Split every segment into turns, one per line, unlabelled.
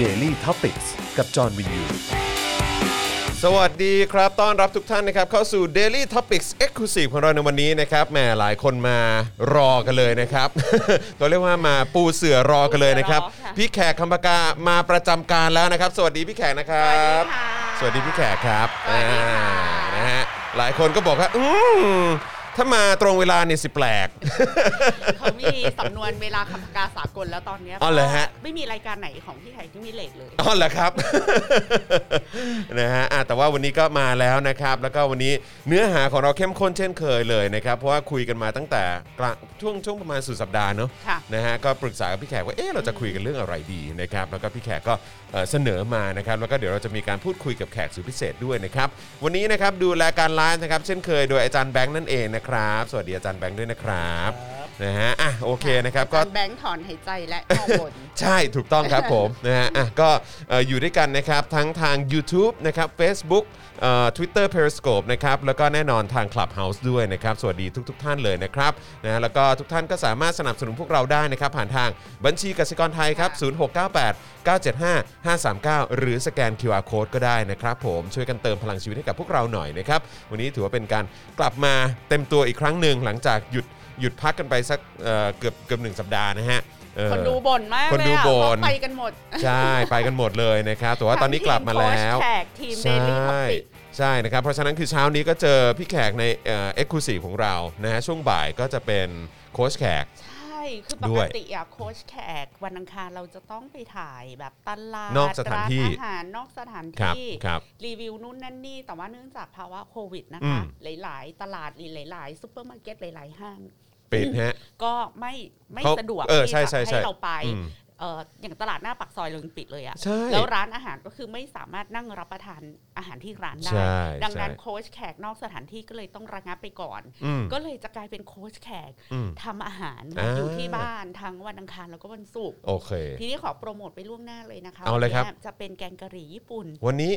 Daily t o p i c กกับจอห์นวินยู
สวัสดีครับ ต้อนรับทุกท่านนะครับ เข้าสู่ Daily Topics Exclusive ของเราในวันนี้นะครับ แหมหลายคนมารอกันเลยนะครับ เขาเรียกว่ามาปูเสือรอกันเลยนะครับ
ปูเสือรอค่ะ
พี่แขกคำปากามาประจำการแล้วนะครับ สวัสดีพี่แขกนะครับ ส
สวั
วัส
สดี
ดี
ค่ะ
พี่แขกครับ
สวัสดีค่ะ
อ่านะฮะ หลายคนก็บอกว่า อืมถ้ามาตรงเวลาเนี่ยสิแปลก
เขามีสำนวนเวลาคำพกาสากลแล้วตอนนี้ย
อ๋อเหรอฮะ
ไม่มีรายการไหนของพี่ไทยที่มีเลทเลย
อ๋อเหรอครับ นะฮะอ่ะแต่ว่าวันนี้ก็มาแล้วนะครับ แล้วก็วันนี้เนื้อหาของเราเข้มข้นเช่นเคยเลยนะครับ เพราะว่าคุยกันมาตั้งแต่กลางช่วงช่วงประมาณสุดสัปดาห์เนอะ
ค่ะ
นะฮะก็ปรึกษากับพี่แขกว่าเอ๊ะเราจะคุยกันเรื่องอะไรดีนะครับ แล้วก็พี่แขกก็เอ่อเสนอมานะครับ แล้วก็เดี๋ยวเราจะมีการพูดคุยกับแขกสุดพิเศษด้วยนะครับ วันนี้นะครับดูแลการไลฟ์นะครับเช่นเคยโดยอาจารย์แบงค์นั่นเองนะครับ สวัสดีอาจารย์แบงค์ด้วยนะครับนะฮะอ่ะโอเคนะครับก็
าจาย์แบงค์ถอนหายใจและข้อร์โมน
ใช่ถูกต้องครับผม นะฮะอ่ะก็เอ่ออยู่ด้วยกันนะครับทั้งทาง YouTube นะครับ Facebook เอ่อ Twitter Periscope นะครับแล้วก็แน่นอนทาง Clubhouse ด้วยนะครับ สวัสดีทุก ๆ ท่านเลยนะครับนะแล้วก็ทุกท่านก็สามารถสนับสนุนพวกเราได้นะครับ ผ่านทางบัญชีกสิกรไทยครับ
ค่ะ
0698 975 539 หรือสแกน QR Code ก็ได้นะครับผมช่วยกันเติมพลังชีวิตให้กับพวกเราหน่อยนะครับ วันนี้ถือว่าเป็นการกลับมาเต็มตัวอีกครั้งหนึ่งหลังจากหยุดหยุดพักกันไปสักเอ่อเกือบเกือบหนึ่งสัปดห์นะฮะเอ่อ
คนดูบ่นมาก
คน
เล
ดู
ยอะ
บ่น
เขาไปกันหมด
ใช่ไปกันหมดเลยนะครับแต่ว่าตอนนี้กลับมาแล้ว
ทั้งทีมโค้ชแขกทีม
ใช
เดลี่ท็อป่ ปิก
ใช่นะครับเพราะฉะนั้นคือเช้านี้ก็เจอพี่แขกในเอ็กซ์คลูซีฟของเรานะฮะช่วงบ่ายก็จะเป็นโค้ชแขก
ใช่ คือป
ด้
ก
วย
ติอะโค้ชแขกวันอังคารเราจะต้องไปถ่ายแบบตลาด
นอกสถานที่
ร้อาหารนอกสถาน
ครับ
ที่
ครับ
รีวิวนู่นนั่นนี่ แต่ว่าเนื่องจากภาวะโควิดนะ
อื
คะ
ม
หลาย ๆ ตลาดหลาย ๆ ซุปเปอร์มาร์เก็ตหลาย ๆ ห้าง
ปิดฮะ
ก็ไม่ไม่
เขา
สะดวก
เออ
ที่
ใช่
แบบ
ใช่ใช่
ให้เราไป
อืม
เอ่ออย่างตลาดหน้าปากซอยเลยปิดเลยอะ
ใช่
แล้วร้านอาหารก็คือไม่สามารถนั่งรับประทานอาหารที่ร้านได้
ใช่
ดังนั้น
ใช่
โค้ชแขกนอกสถานที่ก็เลยต้องระงับไปก่อน
อืม
ก็เลยจะกลายเป็นโค้ชแขก
อืม
ทำอาหาร
อ่า
อยู่ที่บ้านทั้งวันอังคารแล้วก็วันศุกร์
โอเค
ทีนี้ขอโปรโมทไปล่วงหน้าเลยนะคะ
เอาเลยครับ
วันนี้จะเป็นแกงกะหรี่ญี่ปุ่น
วันนี้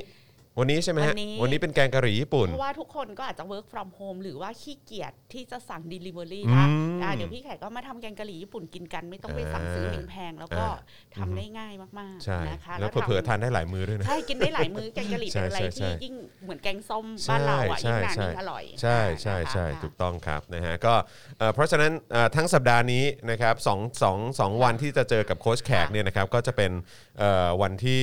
วันนี้ใช่ไหมฮะ
วันนี้
วันนี้เป็นแกงกะหรี่ญี่ปุ่น
เพราะว่าทุกคนก็อาจจะ work from home หรือว่าขี้เกียจที่จะสั่ง delivery
อืม
นะอ่าเดี๋ยวพี่แขกก็มาทำแกงกะหรี่ญี่ปุ่นกินกัน ไม่ต้องไปสั่งซื้อ
อ่า
แพงๆแล้วก็
อ่า
ทำได้ง่ายมาก
ใช่
ๆนะคะ
แล้ว
ทำ
เผลอๆทานได้หลายมือด้วยนะ
ใช่กินได้หลายมื้อแกงกะหรี่
ใช่
เป็นอะไร
ใช่
ที่
ใช่
ยิ่งเหมือนแกงส้มบ้านเราอ่ะยิ่งนานยิ่งอร่อย
ใช่ใช่ใช่
นะคะ
ถูกต้องครับนะฮะก็เอ่อเพราะฉะนั้นเอ่อทั้งสัปดาห์นี้นะครับสองสองสองวันที่จะเจอกับโค้ชแขก
ค่ะ
เนี่ยนะครับก็จะเป็นเอ่อวันที่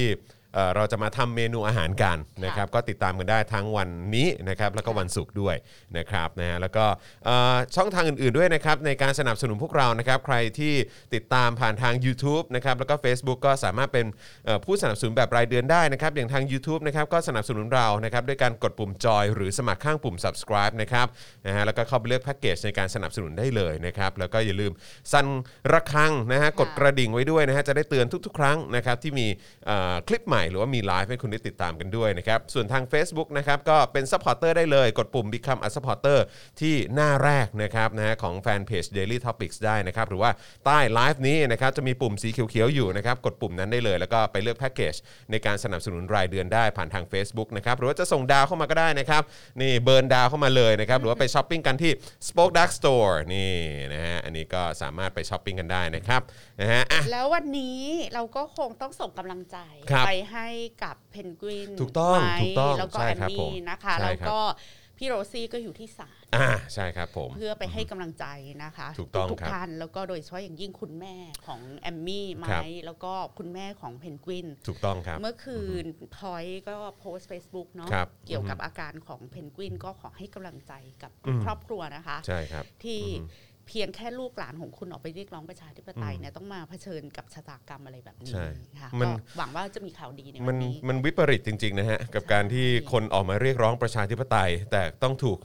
เอ่อเราจะมาทำเมนูอาหารกันนะครับก็ติดตามกันได้ทั้งวันนี้นะครับแล้วก็
ค่ะ
วันศุกร์ด้วยนะครับนะฮะแล้วก็เอ่อช่องทางอื่นๆด้วยนะครับในการสนับสนุนพวกเรานะครับใครที่ติดตามผ่านทาง YouTube นะครับแล้วก็ Facebook ก็สามารถเป็นเอ่อผู้สนับสนุนแบบรายเดือนได้นะครับอย่างทาง YouTube นะครับก็สนับสนุนเรานะครับด้วยการกดปุ่มจอยหรือสมัครข้างปุ่ม subscribe นะครับนะฮะแล้วก็เข้าไปเลือกแพ็กเกจในการสนับสนุนได้เลยนะครับแล้วก็อย่าลืมสั่นระฆังนะฮะกดกระดิ่งไว้ด้วยนะฮะจะได้เตือนทุกๆ ครั้งนะครับที่มีเอ่อคลิปใหม่หรือว่ามีไลฟ์ให้คุณได้ติดตามกันด้วยนะครับส่วนทาง Facebook นะครับก็เป็นซัพพอร์เตอร์ได้เลย กดปุ่ม Become a supporter ที่หน้าแรกนะครับนะฮะของแฟนเพจ Daily Topics ได้นะครับหรือว่าใต้ไลฟ์นี้นะครับจะมีปุ่มสีเขียวๆอยู่นะครับกดปุ่มนั้นได้เลย แล้วก็ไปเลือกแพ็กเกจในการสนับสนุนรายเดือนได้ผ่านทาง Facebook นะครับหรือว่าจะส่งดาวเข้ามาก็ได้นะครับนี่เบิร์นดาวเข้ามาเลยนะครับหรือว่าไปช้อปปิ้งกันที่ Spoke Dark Store นี่นะฮะอันนี้ก็สามารถไปช้อปปิ้งกันได้นะครับนะฮะอ่ะ
แล้ววันนี้เราก็คงต้องส่งกำลังใจ
ครับ
ไปให้กับเพนกวิน
ถูกต้อง
ไว้
ถูกต้อง
แล้วก็
ใช่
แอน
ครับผม
นี่นะคะ
ใช่ครับ
แล้วก็พี่โรซี่ก็อยู่ที่ศาล
อ่าใช่ครับผม
เพื่อไปให้กำลังใจนะคะ
ถูกต้อง
ทุก
ครับ
ๆท่านแล้วก็โดยเฉพาะอย่างยิ่งคุณแม่ของแอมมี่ไหม
ครับ
แล้วก็คุณแม่ของเพนกวิน
ถูกต้องครับ
เมื่อคืนพอยก็โพสต์ Facebook เนาะ
ครับ
เกี่ยวกับ
อือฮึ
อาการของเพนกวินก็ขอให้กำลังใจกับ
อืม
ครอบครัวนะคะ
ใช่ครับ
ที่
อือฮึ
เพียงแค่ลูกหลานของคุณออกไปเรียกร้องประชาธิปไตยเนี่ยต้องมาเผชิญกับชะตากรรมอะไรแบบนี้
ใช่
ค่ะ
มัน
ก็หวังว่าจะมีข่าวดีใน
มั
วัน นนี้
มันวิปริตจริง ๆ นะฮะ กับการที่คนออกมาเรียกร้องประชาธิปไตย แต่ต้องถูก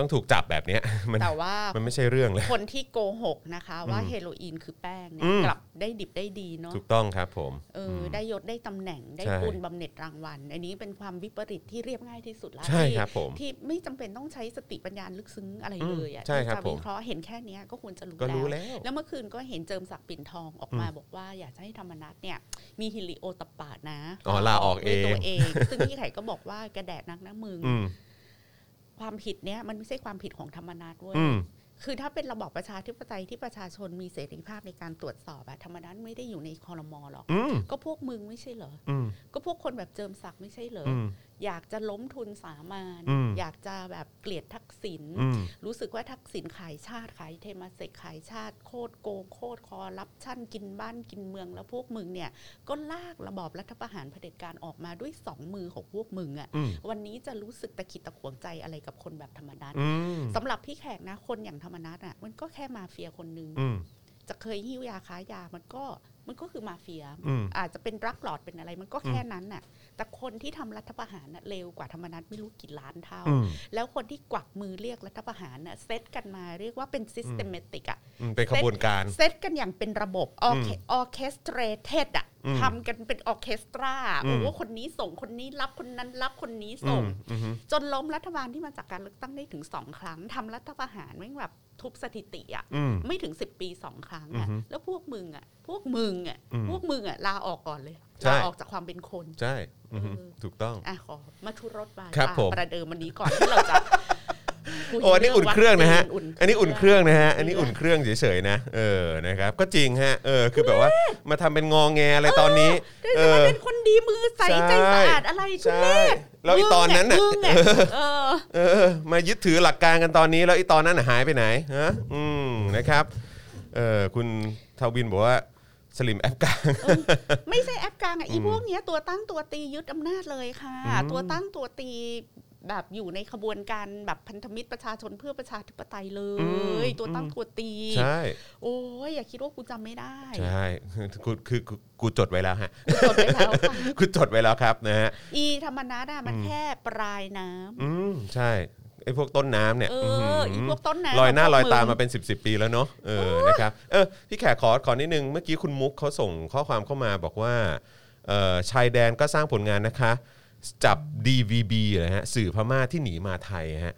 ต้องถูกจับแบบเนี้ย มัน
แต่ว่า
มันไม่ใช่เรื่องเลย
คนที่โกหกนะคะ ว่าเฮโรอีนคือแป้งเนี่
อื
ย
ม
กลับได้ดิบได้ดีเนาะ
ถูกต้องครับผม
เอออได้ยศได้ตำแหน่งได้
ใช่
บุญบำเหน็จรางวัล อันนี้เป็นความวิปริตที่เรียบง่ายที่สุดแล้ว
ใช่
ที่
ครับผม
ที่ไม่จำเป็นต้องใช้สติปัญญาลึกซึ้งอะไร
อืม
เลยอะ
ใช่ครับ
ที่จะ
ผม
วิเคราะห์เห็นแค่เนี้ยก็ควรจะรู้
ก็
แล้
รู้
ว
แล้ว
แล้วเมื่อคืนก็เห็นเจิมศักดิ์ปิ่นทองออกมาบอกว่าอยากจะให้ธรรมนัตเนี่ยมีฮิริโอตปปะนะ
อ๋อลาออกเอ
ด้วย
ง
ตัวเอง ซึ่งพี่ไข่ก็บอกว่ากระแดดนักนะมึง
อืม
ความผิดเนี้ยมันไม่ใช่ความผิดของธรรมนัตเว้ย
อืม
คือถ้าเป็นระบอบประชาธิปไตยที่ประชาชนมีเสรีภาพในการตรวจสอบอะธรรมนัตไม่ได้อยู่ในคอรมอหรอก
อืม
ก็พวกมึงไม่ใช่เหรอ
อืม
ก็พวกคนแบบเจิมศักดิ์ไม่ใช่เหรออ
อืม
อยากจะล้มทุนสามาน
อืม
อยากจะแบบเกลียดทักษิณ
อืม
รู้สึกว่าทักษิณขายชาติขายเทมาเสกขายชาติโคตรโกงโคตรคอร์รับชั่นกินบ้านกินเมืองแล้วพวกมึงเนี่ย ก็ลากระบอบรัฐประหารเผด็จการออกมาด้วยสองมือของพวกมึงอะ่ะ
อืม
วันนี้จะรู้สึกตะขิดตะขวงใจอะไรกับคนแบบธรรมนัต
อืม
สำหรับพี่แขกนะคนอย่างธรรมนัตอ่ะมันก็แค่มาเฟียคนหนึง
อืม
จะเคยหิ้วยาค้ายามันก็มันก็คือมาเฟีย
อืม
อาจจะเป็นรักหลอดเป็นอะไร มันก็แค่นั้นน่ะ แต่คนที่ทำรัฐประหารน่ะเร็วกว่าธรรมนัตไม่รู้กี่ล้านเท่า
อืม
แล้วคนที่กวักมือเรียกรัฐประหารน่ะเซตกันมาเรียกว่าเป็น systematic อะ
อืมเป็นขบวนการ
เซตกันอย่างเป็นระบบออเคออเคสเตรเทดอะ
อืม
ทำกันเป็นออเคสตรา
อื
โอ้
ม
โหคนนี้ส่งคนนี้รับคนนั้นรับคนนี้
อื
ส่ง
มอืม
จนล้มรัฐบาลที่มาจากการเลือกตั้งได้ถึงสองครั้งทำรัฐประหารแม่งแบบทุบสถิติอะ
อืม
ไม่ถึงสิบปีสองครั้งอะ
อือฮึ
แล้วพวกมึงอะพวกมึงอะ
อืม
พวกมึงอะลาออกก่อนเลย
ใช่
ลาออกจากความเป็นคน
ใช่อืม
เออ
ถูกต้อง
อ่ะขอมาทุรสบา
ครับผม
ประเดิมวันนี้ก่อนที่เราจะ
โอ้อันนี้อุ่นเครื่องนะฮะ
วั
อันนี้อุ่นเครื่องนะฮะ อันนี้อุ่นเครื่องเฉยๆนะ เออ นะครับ ก็จริงฮะ เออ คือแบบว่ามาทำเป็นงองแงอะไรตอนนี้ เอ
เออ
อ
เป็นคนดีมือใส
ใช่
ใจสะอาดอะไรทุ
ใช่
เรศ
แล้วไอ้ตอนนั้นน่ะ
มึงอะมึง อะเออ
เออ มายึดถือหลักการกันตอนนี้แล้วไอ้ตอนนั้นน่ะหายไปไหน ฮะ อืม นะครับ เออ คุณทวินบอกว่าสลิมแอปกลาง
ไม่ใช่แอปกลางอ่ะอีพวกเนี้ยตัวตั้งตัวตียึดอำนาจเลยค่ะ
อืม
ตัวตั้งตัวตีแบบอยู่ในขบวนการแบบพันธมิตรประชาชนเพื่อประชาธิปไตยเลย ตัวตั้งตัวตี
ใช่
โอ้ยอย่าคิดว่ากูจำไม่ได้
ใช่กูคือกูกูจดไว้แล้วฮะ
กูจดไว้แล้วค่ะ
กูจดไว้แล้วครับนะฮะ
อีธรรมนัตอ่ะมันแค่ปลายน้ำ
อืม ใช่ ไอ้พวกต้นน้ำเนี่ย
เอ
หื
ออีพวกต้นน้ำ
ลอยหน้า
ะพวก
ลอยตาม
ง
มาเป็น 10บสปีแล้วเนาะเออนะครับเออพี่แขกขอขอนิดนึง เมื่อกี้คุณมุกเขาส่งข้อความเข้ามาบอกว่าเอ่อชายแดนก็สร้างผลงานนะคะ จับ DVB นะฮะสื่อพม่าที่หนีมาไทยฮะ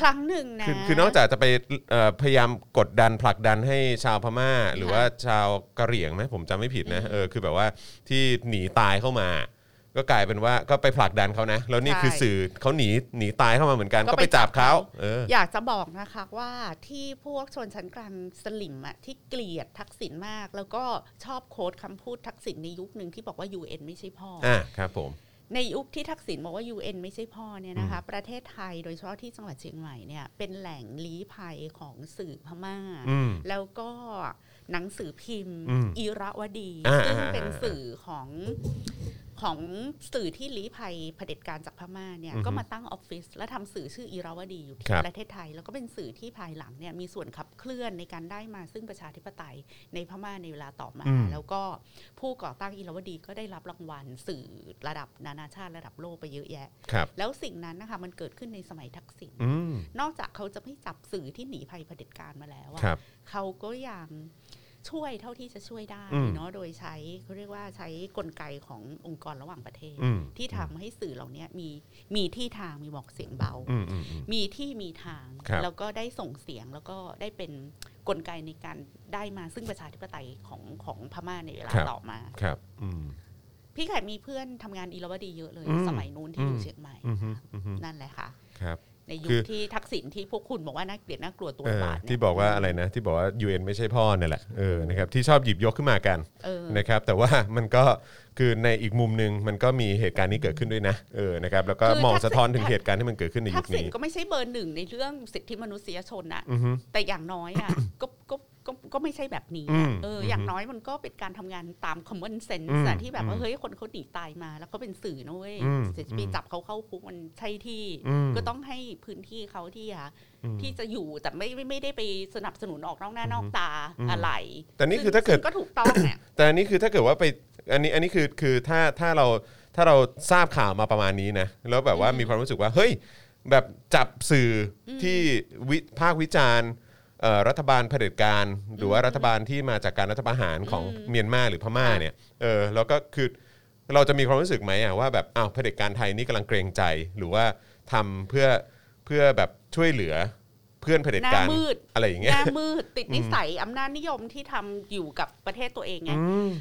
ครั้งหนึ่งนะ
คือคือนอกจากจะไปเอ่อพยายามกดดันผลักดันให้ชาวพม่า หรือว่าชาวกะเหรี่ยงไหมผมจำไม่ผิดนะเออคือแบบว่าที่หนีตายเข้ามา ก็กลายเป็นว่าก็ไปผลักดันเขานะแล้วนี่คือสื่อเขาหนีหนีตายเข้ามาเหมือนกันก็ไปจับเขาเออ
อยากจะบอกนะคะว่าที่พวกชนชั้นกลางสลิมอะที่เกลียดทักษิณมาก แล้วก็ชอบโค้ดคำพูดทักษิณในยุคหนึ่งที่บอกว่า UN ไม่ใช่พ่ออ
อ่ะครับผม
ในยุคที่ทักษิณบอกว่า UN ไม่ใช่พ่อเนี่ยนะคะ ประเทศไทยโดยเฉพาะที่จังหวัดเชียงใหม่เนี่ยเป็นแหล่งลี้ภัยของสื่อพม่า
อืม
แล้วก็หนังสือพิมพ์
อืม
อิระวดี
อ่า
ซึ่ง
อ่า
เป็น
อ่า
สื่อของของสื่อที่ลี้ภัยเผด็จการจากพม่าเนี่ย
อือฮึ
ก็มาตั้งออฟฟิศและทำสื่อชื่ออิระวดีอยู่ที่
ครับ
ประเทศไทย แล้วก็เป็นสื่อที่ภายหลังเนี่ยมีส่วนขับเคลื่อนในการได้มาซึ่งประชาธิปไตยในพม่าในเวลาต่อมา แล้วก็ผู้ก่อตั้งอิระวดีก็ได้รับรางวัลสื่อระดับนานาชาติระดับโลกไปเยอะแยะ
ครับ
แล้วสิ่งนั้นนะคะมันเกิดขึ้นในสมัยทักษิณ
อืม
นอกจากเขาจะไม่จับสื่อที่หนีภัยเผด็จการมาแล้วอะ
ครับ
เขาก็ยังช่วยเท่าที่จะช่วยได้
อืม
เนาะโดยใช้เขาเรียกว่าใช้กลไกขององค์กรระหว่างประเทศ
อืม
ที่ทำให้สื่อเหล่านี้มีมีที่ทางมีบอกเสียงเบา
อืมอืมอืม
มีที่มีทาง
ครับ
แล้วก็ได้ส่งเสียงแล้วก็ได้เป็นกลไกในการได้มาซึ่งประชาธิปไตยของของพม่าในเวลา
ครับ
ต่อมา
ครับ อืม
พี่แขกมีเพื่อนทำงานอิรวดีเยอะเลย
อืม
สมัยนู้นที่อ
อื
ยู่
ม
เชียงใหม่
อืมอืม
นั่นแหละค่ะ
ครับ
ในยุ
คื
ค
อ
ที่ทักษิณที่พวกคุณบอกว่าน่าเกลียดน่ากลัวตัว
เออ
ระบาดเนี่ย
ที่บอกว่าอะไรนะ ที่บอกว่า UN ไม่ใช่พ่อเนี่ยแหละเออนะครับที่ชอบหยิบยกขึ้นมากัน
เออ
นะครับ แต่ว่ามันก็คือในอีกมุมหนึ่งมันก็มีเหตุการณ์นี้เกิดขึ้นด้วยนะเออนะครับแล้วก็
คือ
มอง
ทักษิณ
สะท้อนถึงเหตุการณ์ที่มันเกิดขึ้นใน
ทั
ยุ
ก
ค
ษิณ
นี้
ก็ไม่ใช่เบอร์หนึ่งในเรื่องสิทธิมนุษยชนอะ
อือฮึ
แต่อย่างน้อยอะ ก็ก็ก็ก็ไม่ใช่แบบนี้
อื
อะ
ม
เอออ
ม
อย่างน้อยมันก็เป็นการทำงานตาม common sense
อืม
อะที่แบบ
อื
ว่าม เฮ้ยคนเขาหนีตายมา แล้วเขาเป็นสื่อนะเว้ย
อืม
จะไปจับเขาเข้าคุกมันใช่ที่
อืม
ก็ต้องให้พื้นที่เขาที่อะ
อืม
ที่จะอยู่แต่ไม่ไม่ไม่ได้ไปสนับสนุนออกนอกหน้า
อือฮึ
นอกตา
อืม
อะไร
แต่นี่
ซึ่ง
คือถ้าเกิด
ซึ่งก็ถูกต้อง เนี่ย
แต่อันนี้คือถ้าเกิดว่าไปอันนี้อันนี้คือคือถ้าถ้าเราถ้าเราทราบข่าวมาประมาณนี้นะแล้วแบบว่ามีความรู้สึกว่าเฮ้ยแบบจับสื่ออที่วิภาควิจารณ์เอ่อรัฐบาลเผด็จการ หรือว่ารัฐบาลที่มาจากการรัฐประหารของเมียนมาหรือพม่าเนี่ยเออแล้วก็คือเราจะมีความรู้สึกไหมอ่ะว่าแบบอ้าวเผด็จการไทยนี่กำลังเกรงใจ หรือว่าทำเพื่อเพื่อแบบช่วยเหลือเพื่อนเผด็จการ
หน้ามืด
อะไรอย่าง
ห
เงี้ย
น้ามืดติดนิสัยอำนาจนิยมที่ทำอยู่กับประเทศตัวเองไง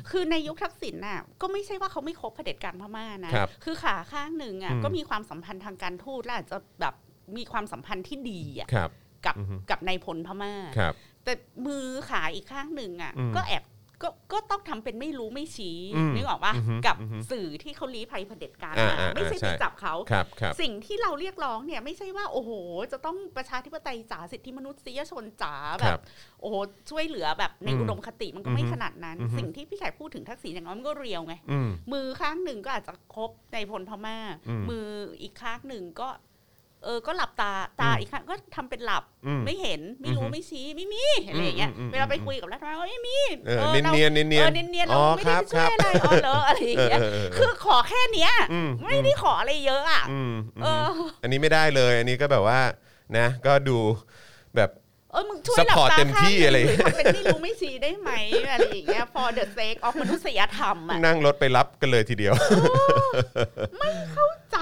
คือในยุคทักษิณน่ะก็ไม่ใช่ว่าเขาไม่คบเผด็จการพม่านะ
ครับ
คือขาข้างหนึ่งอ่ะ
อืม
ก็มีความสัมพันธ์ทางการทูตและอาจจะแบบ มีความสัมพันธ์ที่ดีอะ
ครับ
กับ
อือฮึ
กับนายพลพม่า
ครับ
แต่มือขาอีกข้างหนึ่งอ่ะ
อืม
ก็แอบก็ก็ต้องทำเป็นไม่รู้ไม่ชี้
อืม
นึกออกว่า
อือฮึ
กับ
อือฮึ
สื่อที่เขาลี้ภัยเผด็จการ
อ่า
มา
อ่า
ไม่ใช่
ใช่
ไปจับเขา
ครับครับ
สิ่งที่เราเรียกร้องเนี่ยไม่ใช่ว่าโอ้โห จะต้องประชาธิปไตยจ๋าสิทธิมนุษยชนจ๋าแบ
ครับ
บโอ้โหช่วยเหลือแบบใน
อืม
อุดมคติมันก็
อือฮึ
ไม่ขนาดนั้น
อือฮึ
สิ่งที่พี่แขกพูดถึงทักษิณอย่างน้อยมันก็เรียวไง
อืม
มือข้างหนึ่งก็อาจจะครบในพลพม่า
อืม
มืออีกข้างหนึ่งก็ เออก็หลับตาตา
อืม
อีกข้างก็ทำเป็นหลับ
อืม
ไม่เห็นไม่
อื
รู้
อฮึ
ไม่ชี้ไม่มีอะไรอย่างเงี้ย
อืมอืมอืม
เวลาไปคุยกับรัฐบาลว่าไม่มี
เออ
อรา
เนียนๆเนียนๆ
เอ
เนีย
อน เนียนเนียนๆเราไม่ได้ไปช่วยอะไรอ๋อเหรออะไรอย่างเงี้ย
เออเออเออ
คือขอแค่เนี้ย
อืม
ไม่ได้ขออะไรเยอะอ่ะ
อืม
เอ
ม
อ
อันนี้ไม่ได้เลยอันนี้ก็แบบว่านะก็ดูแบบ
เออมึงช่วยหลับ
Support
ตา
เต็มที่อะไร
หทำเป็นไม่รู้ไม่ชี้ได้ไหมอะไรอย่างเงี้ย for the sake of มนุษยธรรมอ่ะ
นั่งรถไปรับกันเลยทีเดียว
ใจ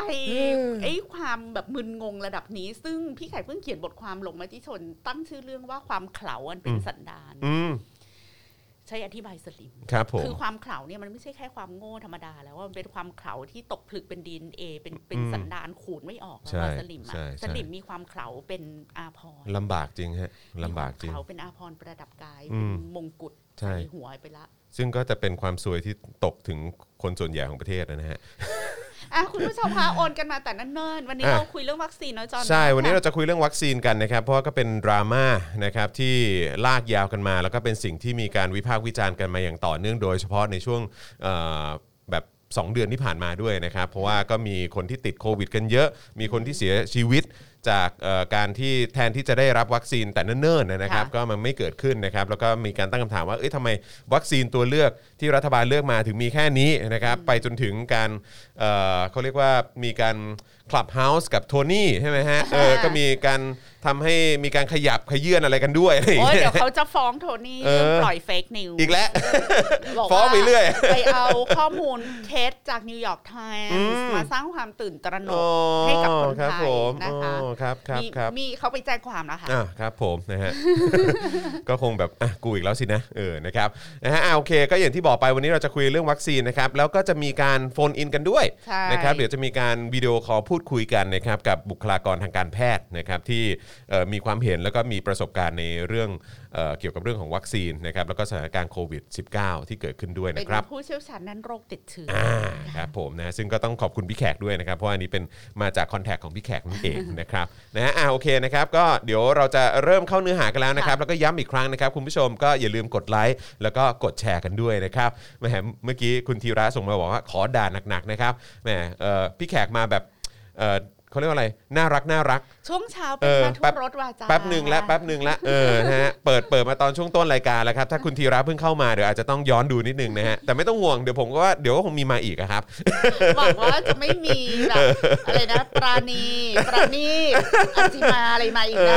ไอ้ความแบบมึนงงระดับนี้ ซึ่งพี่ไข่เพิ่งเขียนบทความลงมาที่ชน ตั้งชื่อเรื่องว่าความเขลาอันเป็นสันดาน
อืม
ใช้อธิบายสลิม
ครับผม
คือความเขลาเนี่ยมันไม่ใช่แค่ความโง่ธรรมดา แล้วว่ามันเป็นความเขลาที่ตกผลึกเป็นดีเอเป็นเป็น
อืม
สันดานขูดไม่ออก
ใช่
ว่าสลิมอะ
ใช่ใช่
สลิมมีความเขลาเป็นอาภรณ์
ลำบากจริงฮะลำบากจริ
มี
ง
ควมเขลาเป็นอาภรณ์ประดับกาย
อืม
เป็นมงกุฎ
ใช่
ใส่หัวไปละ
ซึ่งก็จะเป็นความซวยที่ตกถึงคนส่วนใหญ่ของประเทศนะฮะ
อ่ะคุณผู้ชมคะโอนกันมาแต่นั่นเนิ่นๆวันนี้
อ่ะ
เราคุยเรื่องวัคซีนเนาะจอห์น
ใช่ วันนี้
ค่ะ
เราจะคุยเรื่องวัคซีนกันนะครับ เพราะว่าก็เป็นดราม่านะครับที่ลากยาวกันมา แล้วก็เป็นสิ่งที่มีการวิพากษ์วิจารณ์กันมาอย่างต่อเนื่องโดยเฉพาะในช่วงเอ่อแบบ 2 เดือนที่ผ่านมาด้วยนะครับ เพราะว่าก็มีคนที่ติดโควิดกันเยอะ มีคนที่เสียชีวิตจากเอ่อการที่แทนที่จะได้รับวัคซีนแต่เนิ่นๆนะครับ
ค่ะ
ก็มันไม่เกิดขึ้นนะครับ แล้วก็มีการตั้งคำถามว่าเอ้ยทำไมวัคซีนตัวเลือกที่รัฐบาลเลือกมาถึงมีแค่นี้นะครับ ไปจนถึงการเอ่อเขาเรียกว่ามีการคลับเฮาส์กับโทนี่ใช่ไหมฮะเออก็มีการทำให้มีการขยับขยื่นอะไรกันด้วยอะไรอย่าง
โอ้ย
เงี้ย
เดี๋ยวเขาจะฟ้องโทนี่
เออ
เรื่องปล่อยเฟกนิว
อีกแล้ว
บกว่า
ฟ้องไปเรื่อย
ไปเอาข้อมูลเท็จจากนิวยอร์กไท
อื
ม
ม
ส์มาสร้างความตื่นตระหน
อ๋อก
ให้กับคน
ค
ไท
รับ
ย
ผม
นะคะ
อ๋อครับครับ
มี
ครับ
มีเขาไปแจ้งความนะคะ
อ่าครับผมนะฮ ะ ก็คงแบบอ่ะกูอีกแล้วสินะเออนะครับนะฮะอ่ะโอเค ก็อย่างที่บอกไปวันนี้เราจะคุยเรื่องวัคซีนนะครับแล้วก็จะมีการโฟนอินกันด้วย
ใช่
นะครับเดี๋ยวจะมีการวิดีโอคอลพูดคุยกันนะครับกับบุคลากรทางการแพทย์นะครับที่เอ่อมีความเห็นแล้วก็มีประสบการณ์ในเรื่องเอ่อเกี่ยวกับเรื่องของวัคซีนนะครับแล้วก็สถานการณ์โควิด -19 ที่เกิดขึ้นด้วย
เป็น
นะครับ
ผู้เชี่ยวชาญนั้นโรคติดเชื้อ
อ่าครับผมนะซึ่งก็ต้องขอบคุณพี่แขกด้วยนะครับ เพราะอันนี้เป็นมาจากคอนแทคของพี่แขกนั่นเอง นะครับนะฮะอ่าโอเคนะครับก็เดี๋ยวเราจะเริ่มเข้าเนื้อหากันแล้วนะครับแล้วก็ย้ำอีกครั้งนะครับคุณผู้ชมก็อย่าลืมกดไลค์แล้วก็กดแชร์กันด้วยนะครับแหมเมื่อกี้คุณธีระส่งมาบอกว่าขอด่าหนักๆนะครับแหมเอ่อพี่แขกมาแบบ เออเขาเรียกว่าอะไร น่ารักน่ารัก
ช่วงเช้า
เอ
เป็น
อ
มาทุ
แป๊
ก
บ
รถวาจา
แป๊บหนึ่งละแป๊บหนึ่งละเออนะฮะเปิดเปิดมาตอนช่วงต้นรายการแล้วครับ ถ้าคุณธีระเพิ่งเข้ามาเดี๋ยวอาจจะต้องย้อนดูนิดนึงนะฮะ แต่ไม่ต้องห่วงเดี๋ยวผมก็ว่าเดี๋ยวก็คงมีมาอีกอะครับ
หวังว่าจะไม่มีแบบอะไรนะปราณีปรา ณีอัจิมาอะไรมาอีกนะ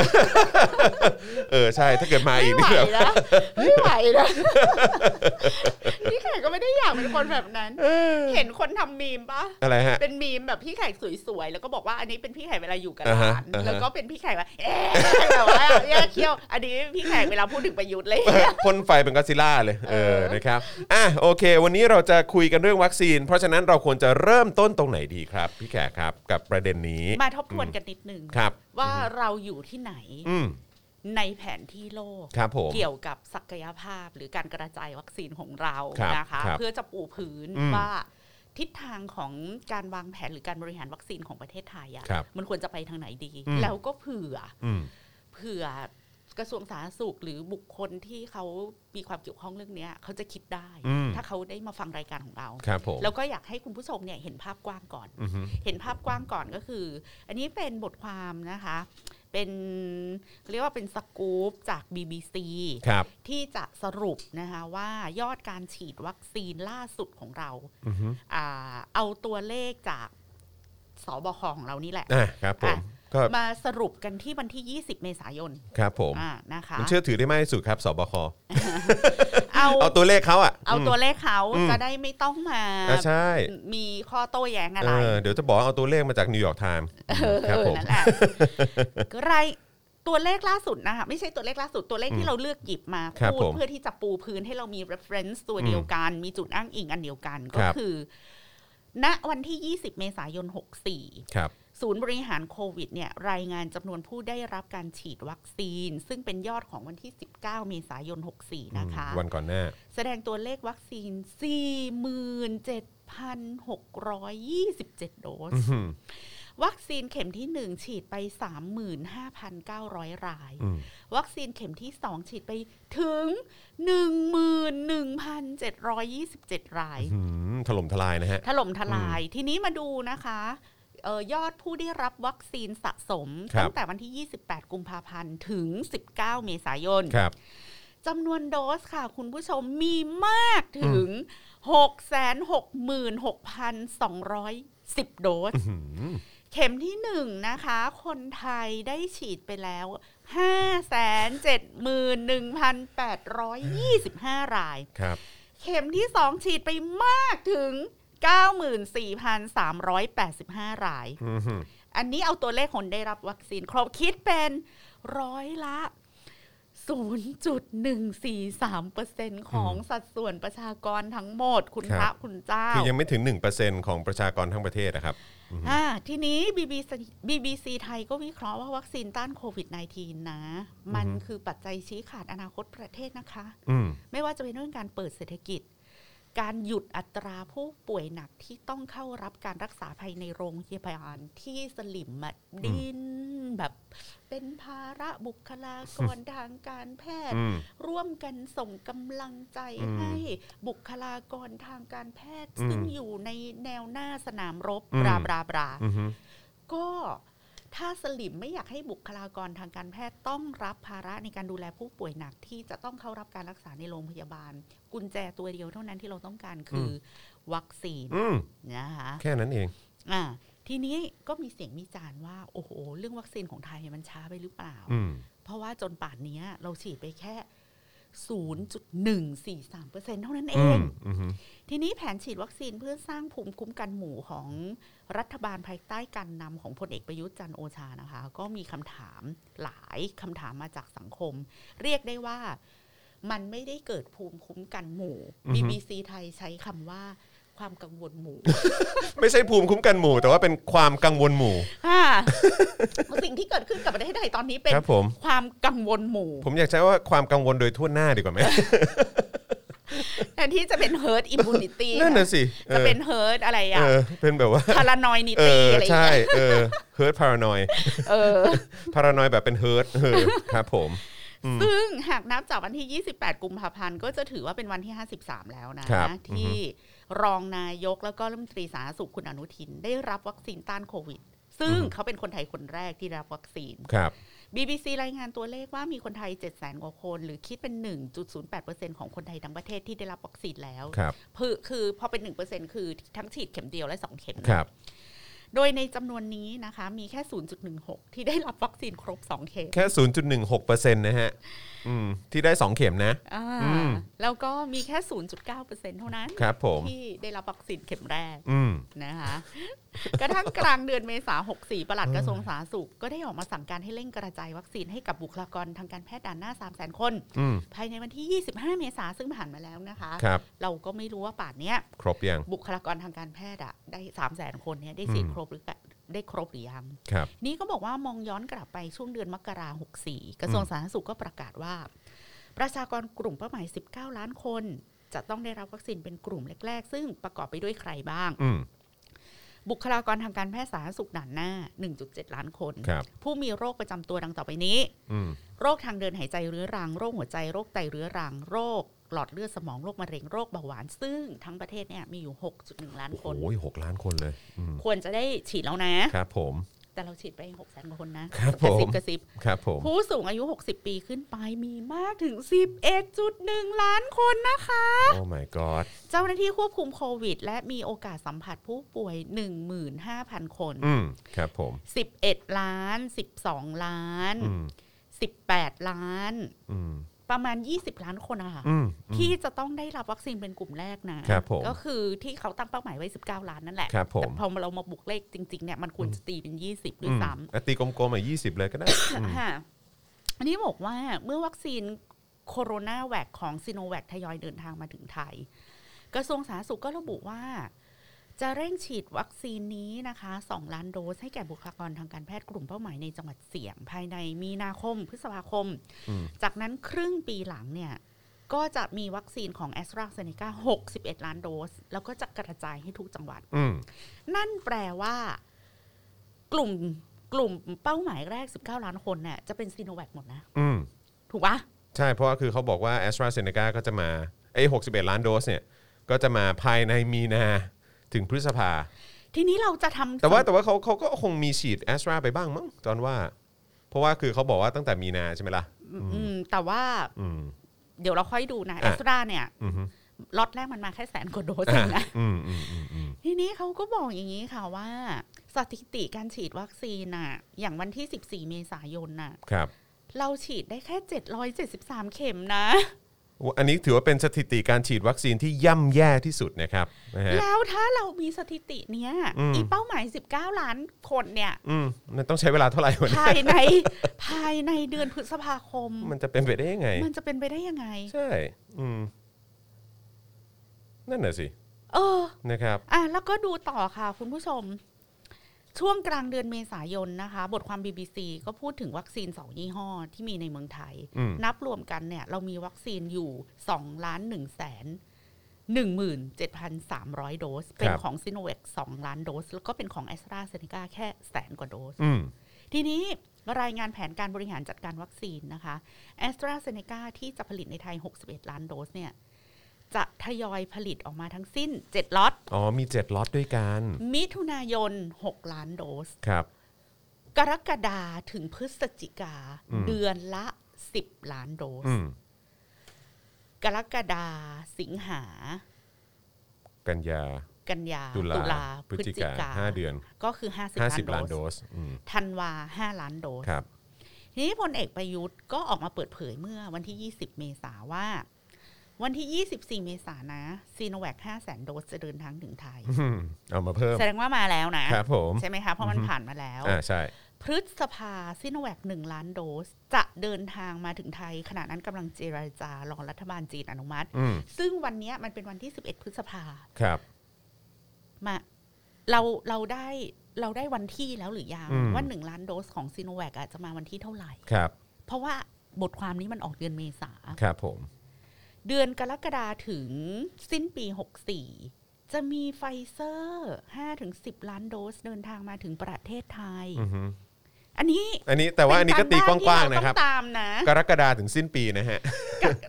เออ ใช่ถ้าเกิดมาอี
ไม่
ก
ไห
นี่
ว
แบบ
นะไม่ไหวนะ พี่แขกก็ไม่ได้อยากเป็นคนแบบนั้น เห็นคนทำมีมปะ
อะไรฮะ
เป็นมีมแบบพี่แขกสวยๆแล้วก็บอกว่าอันนี้เป็นพี่แขกเวลาอยู่กับห
อ่าฮะ
ลาน
อ่าฮะ
แล้วก็เป็นพี่แขกว่าเอ๊ะแบบว่าแย่เขี้ยว อันนี้พี่แขกเวลาพูดถึงประยุทธ์เลย
พ่นไฟเป็นก็อดซิลล่าเลย เออ นะครับ อ่ะ โอเค วันนี้เราจะคุยกันเรื่องวัคซีน เพราะฉะนั้นเราควรจะเริ่มต้นตรงไหนดีครับ พี่แขกครับ กับประเด็นนี้
มาทบทวนกันนิดนึง
ครับ
ว่าเราอยู่ที่ไหน
อืม
ในแผนที่โลก
ครับผม
เกี่ยวกับศักยภาพหรือการกระจายวัคซีนของเรา
ครับ
นะคะ
ครับ
เพื่อจะปูพื้น
อืม
ว่าทิศทางของการวางแผนหรือการบริหารวัคซีนของประเทศไทยอะ
ครับ
มันควรจะไปทางไหนดี
อืม
แล้วก็เผื่อ
อืม
เผื่อกระทรวงสาธารณสุขหรือบุคคลที่เขามีความเกี่ยวข้องเรื่องเนี้ยเขาจะคิดได้
อืม
ถ้าเขาได้มาฟังรายการของเรา
ครับผม
แล้วก็อยากให้คุณผู้ชมเนี่ยเห็นภาพกว้างก่อน
อือฮึ
เห็นภาพกว้างก่อนก็คือ อันนี้เป็นบทความนะคะ เป็นเรียกว่าเป็นสกู๊ปจาก BBC
ครับ
ที่จะสรุปนะคะว่ายอดการฉีดวัคซีนล่าสุดของเรา
อือฮึ
อ่าเอาตัวเลขจากสบคของเรานี่แหละ
อ่ะครับผม
อ่ะ
ก็
มาสรุปกันที่วันที่ 20 เมษายน
ครับผม
อ่านะคะ
มันเชื่อถือได้มากที่สุดครับ สบค
เอา
เอาตัวเลขเขาอ่ะ
เอา
ม
ตัวเลขเขา
อืม
จะได้ไม่ต้องมา
อ่ะใช่
มีข้อโต้แย้งอะไร
เออ เดี๋ยวจะบอกว่าเอาตัวเลขมาจากนิวยอร์กไทม์ครับผม
นั่นแหละไรตัวเลขล่าสุดนะคะไม่ใช่ตัวเลขล่าสุดตัวเลขที่เราเลือกหยิบมา
ครับ
พูด
ผม
เพื่อที่จะปูพื้นให้เรามี reference ตัวเดียวกัน มีจุดอ้างอิงอันเดียวกัน
ค
ก็
รับ
คือ ณวันที่ 20 เมษายน
ครับ
64 ศูนย์บริหารโควิดเนี่ยรายงานจำนวนผู้ได้รับการฉีดวัคซีน ซึ่งเป็นยอดของวันที่ 19 เมษายน 64 นะคะ
วันก่อนหน้า
แสดงตัวเลขวัคซีน 47,627 โดส
อืม
วัคซีนเข็มที่ 1 ฉีดไป 35,900 ราย
อืม
วัคซีนเข็มที่ 2 ฉีดไปถึง 11,727 ราย
อืมถล่มทลายนะฮะ
ถล่มทลาย ทีนี้มาดูนะคะเอ่อยอดผู้ได้รับวัคซีนสะสม
ครับ
ตั้งแต่วันที่ 28 กุมภาพันธ์ ถึง 19 เมษายน
ครับ
จำนวนโดสค่ะ คุณผู้ชมมีมากถึง 666,210 โดส
อื้อหือ
เข็มที่หนึ่งนะคะ คนไทยได้ฉีดไปแล้ว 571,825 ราย
ครับ
เข็มที่สองฉีดไปมากถึง 94,385 ราย
อื้อหือ
อันนี้เอาตัวเลขคนได้รับวัคซีนครบคิดเป็นร้อยละ 0.143%ของสัดส่วนประชากรทั้งหมด คุณพระคุณเจ้า
คือยังไม่ถึง 1%ของประชากรทั้งประเทศนะครับ
อ่าทีนี้ BBC BBC ไทยก็วิเคราะห์ว่าวัคซีนต้านโควิด -19 นะ มันคือปัจจัยชี้ขาดอนาคตประเทศนะคะ
อืม
ไม่ว่าจะเป็นเรื่องการเปิดเศรษฐกิจ การหยุดอัตราผู้ป่วยหนักที่ต้องเข้ารับการรักษาภายในโรงพยาบาลที่สลิมอะดินแบบเป็นภาระบุคลากรทางการแพทย์
อืม
ร่วมกันส่งกำลังใจ
อืม
ให้บุคลากรทางการแพทย์
อืม
ซึ่งอยู่ในแนวหน้าสนามรบ
อืม
บราบราบรา
อื้อหือ
ก็ถ้าสลิมไม่อยากให้บุคลากรทางการแพทย์ต้องรับภาระในการดูแลผู้ป่วยหนักที่จะต้องเข้ารับการรักษาในโรงพยาบาล กุญแจตัวเดียวเท่านั้นที่เราต้องการคืออวัคซีน
อืม
นะคะ
แค่นั้นเอง
อ่าทีนี้ก็มีเสียงวิจารณ์ว่า โอ้โห เรื่องวัคซีนของไทยมันช้าไปหรือเปล่า
อืม
เพราะว่าจนป่านเนี้ยเราฉีดไปแค่ 0.143%เท่านั้นเอ
อื
ง
มอื้อหือ
ทีนี้แผนฉีดวัคซีนเพื่อสร้างภูมิคุ้มกันหมู่ของรัฐบาลภายใต้การนำของพลเอกประยุทธ์จันทร์โอชานะคะ ก็มีคำถามหลายคำถามมาจากสังคม เรียกได้ว่ามันไม่ได้เกิดภูมิคุ้มกันหมู่ BBC ไทยใช้คำว่าความกังวล หมู่
ไม่ใช่ภูมิคุ้มกันหมู่ แต่ว่าเป็นความกังวลหมู่
อ่าสิ่งที่เกิดขึ้นกับประเทศไทยตอนนี้เป็น
ครับผม
ความกังวลหมู่
ผมอยากใช้ว่าความกังวลโดยทั่วหน้าดีกว่าไหม
แทนที่จะเป็น herd immunity
นั่นน่ะสิ
จะเป็น
ออ
herd อะไร
เออ
อ่ะ
เป็นแบบว่า
พารานอยนิ
เอ
ตี
อ
อะไรอย่าง
ใช่
เงี้ย
เออเฮิร์ตพารานอย
เออ
พารานอยแบบเป็นเฮิร์ตเออครับผม
ซึ่งหากนับจากวันที่ 28 กุมภาพันธ์ ก็จะถือว่าเป็นวันที่ 53 แล้วนะครับ ที่รองนายกแล้วก็รัฐมนตรีสาธารณสุขคุณอนุทิน ได้รับวัคซีนต้านโควิด ซึ่งเขาเป็นคนไทยคนแรกที่ได้รับวัคซีน
ครับ
BBC รายงานตัวเลขว่ามีคนไทย 7 0 0 0 0กว่าคน หรือคิดเป็น 1.08%ของคนไทยทั้งประเทศที่ได้รับวัคซีนแล้ว
ครับ
คือคือพอเป็น 1%คือทั้งฉีดเข็มเดียวและ 2 เข็มนะครับ โดยในจำนวนนี้นะคะมีแค่ 0.16 ที่ได้รับวัคซีนครบสองเข็ม
แค่ 0.16%นะฮะอืมที่ได้ 2 เข็มนะ
อ่า
อืม
แล้วก็มีแค่ 0.9%เท่านั้น
ครับผม
ที่ได้รับวัคซีนเข็มแรก
อืม
นะคะ กระทั่งกลางเดือนเมษา64 ประหลัดกระทรวงสาธารณสุข ก็ได้ออกมาสั่งการให้เร่งกระจายวัคซีนให้กับบุคลากรทางการแพทย์ด่านหน้า 300,000 คน
อืม
ภายในวันที่ 25 เมษาซึ่งผ่านมาแล้วนะคะ
ครับ
เราก็ไม่รู้ว่าป่านเนี้ย
ครบยัง
บุคลากรทางการแพทย์อะได้ 300,000 คนเนี่ยได้ฉีด
อืม
ครบหรือเปล่าได้ครบหรือยัง
ครับ
นี่ก็บอกว่ามองย้อนกลับไปช่วงเดือนมกราหกสี่กระทรวงสาธารณสุขก็ประกาศว่า ประชากรกลุ่มเป้าหมาย 19 ล้านคน จะต้องได้รับวัคซีนเป็นกลุ่มแรก ๆ ซึ่งประกอบไปด้วยใครบ้าง
อืม
บุคลากรทางการแพทย์สาธารณสุขด่านหน้า 1.7 ล้านคน
ครับ
ผู้มีโรคประจำตัวดังต่อไปนี้
อืม
โรคทางเดินหายใจเรื้อรัง โรคหัวใจ โรคไตเรื้อรัง โรคหลอดเลือดสมอง โรคมะเร็ง โรคเบาหวาน ซึ่งทั้งประเทศเนี่ยมีอยู่ 6.1 ล้านคน
โอ้ยหกล้านคนเลย อืม
ควรจะได้ฉีดแล้วนะ
ครับผม
แต่เราฉีดไป6แสนกว่าคนนะครับ กระซิบ
ผม
กระซิบ
ครับผม
ผู้สูงอายุ 60 ปีขึ้นไปมีมากถึง 11.1 ล้านคนนะคะ
โอ้ my god
เจ้าหน้าที่ควบคุมโควิด และมีโอกาสสัมผัสผู้ป่วย 15,000 คน
อืม ครับผม
11 ล้าน 12 ล้าน
อืม
18 ล้าน
อืม
ประมาณ 20 ล้านคนอะค่ะ
อืม
ที่จะต้องได้รับวัคซีนเป็นกลุ่มแรกนะครับ
ผม
ก็คือที่เขาตั้งเป้าหมายไว้ 19 ล้านนั่นแหละ
ครับผม
แต่พอเรามาบุกเลขจริงๆเนี่ยมันควรจะตีเป็น 20หรือ
ม
3
อ่ะตีกลมๆอ่ะยี่สิบเลยก็ได้ อืม
ค่ะอันนี้บอกว่าเมื่อวัคซีนโคโรนาแวคของซีโนแวคทยอยเดินทางมาถึงไทย กระทรวงสาธารณสุขก็ระบุว่า จะเร่งฉีดวัคซีนนี้นะคะ 2 ล้านโดสให้แก่บุคลากรทางการแพทย์กลุ่มเป้าหมายในจังหวัดเสี่ยงภายในมีนาคม พฤษภาคม จากนั้นครึ่งปีหลังเนี่ย ก็จะมีวัคซีนของ a s t r a z เซ e c a 61 ล้านโดส แล้วก็จะกระจายให้ทุกจังหวัด
อืม
นั่นแปลว่า กลุ่มกลุ่มเป้าหมายแรก 19 ล้านคนเนี่ยจะเป็นซีโนแวคหมดนะ
อืม
ถูกปะ
ใช่เพราะว่าคือเขาบอกว่า a s t r a z เซ e c a ก็จะมาไอ้หกสิบเอ็ดล้านโดสเนี่ยก็จะมาภายในมีนาถึงพฤษภา
ทีนี้เราจะทำ
แต่ว่าแต่ว่าเขาเขาก็คงมีฉีดแอสตราไปบ้างมั้งจอนว่า เพราะว่าคือเขาบอกว่าตั้งแต่มีนาใช่ไหมล่ะ
อืมแต่ว่า
อืม
เดี๋ยวเราค่อยดูนะแอ
อ่ะ
สตราเนี่ย
อืมฮึ
ล็อตแรกมันมาแค่แสนกว่าโดสเองนะ
อืมอืมอืมอืม
ทีนี้เขาก็บอกอย่างนี้ค่ะว่า สถิติการฉีดวัคซีนน่ะ อย่างวันที่ 14 เมษายนน่ะ
ครับ
เราฉีดได้แค่ 773 เข็มนะ
อันนี้ถือว่าเป็นสถิติการฉีดวัคซีนที่ย่ำแย่ที่สุดนะครับนะฮะ
แล้วถ้าเรามีสถิติเนี้ย
อืม
อีเป้าหมาย 19 ล้านคนเนี่ย
อืมมันต้องใช้เวลาเท่าไหร่วะ เนี่ย
ภายใน ภายในเดือนพฤษภาคม
มันจะเป็นไปได้ยังไง
มันจะเป็นไปได้ยังไง
ใช่ อืม นั่นน่ะสิ
เออ
นะครับ
อ่ะแล้วก็ดูต่อค่ะคุณผู้ชม ช่วงกลางเดือนเมษายนนะคะ บทความ BBC ก็พูดถึงวัคซีน 2 ยี่ห้อที่มีในเมืองไทย
อืม
นับรวมกันเนี่ย เรามีวัคซีนอยู่2ล้าน1แสน17,300 โดส เป็นของซิโนแวค2ล้านโดส แล้วก็เป็นของแอสตราเซเนกาแค่แสนกว่าโดส
อืม
ทีนี้รายงานแผนการบริหารจัดการวัคซีนนะคะแอสตราเซเนกาที่จะผลิตในไทย 61 ล้านโดสเนี่ย จะทยอยผลิตออกมาทั้งสิ้น 7ล็อต
อ๋อ มีเจ็ดล็อตด้วยกัน
มิถุนายน 6 ล้านโดส
ครับ
กรกฎาถึงพฤศจิกา
อืม
เดือนละ 10 ล้านโดส
อืม
กรกฎาสิงหา
กันยา
กันยา
ตุลาพ
พ
ฤ
ฤ
ศ
ศ
จิ
จิ
กาก
า
ห้าเดือน
ก็คือ 50
ห้าสิบล้า
ล้าน น
โด
โดส
ส อืม
ธันวา 5 ล้านโดส
ครับ
ทีนี้พลเอกประยุทธ์ก็ออกมาเปิดเผยเมื่อวันที่ 20 เมษาว่า วันที่ 24 เมษานะซีโนแวค5 0 0 0 0โดสจะเดินทางถึงไทย
อืมเอามาเพิ่ม
แสดงว่ามาแล้วนะ
ครับผม
ใช่ไหมคะ เพราะมัน
อือฮึ
ผ่านมาแล้ว
อ่า ใช่
พฤษภาซิโนแวคหนึ่งล้านโดส จะเดินทางมาถึงไทย ขณะนั้นกำลังเจรจารอรัฐบาลจีนอนุมัติ
อืม
ซึ่งวันเนี้ยมันเป็นวันที่ 11 พฤษภา
ครับ
มาเราเราได้เราได้วันที่แล้วหรือยัง
อืม
ว่าหนึ่งล้านโดสของซีโนแวคอาจจะมาวันที่เท่าไหร่
ครับ
เพราะว่าบทความนี้มันออกเดือนเมษา
ครับผม
เดือนกรกฎาถึงสิ้นปี 64 จะมีไฟเซอร์ 5-10 ล้านโดส เดินทางมาถึงประเทศไทย
อือฮึ
อันนี้
อันนี้แต่ว่าอันนี้ก็ตีกว้างๆนะครับ
เป็กรบ้านที่เาต้องตามนะ
กรกฎาถึงสิ้นปีนะฮะ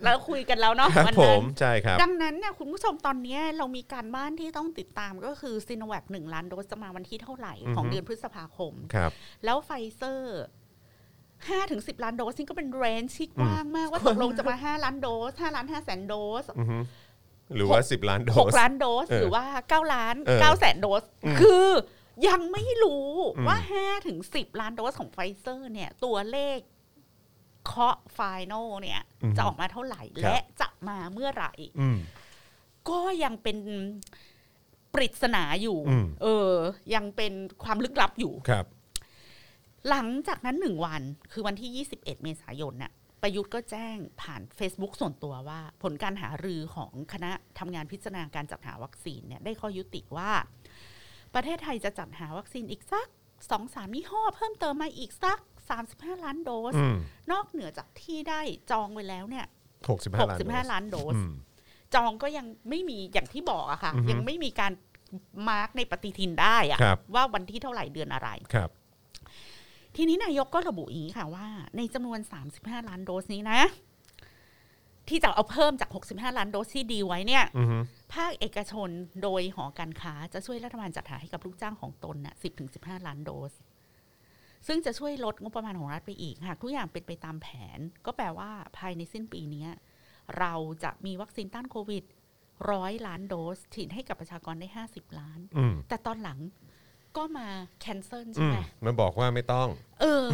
เราคุยกันแล้วเนาะ
ครับ
วัน
ผ
นั้
ม
น
ใช่ครับ
ดังนั้นเนี่ยคุณผู้ชมตอนเนี้ยเรามีการบ้านที่ต้องติดตามก็คือซีโนแวคหนึ่งล้านโดสจะมาวันที่เท่าไหร่ของ
อือฮึ
เดือนพฤษภาคม
ครับ
แล้วไฟเซอร์ห้าถึงสิบล้านโดสซึ่งก็เป็นเรนจ์ที่กว้างมากว่าตกลงจะมาห้าล้านโดสห้าล้านห้าแสนโดส
อือฮึหรือว่า 10 ล้านโด
หก
ส
ล้านโดส
เออ
หรือว่าเก้าล้าน
เออ
เก้าแสนโดส
อืม
คือยังไม่รู้
อืม
ว่าห้าถึงสิบล้านโดสของไฟเซอร์ เนี่ย ตัวเลขเคาะไฟแนลเนี่ย จะออกมาเท่าไหร่และจะมาเมื่อไหร่
อืม
ก็ยังเป็นปริศนาอยู่
อืม
เออ ยังเป็นความลึกลับอยู่
ครับ
หลังจากนั้นหนึ่งวัน คือวันที่ 21 เมษายนน่ะ ประยุทธ์ก็แจ้งผ่าน Facebook ส่วนตัวว่า ผลการหารือของคณะทำงานพิจารณาการจัดหาวัคซีนเนี่ย ได้ข้อยุติว่า ประเทศไทยจะจัดหาวัคซีนอีกสักสองสามยี่ห้อ เพิ่มเติมมาอีกสัก 35 ล้านโดส
อืม
นอกเหนือจากที่ได้จองไว้แล้วเนี่ย
หกสิบห้าล้านโดส
65 ล้านโดส
อืม
จองก็ยังไม่มีอย่างที่บอกอะค่ะ
อือฮึ
ยังไม่มีการมาร์กในปฏิทินได้อะ
ครับ
ว่าวันที่เท่าไหร่เดือนอะไร
ครับ
ทีนี้นายกก็ระบุอย่างนี้ค่ะว่า ในจำนวน 35 ล้านโดสนี้นะ ที่จะเอาเพิ่มจาก 65 ล้านโดสที่ดีลไว้เนี่ย
อือฮึ
ภาคเอกชนโดยหอการค้าจะช่วยรัฐบาลจัดหาให้กับลูกจ้างของตนน่ะ 10-15 ล้านโดส ซึ่งจะช่วยลดงบประมาณของรัฐไปอีก หากทุกอย่างเป็นไปตามแผน ก็แปลว่าภายในสิ้นปีเนี้ยเราจะมีวัคซีนต้านโควิด ร้อยล้านโดสฉีดให้กับประชากรได้ 50 ล้าน
อืม
แต่ตอนหลังก็มาแคนเซิล
อื
ใช่
ม
ไหม
มันบอกว่าไม่ต้อง
เออ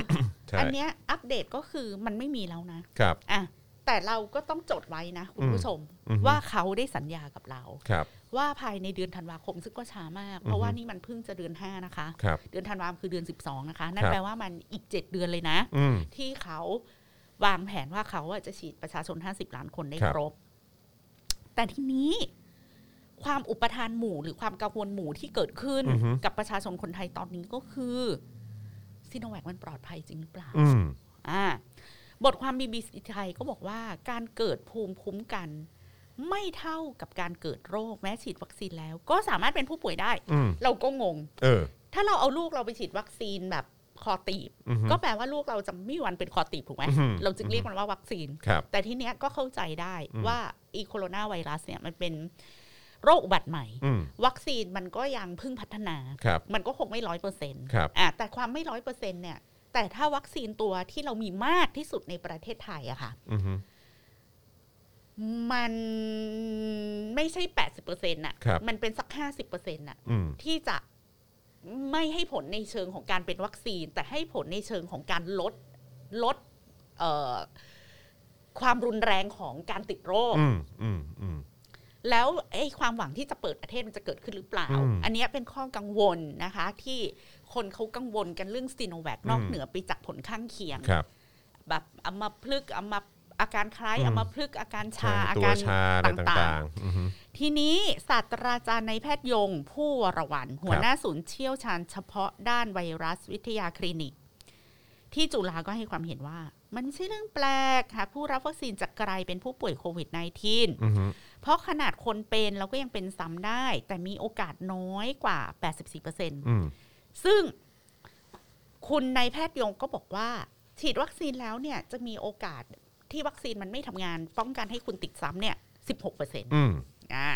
ใช่
อันเนี้ยอัปเดตก็คือมันไม่มีแล้วนะ
ครับ
อ่ะ แต่เราก็ต้องจดไว้นะ คุณผู้ชม
อืม
ว่าเขาได้สัญญากับเรา
ครับ
ว่าภายในเดือนธันวาคมซึ่งก็ช้ามาก เพราะว่านี่มันเพิ่งจะเดือน 5 นะคะ
ครับ
เดือนธันวาคมคือเดือน 12 นะคะ นั่น
ครับ
แปลว่ามันอีก 7 เดือนเลยนะ
อืม
ที่เขาวางแผนว่าเขาอะจะฉีดประชาชน 50 ล้านคนได้
ครับ
ครบ แต่ทีนี้ ความอุปทานหมู่หรือความกังวลหมู่ที่เกิดขึ้น
อือฮึ
กับประชาชนคนไทยตอนนี้ก็คือซีโนแวคมันปลอดภัยจริงหรือเปล่า
อืม
อ่าบทความ BBC ไทยก็บอกว่าการเกิดภูมิคุ้มกัน ไม่เท่ากับการเกิดโรคแม้ฉีดวัคซีนแล้ว ก็สามารถเป็นผู้ป่วยได้
อืม
เราก็งง
เออ
ถ้าเราเอาลูกเราไปฉีดวัคซีนแบบคอตีบ
อือฮึ
ก็แปลว่าลูกเราจะไม่มีวันเป็นคอตีบถูกไหม
อือฮึ
เราจึงเรียกมันว่าวัคซีน
ครับ
แต่ทีเนี้ยก็เข้าใจได้
อืม
ว่าอีโคโรนาไวรัสเนี่ยมันเป็นโรคอุบัติใหม่
อืม
วัคซีนมันก็ยังเพิ่งพัฒนา
ครับ
มันก็คงไม่ร้อยเปอร์เซ็นต์
ครับ
อ่ะแต่ความไม่ร้อยเปอร์เซ็นต์เนี่ย แต่ถ้าวัคซีนตัวที่เรามีมากที่สุดในประเทศไทยอะค่ะ
อือฮึ
มันไม่ใช่แปดสิบเปอร์เซ็นต์อะ
ครับ
มันเป็นสักห้าสิบเปอร์เซ็นต์อะ
อืม
ที่จะไม่ให้ผลในเชิงของการเป็นวัคซีน แต่ให้ผลในเชิงของการลดลดเอ่อความรุนแรงของการติดโรค
อืมอืมอืม
แล้วไอ้ความหวังที่จะเปิดประเทศมันจะเกิดขึ้นหรือเปล่า
อืม
อันเนี้ยเป็นข้อกังวลนะคะ ที่คนเขากังวลกันเรื่องซีโนแวคนอก
อืม
เหนือไปจากผลข้างเคียง
ครับ
แบบอัมพฤกษ์อัมอาการคล้าย
อืม
อัมพฤกษ์อาการชาอา
ตัว
การ
ชาอะไรต่างๆ อือฮึ
ๆทีนี้ศาสตราจารย์ในแพทย์ยง ผู้วรวัน หัวหน้าศูนย์เชี่ยวชาญเฉพาะด้านไวรัสวิทยาคลินิก ที่จุฬาก็ให้ความเห็นว่า มันไม่ใช่เรื่องแปลกหากผู้รับวัคซีนจะกลายเป็นผู้ป่วยโควิด -19
อือฮึ
เพราะขนาดคนเป็นเราก็ยังเป็นซ้ำได้ แต่มีโอกาสน้อยกว่า 84%
อืม
ซึ่งคุณนายแพทย์ยงก็บอกว่า ฉีดวัคซีนแล้วเนี่ยจะมีโอกาสที่วัคซีนมันไม่ทำงาน ป้องกันให้คุณติดซ้ำเนี่ย 16%
อืม
อ่า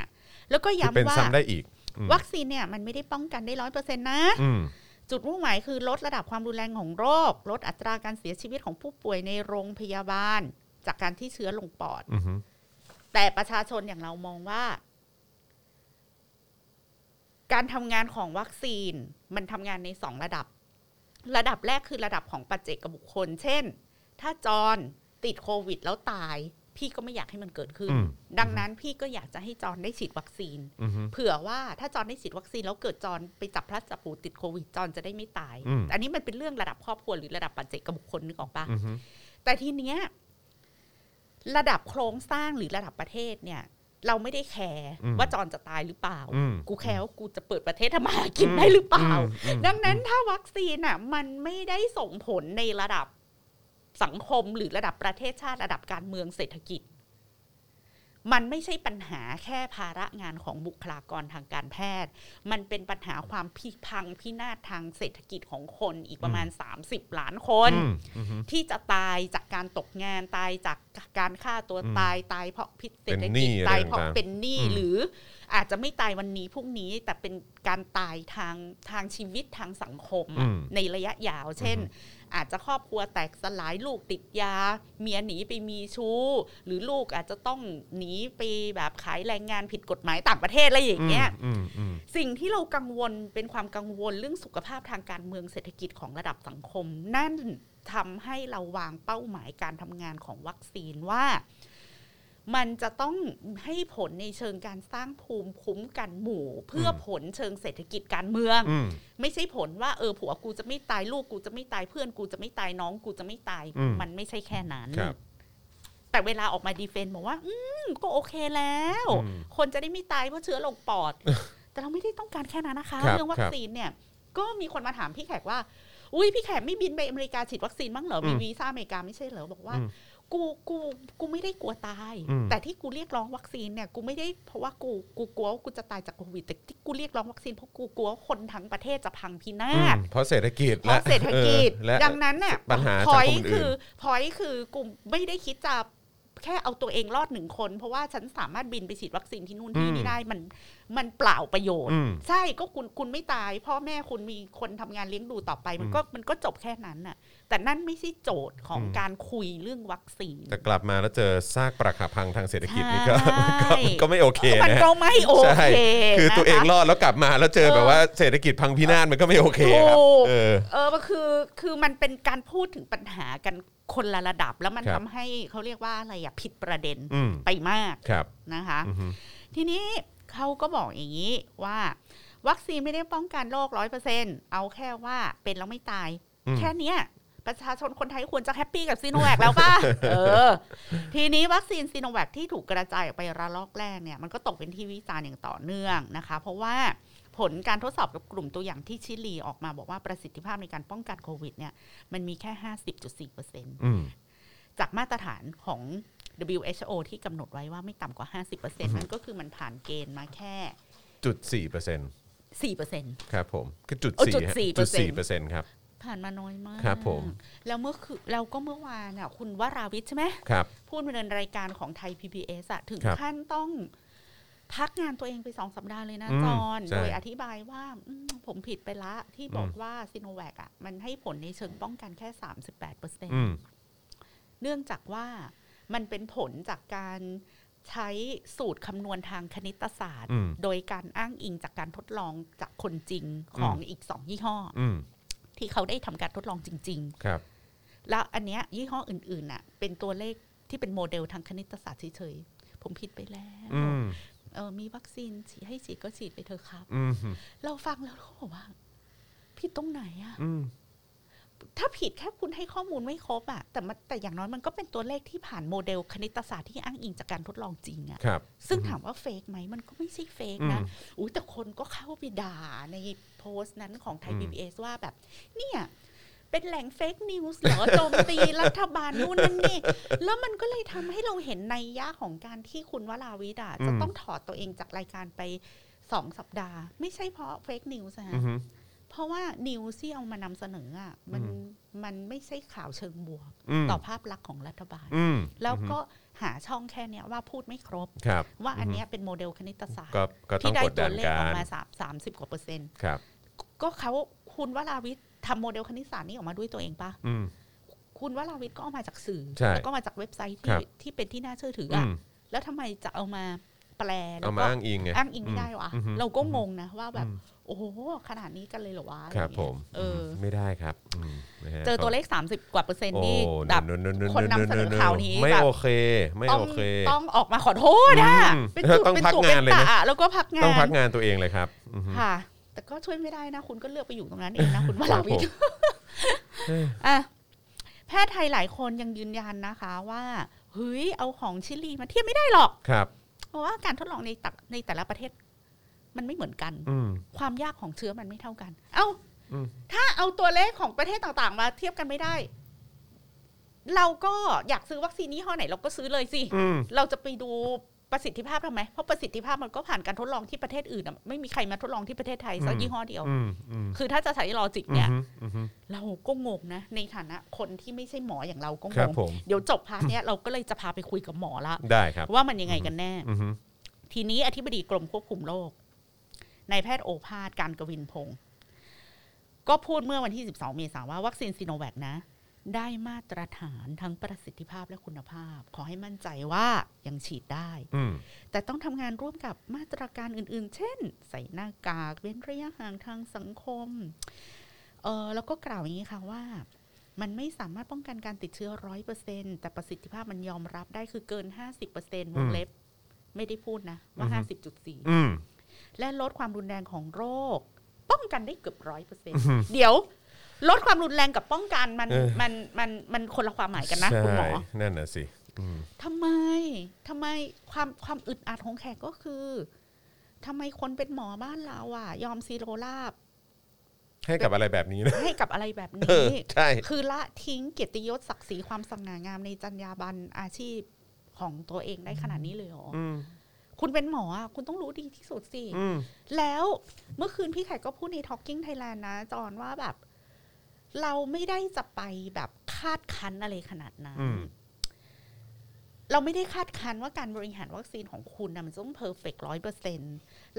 แล้วก็
คือเป็น
ย้ำว่า
ซ้ำได้อีก อืม
วัคซีนเนี่ยมันไม่ได้ป้องกันได้ร้อยเปอร์เซ็นต์นะ
อืม
จุดมุ่งหมายคือลดระดับความรุนแรงของโรค ลดอัตราการเสียชีวิตของผู้ป่วยในโรงพยาบาล จากการที่เชื้อลงปอด
อือฮึ
แต่ประชาชนอย่างเรามองว่า การทำงานของวัคซีนมันทำงานในสองระดับ ระดับแรกคือระดับของปัจเจกบุคคล เช่น ถ้าจอนติดโควิดแล้วตาย พี่ก็ไม่อยากให้มันเกิดขึ้น
อืม
ดังนั้นพี่ก็อยากจะให้จอนได้ฉีดวัคซีน
อือฮึ
เผื่อว่าถ้าจอนได้ฉีดวัคซีนแล้วเกิดจอนไปจับพลัดจับผลูติดโควิดจอนจะได้ไม่ตาย
อืม
อันนี้มันเป็นเรื่องระดับครอบครัวหรือระดับปัจเจกบุคคลนึกออกปะ
อือฮึ
แต่ทีเนี้ยระดับโครงสร้างหรือระดับประเทศเนี่ย เราไม่ได้แคร์ว่าจอนจะตายหรือเปล่า
อืม
กูแคร์ว่ากูจะเปิดประเทศทำมาหากินได้หรือเปล่า
อืม
ดังนั้นถ้าวัคซีนอ่ะ มันไม่ได้ส่งผลในระดับสังคมหรือระดับประเทศชาติระดับการเมืองเศรษฐกิจ มันไม่ใช่ปัญหาแค่ภาระงานของบุคลากรทางการแพทย์ มันเป็นปัญหาความพิพังพินาศทางเศรษฐกิจของคนอีกประมาณ 30 ล้านคน
อืมอือฮึ
ที่จะตายจากการตกงานตายจากการฆ่าตัว
อืม
ตายตายเพราะพิษเศรษฐ
เป็นหนี้
กิจ
อะไร
ตายเพราะ
ต่างๆ
เป็นหนี้
อืม
หรืออาจจะไม่ตายวันนี้พรุ่งนี้แต่เป็นการตายทางทางชีวิตทางสังคมอะในระยะยาว เช่น อาจจะครอบครัวแตกสลายลูกติดยา เมียหนีไปมีชู้ หรือลูกอาจจะต้องหนีไปแบบขายแรงงานผิดกฎหมายต่างประเทศอะไรอย่างเงี้ย
อืมอืม
สิ่งที่เรากังวลเป็นความกังวลเรื่องสุขภาพทางการเมืองเศรษฐกิจของระดับสังคม นั่นทำให้เราวางเป้าหมายการทำงานของวัคซีนว่า มันจะต้องให้ผลในเชิงการสร้างภูมิคุ้มกันหมู่ เพื่อผลเชิงเศรษฐกิจการเมือง
อืม
ไม่ใช่ผลว่าเออผัวกูจะไม่ตายลูกกูจะไม่ตายเพื่อนกูจะไม่ตายน้องกูจะไม่ตาย
อืม
มันไม่ใช่แค่นั้น
ครับ
แต่เวลาออกมาดีเฟนต์บอกว่า อืมก็โอเคแล้ว
อืม
คนจะได้ไม่ตายเพราะเชื้อลงปอด แต่เราไม่ได้ต้องการแค่นั้นนะคะ
ครับ
เรื่องวัคซีนเนี่ย ก็มีคนมาถามพี่แขกว่า อุ้ยพี่แขกไม่บินไปอเมริกาฉีดวัคซีนบ้างเหรอมี
อืม
วีซ่าอเมริกาไม่ใช่เหรอบอกว่า
อืม
กูกูกูไม่ได้กลัวตาย
อืม
แต่ที่กูเรียกร้องวัคซีนเนี่ยกูไม่ได้เพราะว่ากูกูกลัวว่ากูจะตายจากโควิดแต่ที่กูเรียกร้องวัคซีนเพราะกูกลัวว่าคนทั้งประเทศจะพังพินาศ
เพราะเศรษฐกิจ
เพราะเศรษฐกิจ
เออและ
ดังนั้นเนี่ย
ปัญหา
พ
สังคม
อย
อื่น
คือพอยคือกูไม่ได้คิดจะแค่เอาตัวเองรอดหนึ่งคน เพราะว่าฉันสามารถบินไปฉีดวัคซีนที่นู่นที่นี่ได้มันมันเปล่าประโยชน์
อืม
ใช่ก็คุณคุณไม่ตาย พ่อแม่คุณมีคนทำงานเลี้ยงดูต่อไป มันก็มันก็จบแค่นั้นน่ะ แต่นั่นไม่ใช่โจทย์ของ
อืม
การคุยเรื่องวัคซีน
แต่กลับมาแล้วเจอซากปรักหักพังทางเศรษฐกิจนี่ก็
ใช่
ก็ก็ไม่โอเค
มัน
นะ
ก็ไม่โอ
ใช่
เค
คือตัวเอง
นะคะ
รอดแล้วกลับมาแล้วเจอ
เออ
แบบว่าเศรษฐกิจพังพินาศมันก็ไม่โอเคครับ
ถูก
เออ
เออมันคือคือมันเป็นการพูดถึงปัญหากันคนละระดับ แล้วมัน
ครับ
ทำให้เขาเรียกว่าอะไรอะผิดประเด็น
อืม
ไปมาก
ครับ
นะคะ
อือฮึ
ทีนี้เขาก็บอกอย่างนี้ว่า วัคซีนไม่ได้ป้องกันโรคร้อยเปอร์เซ็นเอาแค่ว่าเป็นแล้วไม่ตาย
อืม
แค่เนี้ย ประชาชนคนไทยควรจะแฮปปี้กับซีโนแวคแล้ว ป่ะ เออ ทีนี้วัคซีนซีโนแวคที่ถูกกระจายออกไประลอกแรกเนี่ยมันก็ตกเป็นที่วิจารณ์อย่างต่อเนื่องนะคะ เพราะว่าผลการทดสอบกับกลุ่มตัวอย่างที่ชิลีออกมาบอกว่าประสิทธิภาพในการป้องกันโควิดเนี่ยมันมีแค่ 50.4%เปอร์เซ็นต
อืม
จากมาตรฐานของ WHO ที่กำหนดไว้ว่าไม่ต่ำกว่า 50%นั่นก็คือมันผ่านเกณฑ์มาแค่
จุดสี่เปอร์เซ็นต์
4%
ครับผมคือจุด
โอ้
สี่
จุด
ฮะ
4%
จุดสี่เปอร์เซ็นต์ครับ
ผ่านมาน้อยมาก
ครับผม
แล้วเมื่อคือเราก็เมื่อวานอ่ะคุณวราวิทย์ใช่ไหม
ครับ
พูดดำเนินรายการของไทย PBS อะถึง
ครับ
ขั้นต้องพักงานตัวเองไปสองสัปดาห์เลยนะ
อืม
จอน
ใช่
โดยอธิบายว่าอืมผมผิดไปละที่บอก
อืม
ว่าซิโนแวคอะมันให้ผลในเชิงป้องกันแค่ 38%เปอร์เซ็น
อืม
เนื่องจากว่ามันเป็นผลจากการใช้สูตรคำนวณทางคณิตศาสตร์
อืม
โดยการอ้างอิงจากการทดลองจากคนจริงของ
อืม
อีกสองยี่ห้อ
อืม
ที่เขาได้ทำการทดลองจริง
ครับ
ๆ แล้วอันเนี้ยยี่ห้ออื่นๆน่ะเป็นตัวเลขที่เป็นโมเดลทางคณิตศาสตร์เฉยๆ ผมผิดไปแล้ว
อืม
เออมีวัคซีนฉีดให้ฉีดก็ฉีดไปเถอะครับ
อืม
เราฟังแล้วเราก็บอกว่า ผิดตรงไหนอะ
อืม
ถ้าผิดแค่คุณให้ข้อมูลไม่ครบอะแต่มันแต่อย่างน้อยมันก็เป็นตัวเลขที่ผ่านโมเดลคณิตศาสตร์ที่อ้างอิงจากการทดลองจริงอะ
ครับ
ซึ่งถามว่าเฟกไหมมันก็ไม่ใช่เฟกนะ
อืม
อุ้ยแต่คนก็เข้าไปด่าในโพสต์นั้นของไทย
อืม
PBS ว่าแบบ เนี่ย เป็นแหล่งเฟกนิวส์เหรอ โจมตีรัฐบาลนู่นนั่นนี่ แล้วมันก็เลยทำให้เราเห็นในยยะของการที่คุณวราวิดาจะ
อืม
ต้องถอดตัวเองจากรายการไปสองสัปดาห์ ไม่ใช่เพราะเฟกนิวส์นะ
อื
ฮะ
ม
เพราะว่านิวส์ที่เอามานำเสนออ่ะมัน
อืม
มันไม่ใช่ข่าวเชิงบวก
อืม
ต่อภาพลักษณ์ของรัฐบาล
อืม
แล้วก็หาช่องแค่เนี้ยว่าพูดไม่ครบ
ครับ
ว่าอันเนี้ยเป็นโมเดลคณิตศาสตร์
ก็ก็ต้อ
ที่
ง
ได้
กด
ตั
ดั
วน เลข
กา
ออก
ร
มาสามสามสิบกว่าเปอร์เซ็นต์
ครับ
ก็เขาคุณวราวิทย์ทำโมเดลคณิตศาสตร์นี้ออกมาด้วยตัวเองปะ
อืม
คุณวราวิทย์ก็เอามาจากสื่อ
ใช่
แล้วก็มาจากเว็บไซ
ค
ต์ที่
รับ
ที่เป็นที่น่าเชื่อถือ
อื
อ่ะ
ม
แล้วทำไมจะเอามาแปลแล้
เอา
ว
มา
ก็
อ้างอิงไง
อ้างอิงไม่ได้วะ
อืมอืม
เราก็งงนะว่าแบบ
อืม
โอ้โหขนาดนี้กันเลยเหรอวะอะ
ค
ไอ
รั
ย่า
บ
ง
ผ
เงี้ย
ม
เออ
มไม่ได้ครับอืมนะฮะ
เจอตัวเลข 30 กว่าเปอร์เซ็นต์นี่
โอ้
แบบ
โโโ
คนนำเสนอข่าวนี้
ไม่
แบบ
โอเค ไม่
ต้อง
โอเค
ต้องออกมาขอโทษอ่ะ
อืม
เป็นจุด
ต้อง
เป็น
พัก
จุด
งา
เป็น น
เลยนะ
ตะแล้วก็พักงา
ต้องพั
น
กงานตัวเองเลยครับอืม
ค่ะ แต่ก็ช่วยไม่ได้นะ คุณก็เลือกไปอยู่ตรงนั้นเองนะ คุณวราวิทย์
เออ
อ่ะแพทย์ไทยหลายคนยังยืนยันนะคะว่าเฮ้ยเอาของชิลีมาเทียบไม่ได้หรอก
ครับ
เพราะว่าการทดลองในแต่ในแต่ละประเทศ มันไม่เหมือนกัน
อืม
ความยากของเชื้อมันไม่เท่ากัน เอ้า
อืม
ถ้าเอาตัวเลขของประเทศต่างๆ มาเทียบกันไม่ได้ เราก็อยากซื้อวัคซีนยี่ห้อไหนเราก็ซื้อเลยสิ
อืม
เราจะไปดูประสิทธิภาพทำไม เพราะประสิทธิภาพมันก็ผ่านการทดลองที่ประเทศอื่นอะไม่มีใครมาทดลองที่ประเทศไทยสัก
อืม
ยี่ห้อเดียว
อืมอืม
คือถ้าจะใช้ลอจิก
อื
เนี่ย
มอืม
เราก็งงนะ ในฐานะคนที่ไม่ใช่หมออย่างเราก็
ค
ง
รับ
ง
ผม
เดี๋ยวจบพาร์ทเนี้ยเราก็เลยจะพาไปคุยกับหมอละ
ได้ครับ
ว่ามันยังไงกันแน่
อืม
ทีนี้อธิบดีกรมควบคุมโรค นายแพทย์โอภาสการกวินพงศ์ก็พูดเมื่อวันที่ 12 เมษายนว่าวัคซีนซีโนแวคนะ ได้มาตรฐานทั้งประสิทธิภาพและคุณภาพ ขอให้มั่นใจว่ายังฉีดได้
อืม
แต่ต้องทำงานร่วมกับมาตรการอื่นๆ เช่น ใส่หน้ากาก เว้นระยะห่างทางสังคม เออแล้วก็กล่าวอย่างนี้ค่ะว่า มันไม่สามารถป้องกันการติดเชื้อร้อยเปอร์เซ็นแต่ประสิทธิภาพมันยอมรับได้คือเกินห้าสิบเปอร์เซ็นวงเล็บ ไม่ได้พูดนะ ว่า
อือฮึ
ห้าสิบจุดสี่
อืม
และลดความรุนแรงของโรค ป้องกันได้เกือบร้อยเปอร์เซ็น
อือฮึ
เดี๋ยว ลดความรุนแรงกับป้องกันมัน
เออ
มันมันมันคนละความหมายกันนะคุณหมอ
ใช่นั่นน่ะสิอืม
ทำไม ทำไมความความอึดอัดของแขกก็คือทำไมคนเป็นหมอบ้านเราอ่ะ ยอมซีโรราบ
ให้กับอะไรแบบนี้นะ
ให้กับอะไรแบบ
เอ
นี้
อใช่
คือละทิ้งเกียรติยศศักดิ์ศรีความสง่างามในจรรยาบรรณอาชีพของตัวเองได้ขนาดนี้เลยเหรออ
อืม
คุณเป็นหมออ่ะ คุณต้องรู้ดีที่สุดสิ
อืม
แล้วเมื่อคืนพี่ไข่ก็พูดใน Talking Thailand นะ จอนว่าแบบ เราไม่ได้จะไปแบบคาดคั้นอะไรขนาดนั้น
อืม
เราไม่ได้คาดคั้นว่าการบริหารวัคซีนของคุณนะมันจะต้องเพอร์เฟกร้อยเปอร์เซ็น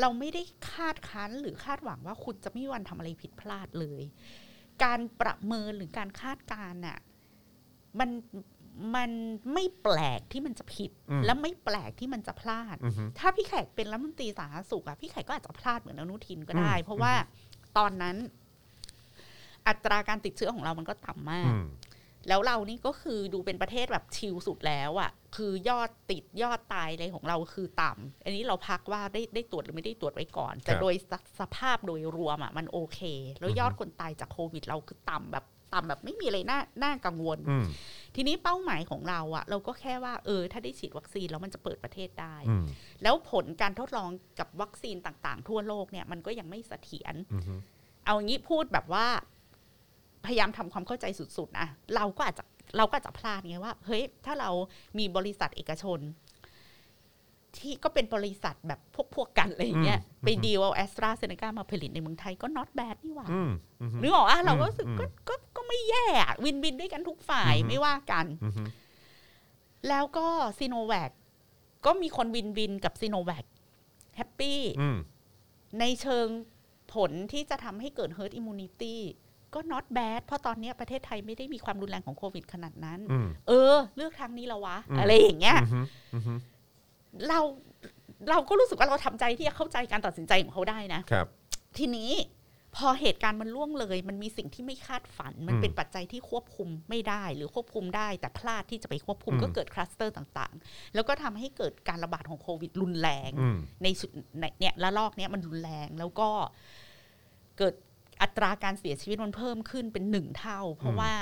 เราไม่ได้คาดคั้นหรือคาดหวังว่าคุณจะไม่มีวันทำอะไรผิดพลาดเลย การประเมินหรือการคาดการณ์น่ะมันมันไม่แปลกที่มันจะผิด
อืม
และไม่แปลกที่มันจะพลาด
อืม
ถ้าพี่แขกเป็นรัฐมนตรีสาธารณสุขอะพี่แขกก็อาจจะพลาดเหมือนอนุทินก็ได้
อืม
เพราะว่าตอนนั้น อัตราการติดเชื้อของเรามันก็ต่ำมาก
อืม
แล้วเรานี่ก็คือดูเป็นประเทศแบบชิลสุดแล้วอะคือยอดติดยอดตายอะไรของเราคือต่ำอันนี้เราพักว่าได้ได้ตรวจหรือไม่ได้ตรวจไว้ก่อน แต่
ครับ
โดยสสภาพโดยรวมอะมันโอเค แล้วยอดคนตายจากโควิดเราคือต่ำแบบ ต่ำแบบไม่มีอะไรน่าน่ากังวล
อืม
ทีนี้เป้าหมายของเราอะเราก็แค่ว่าเออถ้าได้ฉีดวัคซีนแล้วมันจะเปิดประเทศได้
อืม
แล้วผลการทดลองกับวัคซีนต่างๆ ทั่วโลกเนี่ยมันก็ยังไม่เสถียร
อืม
เอางี้พูดแบบว่า พยายามทำความเข้าใจสุดๆนะเราก็อาจจะเราก็อาจจะพลาดไงว่า เฮ้ย ถ้าเรามีบริษัทเอกชน ที่ก็เป็นบริษัทแบบพวกๆกันอะไรอย่างเงี้ย
อืม
ไปดีลเอาแอสตราเซเนกามาผลิตในเมืองไทยก็ not bad นี่หว่า
อืมอืม
หรือบอกอ่ะเราก็รู้สึก
อืม
ก็ก็ก็ไม่แย่วินวินด้วยกันทุกฝ่าย
อือฮึ
ไม่ว่ากัน
อืม
แล้วก็ซีโนแวคก็มีคนวินวินกับซีโนแวคแฮปปี้
อืม
ในเชิงผลที่จะทำให้เกิด herd immunity ก็ not bad เพราะตอนเนี้ยประเทศไทยไม่ได้มีความรุนแรงของโควิดขนาดนั้น
อืม
เออ เลือกทางนี้แล้ววะ
อืม
อะไรอย่างเงี้ย
อืมอืม
เราเราก็รู้สึกว่าเราทำใจที่จะเข้าใจการตัดสินใจของเขาได้นะ
ครับ
ทีนี้พอเหตุการณ์มันล่วงเลย มันมีสิ่งที่ไม่คาดฝัน มัน
อืม
เป็นปัจจัยที่ควบคุมไม่ได้ หรือควบคุมได้ แต่พลาดที่จะไปควบคุม
อืม
ก็เกิดคลัสเตอร์ต่างๆ แล้วก็ทำให้เกิดการระบาดของโควิดรุนแรง
อืม
ในชุดในเนี่ยละลอกเนี่ยมันรุนแรงแล้วก็เกิดอัตราการเสียชีวิตมันเพิ่มขึ้นเป็นหนึ่งเท่า เพ
อื
ราะ
ม
ว่า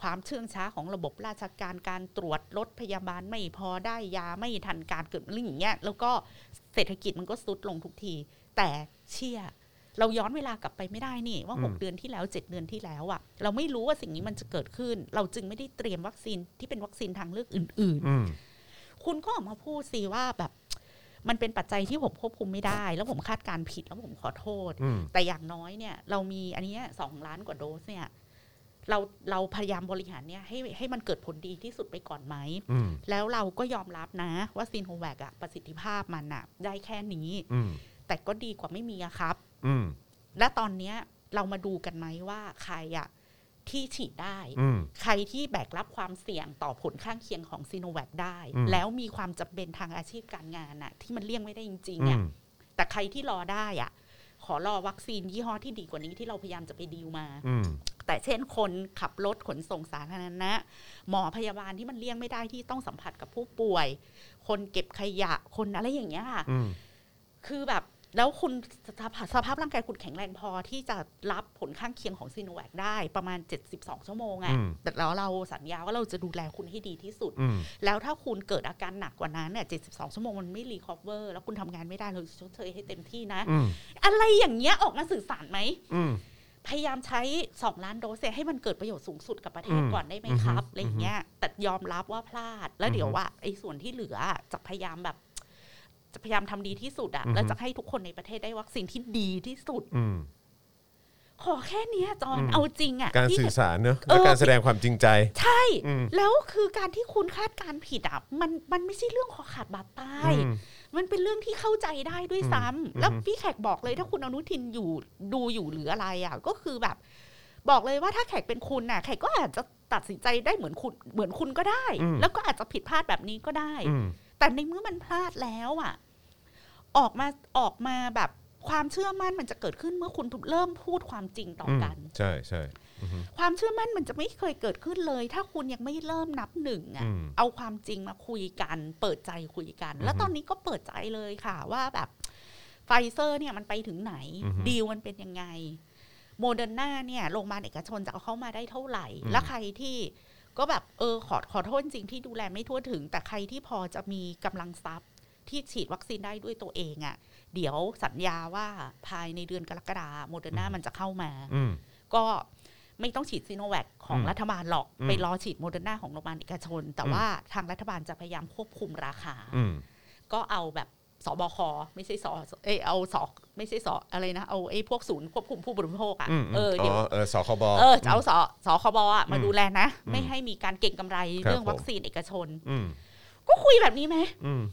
ความเชื่องช้าของระบบราชการการตรวจรถพยาบาลไม่พอได้ยาไม่ทันการเกิดเรื่องอย่างเงี้ยแล้วก็เศรษฐกิจมันก็ซุดลงทุกที แต่เชื่อ เราย้อนเวลากลับไปไม่ได้นี่ ว่า 6 เดือนที่แล้ว 7 เดือนที่แล้วอะ่ะ เราไม่รู้ว่าสิ่งนี้มันจะเกิดขึ้น เราจึงไม่ได้เตรียมวัคซีนที่เป็นวัคซีนทางเลือกอื่น ๆ
อืม
คุณก็ออกมาพูดสิว่าแบบ มันเป็นปัจจัยที่ผมควบคุมไม่ได้ แล้วผมคาดการณ์ผิดแล้วผมขอโทษ
อืม
แต่อย่างน้อยเนี่ย เรามีอันเนี้สองล้านกว่าโดสเนี่ย เราเราพยายามบริหารเนี่ยให้ให้มันเกิดผลดีที่สุดไปก่อนไหม
อืม
แล้วเราก็ยอมรับนะว่าซีโนแวคอะประสิทธิภาพมันอะได้แค่นี้
อืม
แต่ก็ดีกว่าไม่มีอะครับ
อืม
และตอนเนี้ยเรามาดูกันไหมว่าใครอะที่ฉีดได้
อืม
ใครที่แบกรับความเสี่ยงต่อผลข้างเคียงของซีโนแวคได้
อืม
แล้วมีความจำเป็นทางอาชีพการงานน่ะ ที่มันเลี่ยงไม่ได้จริงๆ
อื
อ่ะ
ม
แต่ใครที่รอได้อ่ะ ขอรอวัคซีนยี่ห้อที่ดีกว่านี้ที่เราพยายามจะไปดีลมา
อืม
แต่เช่นคนขับรถขนส่งสาธารณะ หมอพยาบาลที่มันเลี่ยงไม่ได้ที่ต้องสัมผัสกับผู้ป่วย คนเก็บขยะคนอะไรอย่างเงี้ยค่ะ
อืม
คือแบบแล้วคุณสภาพสภาพร่างกายคุณแข็งแรงพอที่จะรับผลข้างเคียงของซีโนแวคได้ประมาณ 72 ชั่วโมง
อื
อะ่ะ
ม
แต่แล้วเราสัญญาว่าเราจะดูแลคุณให้ดีที่สุด
อืม
แล้วถ้าคุณเกิดอาการหนักกว่านั้นเนี่ย72 ชั่วโมงมันไม่รีคอเวอร์ แล้วคุณทำงานไม่ได้เราจะชดเชยให้เต็มที่นะ
อืม
อะไรอย่างเงี้ยออกมาสื่อสารไหม
อืม
พยายามใช้ 2 ล้านโดสเนี่ยให้มันเกิดประโยชน์สูงสุดกับประเทศ
อืม
ก่อนได้ไหมครับ
อืม
อะไรอย่างเงี้ยแต่ยอมรับว่าพลาด แล้วเดี๋ยวว่าไอ้ส่วนที่เหลือจะพยายามแบบ จะพยายามทำดีที่สุดอะ
อือฮึ
แล้วจะให้ทุกคนในประเทศได้วัคซีนที่ดีที่สุด
อืม
ขอแค่เนี้ยจอน
อืม
เอาจริงอะ
การ
ที่
สื่อ
เห็น
สารเนอะและการแสดงความจริงใจ
ใช่
อืม
แล้วคือการที่คุณคาดการณ์ผิดอะมันมันไม่ใช่เรื่องคอขาดบาดตาย
อืม
มันเป็นเรื่องที่เข้าใจได้ด้วยซ้ำ
อืม
แล้ว
อืม
พี่แขกบอกเลยถ้าคุณอนุทินอยู่ดูอยู่หรืออะไรอ่ะ ก็คือแบบ บอกเลยว่าถ้าแขกเป็นคุณน่ะ แขกก็อาจจะตัดสินใจได้เหมือนคุณเหมือนคุณก็ได้ แล้วก็อาจจะผิดพลาดแบบนี้ก็ได้
อืม
แต่ในเมื่อมันพลาดแล้วอ่ะ ออกมาออกมาแบบความเชื่อมั่นมันจะเกิดขึ้นเมื่อคุณเริ่มพูดความจริงต่อกัน
มใช่ใช่อืม
ความเชื่อมั่นมันจะไม่เคยเกิดขึ้นเลย ถ้าคุณยังไม่เริ่มนับหนึ่ง
อื
อะ่ะ
ม
เอาความจริงมาคุยกัน เปิดใจคุยกัน
อือฮึ
แล้วตอนนี้ก็เปิดใจเลยค่ะว่าแบบไฟเซอร์เนี่ยมันไปถึงไหน
อือฮึ
ดีลมันเป็นยังไงโมเดอร์นาเนี่ยโรงพยาบาลเอกชนจะเอาเข้ามาได้เท่าไหร่
อืม
และใครที่ก็แบบเออขอขอโทษจริงที่ดูแลไม่ทั่วถึง แต่ใครที่พอจะมีกำลังทรัพย์ที่ฉีดวัคซีนได้ด้วยตัวเองอะ่ะ เดี๋ยวสัญญาว่าภายในเดือนกรกฎาโมเดอร์นามันจะเข้ามา
อืม
ก็ไม่ต้องฉีดซีโนแวคของ
อืม
รัฐบาลหรอก
อืม
ไปรอฉีดโมเดอร์นาของโรงพยาบาลเอกชน แต่
อืม
ว่าทางรัฐบาลจะพยายามควบคุมราคา
อืม
ก็เอาแบบสบคไม่ใช่สอเอยเอาสอไม่ใช่สออะไรนะ เอาไอ้พวกศูนย์ควบคุมผู้บริโภคอ่ะ
อืม
เออ
อ๋
เดี๋ยว
อเออสคบ
เออจะเอาสอสอคบอ่ะมา
อืม
ดูแลนะ
อืม
ไม่ให้มีการเก่งกำไร
ครับ
เรื่องวัคซีนเอกชน
อืม
ก็คุยแบบนี้ไหม
อืม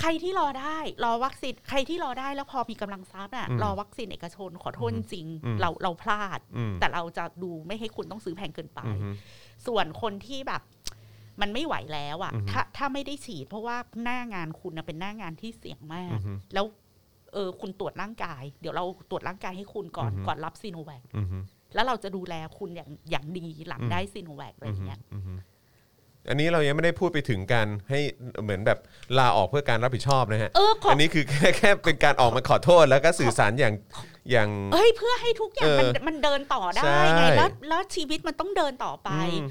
ใครที่รอได้ รอวัคซีนใครที่รอได้แล้วพอมีกำลังทรัพย์น่ะ
อืม
รอวัคซีนเอกชนขอโทษจริง
อืม
เราเราพลาด
อืม
แต่เราจะดูไม่ให้คุณต้องซื้อแพงเกินไป
อืม
ส่วนคนที่แบบมันไม่ไหวแล้วอะ
อือฮึ
ถ้าถ้าไม่ได้ฉีด เพราะว่าหน้างานคุณนะเป็นหน้างานที่เสี่ยงมาก
อือฮึ
แล้วเออคุณตรวจร่างกาย เดี๋ยวเราตรวจร่างกายให้คุณก่อน
อือฮึ
ก่อนรับซีโนแวค
อืม
แล้วเราจะดูแลคุณอย่างอย่างดีหลัง
อืม
ได้ซีโนแวคอะไรอย่างเงี้ย
อืม อันนี้เรายังไม่ได้พูดไปถึงการให้เหมือนแบบลาออกเพื่อการรับผิดชอบนะฮะ
เออขออั
นนี้คือ แค่แค่เป็นการออกมาขอโทษแล้วก็สื่อสารอย่างอย่าง
เอ้ยเพื่อให้ทุกอย่างมัน
เออ
มันเดินต่อได้
ใช่
ไงแล้วแล้วชีวิตมันต้องเดินต่อไป
อืม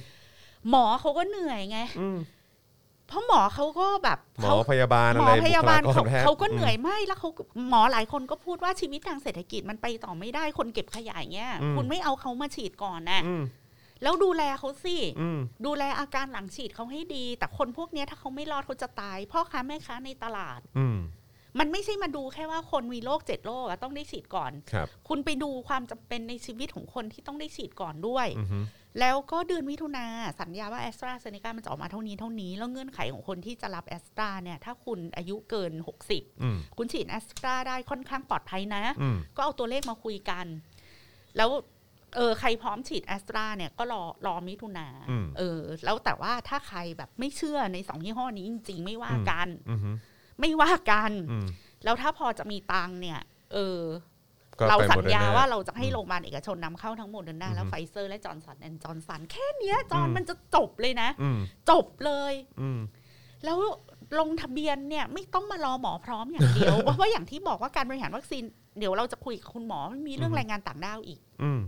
หมอเขาก็เหนื่อยไง
อืม
เพราะหมอเขาก็แบบ
หม
เขา
อพยาบาล
หม
อะ
อ
ไร
พยาบาล
บุคล
เขา
กรแพทย์
เขาก็เหนื่อยไม่แล้วเขาหมอหลายคนก็พูดว่าชีวิตทางเศรษฐกิจมันไปต่อไม่ได้คนเก็บขยะอย่างเงี้ย คุณไม่เอาเขามาฉีดก่อนนะ
อืม
แล้วดูแลเขาสิ
อืม
ดูแลอาการหลังฉีดเขาให้ดี แต่คนพวกเนี้ยถ้าเขาไม่รอดเขาจะตายพ่อค้าแม่ค้าในตลาด
อืม
มันไม่ใช่มาดูแค่ว่าคนมีโรคเจ็ดโรคอะต้องได้ฉีดก่อน
ครับ
คุณไปดูความจำเป็นในชีวิตของคนที่ต้องได้ฉีดก่อนด้วย
อือฮึ
แล้วก็เดือนมิถุนาสัญญาว่าแอสตราเซเนกามันจะออกมาเท่านี้เท่านี้ แล้วเงื่อนไขของคนที่จะรับแอสตราเนี่ยถ้าคุณอายุเกิน 60
อืม
คุณฉีดแอสตราได้ค่อนข้างปลอดภัยนะ
อืม
ก็เอาตัวเลขมาคุยกัน แล้วเออใครพร้อมฉีดแอสตราเนี่ยก็รอรอมิถุนาเออ แล้วแต่ว่าถ้าใครแบบไม่เชื่อในสองยี่ห้อนี้จริง ๆ ไม่ว่ากัน
อือฮึ
ไม่ว่ากัน
อืม
แล้วถ้าพอจะมีตังค์เนี่ย เออ
ก็
เรา
ไป
สัญญา
หมดลนะ
ว่าเราจะให้โรงพยาบาลเอกชนนำเข้าทั้งหมดเดือนหน้าแล้ว
อือฮึ
ไฟเซอร์และจอร์นสันแอนจอร์นสันแค่เนี้ยจอร์น
อืม
มันจะจบเลยนะ
อืม
จบเลย
อืม
แล้วลงทะเบียนเนี่ยไม่ต้องมารอหมอพร้อมอย่างเดี ยว เพราะว่าอย่างที่บอกว่าการบริหารวัคซีนเดี๋ยวเราจะคุยกับคุณหมอมันมีเรื่อง
อือฮึ
แรงงานต่างด้าวอีก
อืม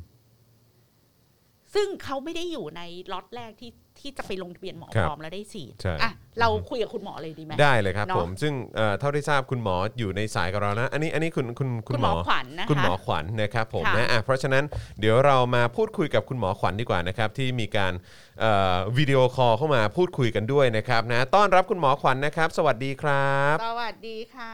ซึ่งเขาไม่ได้อยู่ในล็อตแรกที่ที่จะไปลงทะเบียนหมอ
ครับ
พร้อมแล้วได้ฉีด
ใช่
อ่ะเราคุยกับคุณหมอเลยดีไหม
ได้เลยครับ
เนอะ
ผมซึ่งเอ่อเท่าที่ทราบคุณหมออยู่ในสายกับเรานะ อันนี้อันนี้คุณคุณคุ
คุณ ณ
ห
ห
ม
มอ
อ
ขวัญนะคะ
คุณหมอขวัญนะครับผม
ค่ะ
นะอ่ะเพราะฉะนั้นเดี๋ยวเรามาพูดคุยกับคุณหมอขวัญดีกว่านะครับที่มีการเอ่อวิดีโอคอลเข้ามาพูดคุยกันด้วยนะครับนะต้อนรับคุณหมอขวัญนะครับ สวัสดีครับ
สวัสดีค่ะ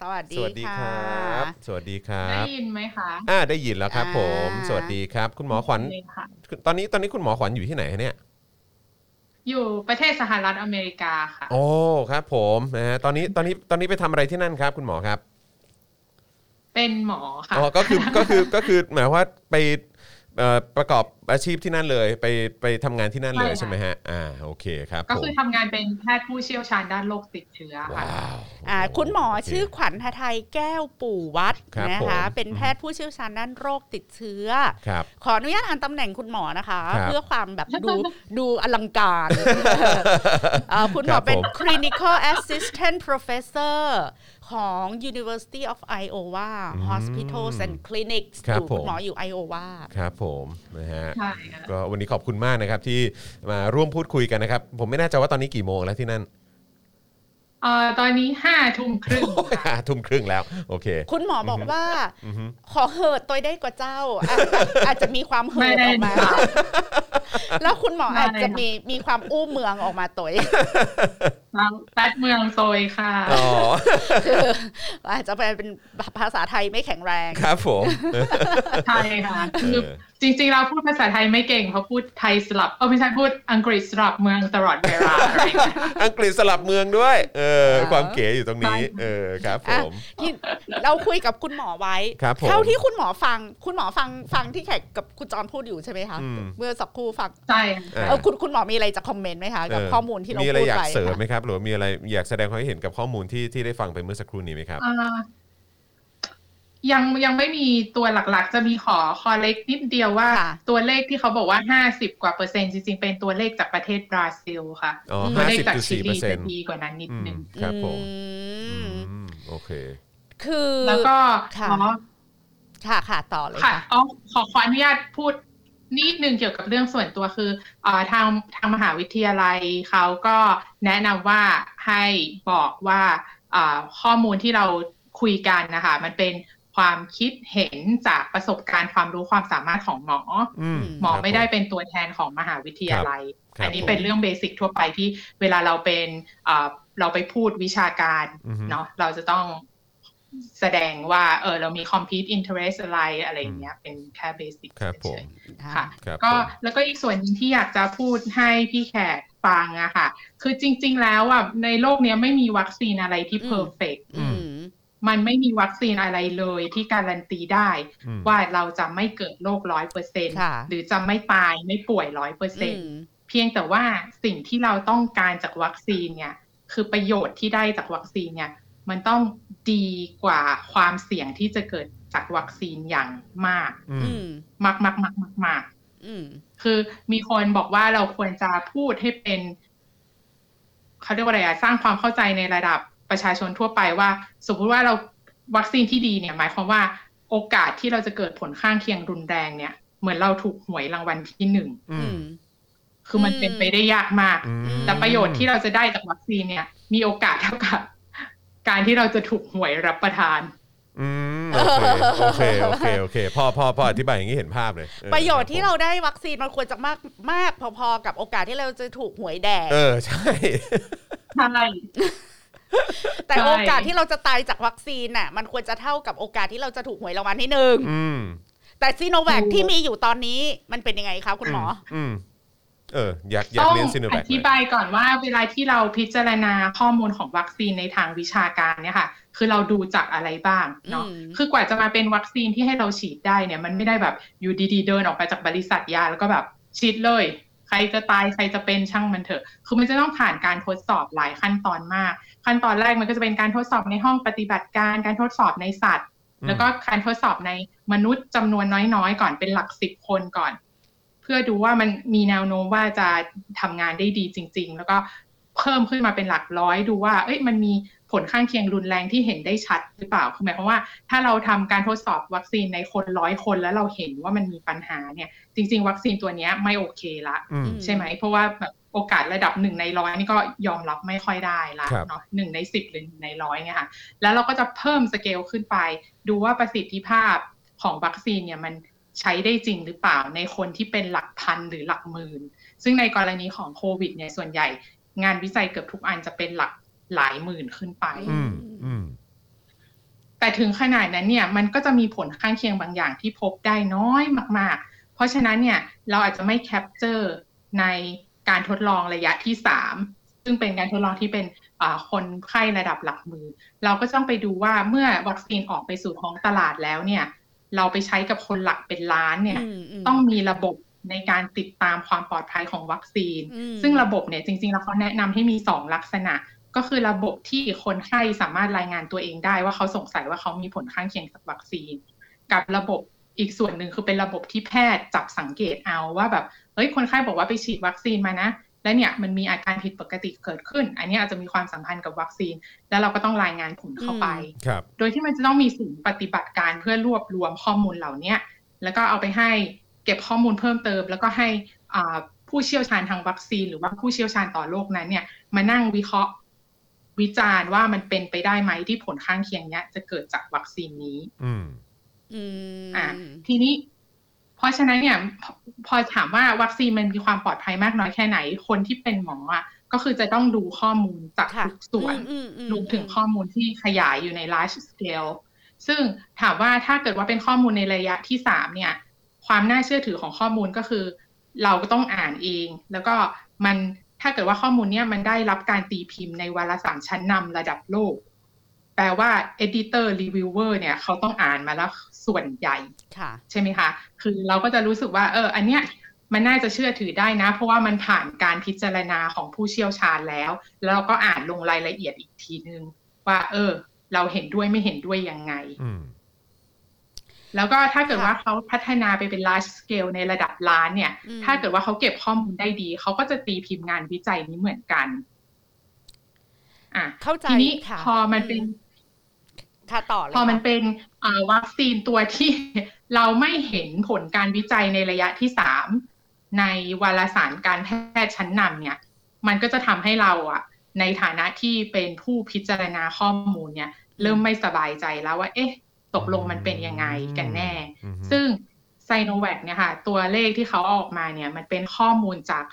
สวัสดี
สวัสดีค
ค่ะ
รับ สวัสดีครับ
ได้ยินไหมคะ
อ่าได้ยินแล้วครับ ผม
อ่า
สวัสดีครับ คุณหมอขวัญ
เลยค่ะ
ตอนนี้ตอนนี้คุณหมอขวัญอยู่ที่ไหนฮะเนี่ย
อยู่ประเทศสหรัฐอเมริกาค่ะ
โอ้ครับ ผมนะฮะตอนนี้ตอนนี้ตอนนี้ไปทำอะไรที่นั่นครับ คุณหมอครับ
เป็นหมอค่ะ
อ๋อก็ คือก็คือก็คือหมายว่าไปเอ่อประกอบอาชีพที่นั่นเลย ไปไปทำงานที่นั่นเลย
ใช่ค่ะ
ใช่ไหมฮะอ่าโอเคครับ
ก็
ผม
คือทำงานเป็นแพทย์ผู้เชี่ยวชาญด้านโรคติดเชื้อค่ะ
ว้าว
อ่าคุณหมอ
โเ
ชื่อขวัญทไทยแก้วปู่วัด
ครับ
นะคะ
ผม
เป็นแพทย์ผู้เชี่ยวชาญด้านโรคติดเชื้อ
ครับ
ขออนุญาตอ่านตำแหน่งคุณหมอนะคะ
ครับ
เพื่อความแบบดู ดูอลังการเอ่อคุณหมอเป็น clinical assistant professor ของ University of Iowa Hospitals and Clinics
ครับ
อยู่คุ
ผ
ณ
ม
หมออยู่ Iowa
ครับผมนะฮะ
ใช่ค่ะ
ก็วันนี้ขอบคุณมากนะครับที่มาร่วมพูดคุยกันนะครับ ผมไม่แน่ใจว่าตอนนี้กี่โมงแล้วที่นั่น
เอ่อตอนนี้ห้าทุ่มครึ่งค่ะ
ห้าทุ่มครึ่งแล้ว โอเค
คุณหมอบอกว่า
อือฮึ
ขอเหิดตัวได้กว่าเจ้า อ่ะอาจจะมีความเหิดออกมา
ไม่ได้ค่ะ
แล้วคุณหมอ
ไม่
อาจจะมีมีความอู้เมืองออกมาตัวเอง
แล้วแปดเมืองโซยค่ะ
อ๋ อ
คือ อาจจะเป็นภาษาไทยไม่แข็งแรง
ครับผม
ใช่ค่ะ คือจริงๆเราพูดภาษาไทยไม่เก่งเพราะพูดไทยสลับเออไม่ใช่พูดอังกฤษสลับเมืองตลอดเวลาอะไรอย่างเงี้ย
อังกฤษสลับเมืองด้วย เออ
อ่า
ความเก๋อยู่ตรงนี้
ใช่
เออครับผม
ที่เราคุยกับคุณหมอไว้
ครับผม
เท่าที่คุณหมอฟัง คุณหมอฟังฟังที่แขกกับคุณจอนพูดอยู่ใช่ไหมคะ
อืม
เมื่อสักครู่ฟัง
ใช่
อ่า
เออคุณคุณหมอมีอะไรจะคอมเมนต์ไหมคะกับข้อมูลที่เรา
มีอะไร
พูด
อยาก
ไป
เสริมไหมครับ หรือว่ามีอะไรอยากแสดงความคิดเห็นกับข้อมูลที่ที่ได้ฟังไปเมื่อสักครู่นี้ไหมครับ
เอ่อยังยังไม่มีตัวหลักๆ จะมีขอคอเล็กนิดเดียวว่า
ค่ะ
ตัวเลขที่เขาบอกว่า 50 กว่าเปอร์เซ็นต์จริงๆ เป็นตัวเลขจากประเทศบราซิลค่ะ
อ๋อ
ม
ตัว
ห้า
เลข
สิบ
จาก
จุด
ชิ
สี่เปอ
ลี
ร์เซ็น
จะ
ต์
ดีกว่านั้นนิดนึง
ครับผม
อืม
อืมโอเค
คือ
แล้วก็
ค่ะ
ขอ
ค่ะค่ะต่อเลย
ค่ะ
ค่ะ
อ๋อขอขออนุญาตพูดนิดนึงเกี่ยวกับเรื่องส่วนตัวคือเอ่อทางทางมหาวิทยาลัยเขาก็แนะนำว่าให้บอกว่าเอ่อข้อมูลที่เราคุยกันนะคะมันเป็นความคิดเห็นจากประสบการณ์ความรู้ความสามารถของหมอ
อืม
หมอ
ครับ
ไม่ได้
ผ
เป็นตัวแทนของมหาวิทยาลัย
ครับ
อัน
ค
นี้
รับ
เป็นเรื่องเบสิกทั่วไปที่เวลาเราเป็นเอ่อเราไปพูดวิชาการ
อือฮึ
เนาะเราจะต้องแสดงว่าเออเรามี compete interest อะไรอะไรอย่างเงี้ยเป็นแค่เบสิก
ครับผม
ค่ะ
ครับ
ก็
ผม
แล้วก็อีกส่วนหนึ่งที่อยากจะพูดให้พี่แขกฟังอะค่ะ คือจริง ๆ แล้วอะในโลกเนี้ยไม่มีวัคซีนอะไรที่
อืม
เพอร์เฟก
อืม
มันไม่มีวัคซีนอะไรเลยที่การันตีได้
อืม
ว่าเราจะไม่เกิดโรคร้อยเปอร์เซ็นต์
ค่ะ
หรือจะไม่ตายไม่ป่วยร้อยเปอร์เซ็
อื
นต์
ม
เพียงแต่ว่าสิ่งที่เราต้องการจากวัคซีนเนี่ย คือประโยชน์ที่ได้จากวัคซีนเนี่ย มันต้องดีกว่าความเสี่ยงที่จะเกิดจากวัคซีนอย่างมาก
อืม
อืม
มากมากมากมากมาก
อืม
คือมีคนบอกว่าเราควรจะพูดให้เป็นเขาเรียกว่าอะไรอะสร้างความเข้าใจในระดับประชาชนทั่วไปว่า สมมติว่าเราวัคซีนที่ดีเนี่ย หมายความว่าโอกาสที่เราจะเกิดผลข้างเคียงรุนแรงเนี่ย เหมือนเราถูกหวยรางวัลที่หนึ่ง
อืม
คือมันเป็นไปได้ยากมาก
อืม
แต่ประโยชน์ที่เราจะได้จากวัคซีนเนี่ย มีโอกาสเท่ากับ การที่เราจะถูกหวยรับประทาน
อืมโอเคโอเคโอเคโอเคพ่อพ่อพ่ออธิบายอย่างนี้เห็นภาพเลยเออ
ประโยชน์ที่เราได้วัคซีนมันควรจะมากมากพอๆกับโอกาสที่เราจะถูกหวยแดก
เออใช่
ใช่
แต่
ใช่
โอกาสที่เราจะตายจากวัคซีนน่ะ มันควรจะเท่ากับโอกาสที่เราจะถูกหวยรางวัลที่หนึ่ง
อืม
แต่ซีโนแวคที่มีอยู่ตอนนี้มันเป็นยังไงคะคุณหมอ
อืมเอออยากอยาก
ต้อง
เรียนซีโนแว
อ
ค
ธิบายก่อนว่าเวลาที่เราพิจารณาข้อมูลของวัคซีนในทางวิชาการเนี่ยค่ะ คือเราดูจากอะไรบ้างเนาะ
อืม
คือกว่าจะมาเป็นวัคซีนที่ให้เราฉีดได้เนี่ย มันไม่ได้แบบอยู่ดีๆเดินออกไปจากบริษัทยาแล้วก็แบบฉีดเลย ใครจะตายใครจะเป็นช่างมันเถอะ คือมันจะต้องผ่านการทดสอบหลายขั้นตอนมาก ขั้นตอนแรกมันก็จะเป็นการทดสอบในห้องปฏิบัติการ การทดสอบในสัตว์ แล้วก็การทดสอบในมนุษย์จำนวนน้อยๆ ก่อนเป็นหลักสิบคนก่อน เพื่อดูว่ามันมีแนวโน้มว่าจะทำงานได้ดีจริง ๆ แล้วก็เพิ่มขึ้นมาเป็นหลักร้อยดูว่า เอ้ยมันมีผลข้างเคียงรุนแรงที่เห็นได้ชัดหรือเปล่าคือหมายความว่า ถ้าเราทำการทดสอบวัคซีนในคนร้อยคนแล้วเราเห็นว่ามันมีปัญหาเนี่ย จริง ๆ วัคซีนตัวเนี้ยไม่โอเคละ
อืม
ใช่ไหม เพราะว่าแบบโอกาสระดับหนึ่งในร้อยนี่ก็ยอมรับไม่ค่อยได้ละ
ครับ
เนาะหนึ่งในสิบหรือหนึ่งในร้อยเนี่ยค่ะ แล้วเราก็จะเพิ่มสเกลขึ้นไป ดูว่าประสิทธิภาพของวัคซีนเนี่ยมันใช้ได้จริงหรือเปล่าในคนที่เป็นหลักพันหรือหลักหมื่น ซึ่งในกรณีของโควิดเนี่ยส่วนใหญ่ งานวิจัยเกือบทุกอันจะเป็นหลักหลายหมื่นขึ้นไป
อืมอืม
แต่ถึงขนาดนั้นเนี่ยมันก็จะมีผลข้างเคียงบางอย่างที่พบได้น้อยมาก ๆ เพราะฉะนั้นเนี่ยเราอาจจะไม่แคปเจอร์ในการทดลองระยะที่ 3 ซึ่งเป็นการทดลองที่เป็นอ่าคนไข้ระดับหลักหมือ เราก็ต้องไปดูว่าเมื่อวัคซีนออกไปสู่ท้องตลาดแล้วเนี่ยเราไปใช้กับคนหลักเป็นล้านเนี่ย ต้องมีระบบในการติดตามความปลอดภัยของวัคซีน
อืม
ซึ่งระบบเนี่ยจริง ๆ แล้วเขาแนะนำให้มี 2 ลักษณะ ก็คือระบบที่คนไข้สามารถรายงานตัวเองได้ว่าเขาสงสัยว่าเขามีผลข้างเคียงจากวัคซีน กับระบบอีกส่วนหนึ่งคือเป็นระบบที่แพทย์จับสังเกตเอาว่าแบบเฮ้ยคนไข้บอกว่าไปฉีดวัคซีนมานะ แล้วเนี่ยมันมีอาการผิดปกติเกิดขึ้น อันนี้อาจจะมีความสัมพันธ์กับวัคซีน แล้วเราก็ต้องรายงานผลเข้าไป
ครับ
โดยที่มันจะต้องมีศูนย์ปฏิบัติการเพื่อรวบรวมข้อมูลเหล่าเนี้ยแล้วก็เอาไปให้เก็บข้อมูลเพิ่มเติม แล้วก็ให้อ่าผู้เชี่ยวชาญทางวัคซีน หรือว่าผู้เชี่ยวชาญต่อโรคนั้นเนี่ยมานั่งวิเคราะห์ วิจารณ์ว่ามันเป็นไปได้ไหมที่ผลข้างเคียงเนี้ยจะเกิดจากวัคซีนนี้
อืม
อืม
อ่ะทีนี้ เพราะฉะนั้นเนี่ยพอพอถามว่าวัคซีนมันมีความปลอดภัยมากน้อยแค่ไหน คนที่เป็นหมออ่ะก็คือจะต้องดูข้อมูลจาก
ค่ะ
ทุกส่วน
อืมอืม
รวมถึงข้อมูลที่ขยายอยู่ใน large scale ซึ่งถามว่าถ้าเกิดว่าเป็นข้อมูลในระยะที่ 3 เนี่ย ความน่าเชื่อถือของข้อมูลก็คือ เราก็ต้องอ่านเอง แล้วก็มันถ้าเกิดว่าข้อมูลเนี่ยมันได้รับการตีพิมพ์ในวารสารชั้นนำระดับโลก แปลว่า editor reviewer เนี่ยเขาต้องอ่านมาแล้วส่วนใหญ่
ค่ะ
ใช่ไหมคะ คือเราก็จะรู้สึกว่าเออ อันเนี้ยมันน่าจะเชื่อถือได้นะ เพราะว่ามันผ่านการพิจารณาของผู้เชี่ยวชาญแล้ว แล้วเราก็อ่านลงรายละเอียดอีกทีนึง ว่า เออ เราเห็นด้วยไม่เห็นด้วยยังไง
อืม
แล้วก็ถ้าเกิด
ค่ะ
ว่าเขาพัฒนาไปเป็น large scale ในระดับล้านเนี่ย
อืม
ถ้าเกิดว่าเขาเก็บข้อมูลได้ดี เขาก็จะตีพิมพ์งานวิจัยนี้เหมือนกัน อ่ะ
เข้าใจ
ทีนี้
ค่ะ
พอมันเป็น
ค่ะต่อเลย
พอมัน
ค่ะ
เป็นอ่าวัคซีนตัวที่ เราไม่เห็นผลการวิจัยในระยะที่สามในวารสารการแพทย์ชั้นนำเนี่ย มันก็จะทำให้เราอะในฐานะที่เป็นผู้พิจารณาข้อมูลเนี่ย เริ่มไม่สบายใจแล้วว่า เอ๊ะ ตกลงมันเป็นยังไงกันแน่
อืม
ซึ่งไซโนแวคเนี่ยค่ะ ตัวเลขที่เขาเอาออกมาเนี่ย มันเป็นข้อมูลจาก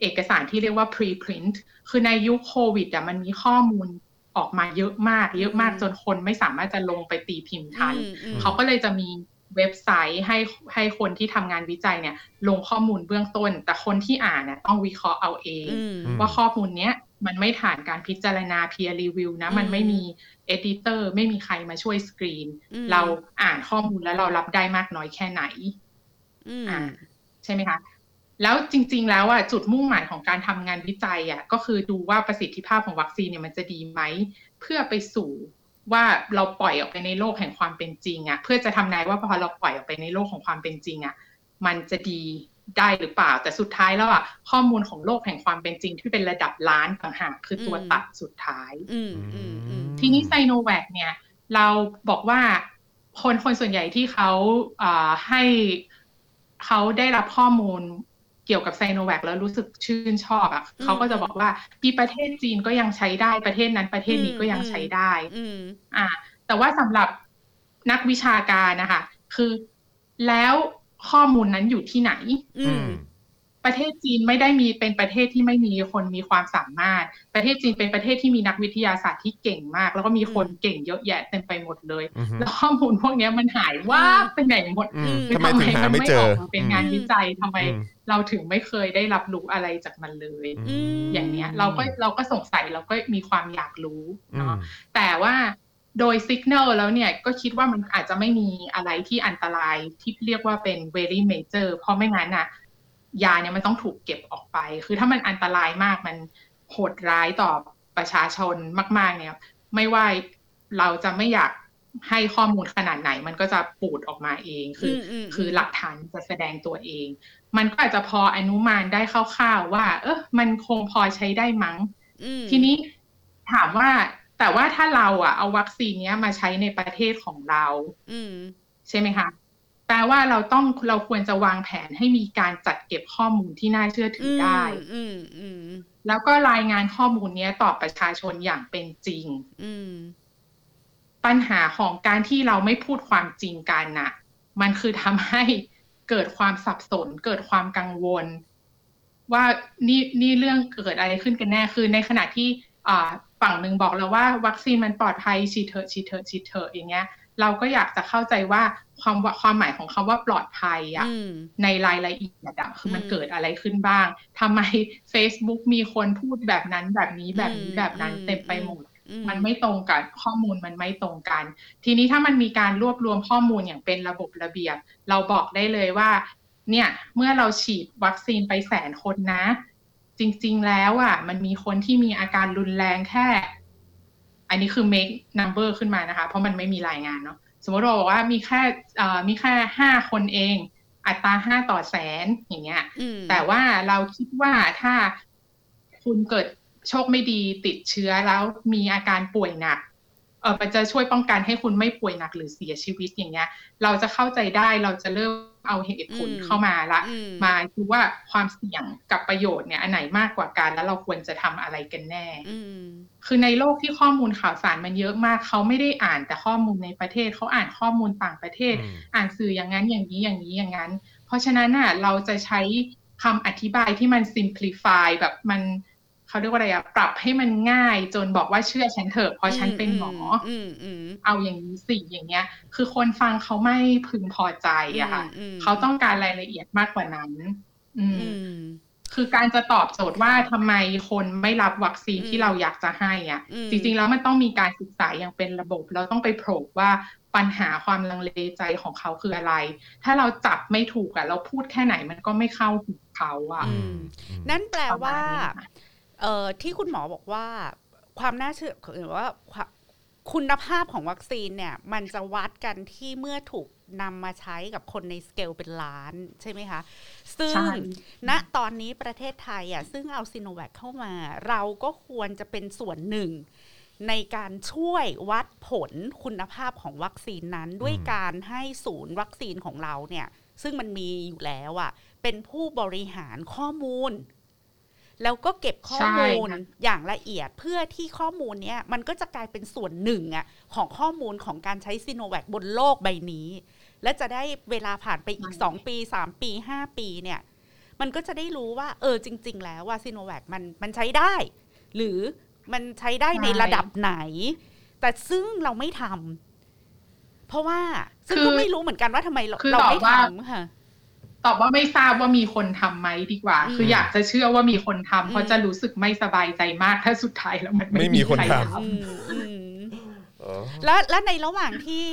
เอกสารที่เรียกว่า preprint คือในยุคโควิดอะมันมีข้อมูลออกมาเยอะมาก เยอะมากจนคนไม่สามารถจะลงไปตีพิมพ์ทัน
อืมอืม
เขาก็เลยจะมีเว็บไซต์ให้ให้คนที่ทำงานวิจัยเนี่ย ลงข้อมูลเบื้องต้น แต่คนที่อ่านน่ะต้องวิเคราะห์เอาเอง ว่าข้อมูลเนี้ยมันไม่ผ่านการพิจารณา peer review นะ
อืม
มันไม่มี editor ไม่มีใครมาช่วยสกรีน
อืม
เราอ่านข้อมูลแล้วเรารับได้มากน้อยแค่ไหน
อืม
อ่า ใช่ไหมคะ แล้วจริง ๆ แล้วอ่ะจุดมุ่งหมายของการทำงานวิจัยอ่ะก็คือดูว่าประสิทธิภาพของวัคซีนเนี่ยมันจะดีไหม เพื่อไปสู่ว่าเราปล่อยออกไปในโลกแห่งความเป็นจริงอ่ะเพื่อจะทำนายว่าพอเราปล่อยออกไปในโลกของความเป็นจริงอ่ะมันจะดี ได้หรือเปล่า แต่สุดท้ายแล้วอ่ะข้อมูลของโลกแห่งความเป็นจริงที่เป็นระดับล้านต่างหากคือตัว
อืม
ตัดสุดท้าย
อืมอืมอืม
ทีนี้ไซโนแวคเนี่ย เราบอกว่าคนคนส่วนใหญ่ที่เขาเอ่อให้เขาได้รับข้อมูลเกี่ยวกับไซโนแวคแล้วรู้สึกชื่นชอบอะ่ะ
อืม
เขาก็จะบอกว่ามีประเทศจีนก็ยังใช้ได้ประเทศนั้นประเทศนี้
อืม
ก็ยังใช้ได้
อืม
อ่า แต่ว่าสำหรับนักวิชาการนะคะ คือแล้วข้อมูลนั้นอยู่ที่ไหน
อืม
ประเทศจีนไม่ได้มีเป็นประเทศที่ไม่มีคนมีความสามารถ ประเทศจีนเป็นประเทศที่มีนักวิทยาศาสตร์ที่เก่งมาก แล้วก็มีคนเก่งเยอะแยะเต็มไปหมดเลย
อืม
แล้วข้อมูลพวกเนี้ยมันหายว่าบไปไหนหมด
อืม
อืม
ทำไมถึงหาไม่เจอ
ออกมาเป็นงาน
อืม
วิจัยทำไม
อืม
เราถึงไม่เคยได้รับรู้อะไรจากมันเลย
อืม
อย่างเนี้ยเราก็เราก็สงสัยเราก็มีความอยากรู้
อืม
เนาะ แต่ว่าโดยสัญญาณแล้วเนี่ยก็คิดว่ามันอาจจะไม่มีอะไรที่อันตรายที่เรียกว่าเป็น very major เพราะไม่งั้นน่ะ ยาเนี่ยมันต้องถูกเก็บออกไป คือถ้ามันอันตรายมากมันโหดร้ายต่อประชาชนมาก ๆ เนี่ย ไม่ว่าเราจะไม่อยากให้ข้อมูลขนาดไหน มันก็จะปูดออกมาเองคือ
มม
คือหลักฐานจะแสดงตัวเอง มันก็อาจจะพออนุมานได้คร่าวๆว่า เออมันคงพอใช้ได้มั้ง
อืม
ทีนี้ถามว่าแต่ว่าถ้าเราอ่ะเอาวัคซีนเนี้ยมาใช้ในประเทศของเรา
อืม
ใช่ไหมคะแปลว่าเราต้องเราควรจะวางแผนให้มีการจัดเก็บข้อมูลที่น่าเชื่อถืออได้
อืมอืม
แล้วก็รายงานข้อมูลเนี้ยต่อประชาชนอย่างเป็นจริง
อืม
ปัญหาของการที่เราไม่พูดความจริงกันน่ะ มันคือทำให้เกิดความสับสน เกิดความกังวล ว่านี่นี่เรื่องเกิดอะไรขึ้นกันแน่คือในขณะที่อ่าฝั่งหนึ่งบอกเราว่า วัคซีนมันปลอดภัยฉีดเถอะฉีดเถอะฉีดเถอะอย่างเงี้ย เราก็อยากจะเข้าใจว่าความว่าความหมายของคำว่าปลอดภัยอะ
อืม
ในรายละเอียดอะคือมัน
อืม
เกิดอะไรขึ้นบ้างทำไม Facebook มีคนพูดแบบนั้นแบบนี้แบบ
อื
นี้
ม
แบบนั้น
อืม
เต็มไปหมด
อื
มันไม่ตรงกันข้อมูลมันไม่ตรงกัน ทีนี้ถ้ามันมีการรวบรวมข้อมูลอย่างเป็นระบบระเบียบ เราบอกได้เลยว่า เนี่ยเมื่อเราฉีดวัคซีนไปแสนคนนะ จริงๆแล้วอ่ะ มันมีคนที่มีอาการรุนแรงแค่ อันนี้คือ make number ขึ้นมานะคะ เพราะมันไม่มีรายงานเนาะสมมติเราบอกว่ามีแค่เอ่อมีแค่ห้าคนเอง อัตราห้าต่อแสนอย่างเงี้ย
อืม
แต่ว่าเราคิดว่าถ้าคุณเกิดโชคไม่ดีติดเชื้อแล้วมีอาการป่วยหนักเออมันจะช่วยป้องกันให้คุณไม่ป่วยหนักหรือเสียชีวิตอย่างเงี้ย เราจะเข้าใจได้เราจะเริ่มเอาเหตุผลเข้ามาละ
อื
มาดูว่าความเสี่ยงกับประโยชน์เนี่ยอันไหนมากกว่ากัน แล้วเราควรจะทำอะไรกันแน่
อืม
คือในโลกที่ข้อมูลข่าวสารมันเยอะมาก เขาไม่ได้อ่านแต่ข้อมูลในประเทศเขาอ่านข้อมูลต่างประเทศ
อืม
อ่านสื่ออย่างนั้นอย่างนี้อย่างนี้อย่างนั้น เพราะฉะนั้นน่ะเราจะใช้คำอธิบายที่มัน simplify แบบมันเขาเรียกว่าอะไรอะปรับให้มันง่ายจนบอกว่าเชื่อฉันเถอะเพราะฉันเป็นหมออ
มอืม
เอาอย่างนี้สิอย่างเงี้ย คือคนฟังเขาไม่พึงพอใจอะค่ะ
ม
เขาต้องการรายละเอียดมากกว่านั้น อืม
อืม
คือการจะตอบโจทย์ว่าทำไมคนไม่รับวัคซีน
อืม
ที่เราอยากจะให้อ่ะ
อืม
จริงๆแล้วมันต้องมีการศึกษาอย่างเป็นระบบ เราต้องไปโผล่ว่าปัญหาความลังเลใจของเขาคืออะไร ถ้าเราจับไม่ถูกอ่ะ เราพูดแค่ไหนมันก็ไม่เข้าหูเขาอ่ะ
อืม นั่นแปลว่า
ประมาณนี้ค่ะ
เอ่อที่คุณหมอบอกว่าความน่าเชื่อหรือว่าความคุณภาพของวัคซีนเนี่ย มันจะวัดกันที่เมื่อถูกนำมาใช้กับคนในสเกลเป็นล้านใช่ไหมคะ ซึ่ง
ใช่
ณตอนนี้ประเทศไทยอ่ะซึ่งเอาซีโนแวคเข้ามา เราก็ควรจะเป็นส่วนหนึ่ง ในการช่วยวัดผลคุณภาพของวัคซีนนั้น ด้วยการให้ศูนย์วัคซีนของเราเนี่ย ซึ่งมันมีอยู่แล้วอ่ะ เป็นผู้บริหารข้อมูล แล้วก็เก็บข้อมูล
ใช่ค่ะ
อย่างละเอียดเพื่อที่ข้อมูลเนี้ยมันก็จะกลายเป็นส่วนหนึ่งอ่ะของข้อมูลของการใช้ซีโนแวคบนโลกใบนี้ และจะได้เวลาผ่านไปอีก 2 ปี 3 ปี 5 ปีเนี่ย มันก็จะได้รู้ว่า เออจริง ๆ แล้วว่าซีโนแวคมันมันใช้ได้ หรือมันใช้ได้ใน
ใช่
ระดับไหน แต่ซึ่งเราไม่ทำเพราะว่าซึ่ง
คื
ก็
อ
ไม่รู้เหมือนกันว่าทำไมเรา
คือ
เรา
ตอบ
ไม่
ว่า
ทำค่ะ
ตอบว่าไม่ทราบว่ามีคนทำไหมดีกว่า
อืม
คืออยากจะเชื่อว่ามีคนทำเพ
อื
ราะ
ม
จะรู้สึกไม่สบายใจมากถ้าสุดท้ายแล้วมัน
ไม่
ไม่
มีคน
ใร
ท
อืมอืม
โอ้
และและในระหว่างที่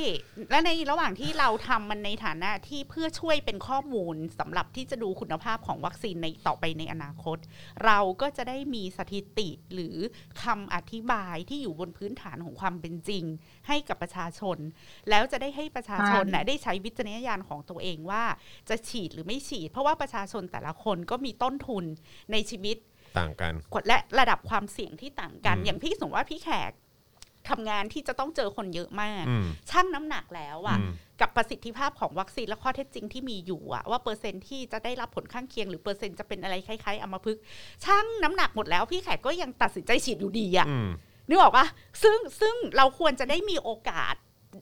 และในระหว่างที่เราทำมันในฐานะที่เพื่อช่วยเป็นข้อมูลสำหรับที่จะดูคุณภาพของวัคซีนในต่อไปในอนาคต เราก็จะได้มีสถิติหรือคำอธิบายที่อยู่บนพื้นฐานของความเป็นจริง ให้กับประชาชน แล้วจะได้ให้ประชาชนนะได้ใช้วิจารณญาณของตัวเองว่า จะฉีดหรือไม่ฉีด เพราะว่าประชาชนแต่ละคนก็มีต้นทุนในชีวิต
ต่างกัน
และระดับความเสี่ยงที่ต่างกัน
อืม
อย่างพี่สมมติว่าพี่แขกทำงานที่จะต้องเจอคนเยอะมาก
อืม
ชั่งน้ำหนักแล้วอะ
อืม
กับประสิทธิภาพของวัคซีนและข้อเท็จจริงที่มีอยู่อะว่าเปอร์เซ็นต์ที่จะได้รับผลข้างเคียงหรือเปอร์เซ็นต์จะเป็นอะไรคล้ายๆอัมพฤกษ์ชั่งน้ำหนักหมดแล้วพี่แขกก็ยังตัดสินใจฉีดอยู่ดีอะ
อืม
นึกออกปะซึ่งซึ่งเราควรจะได้มีโอกาส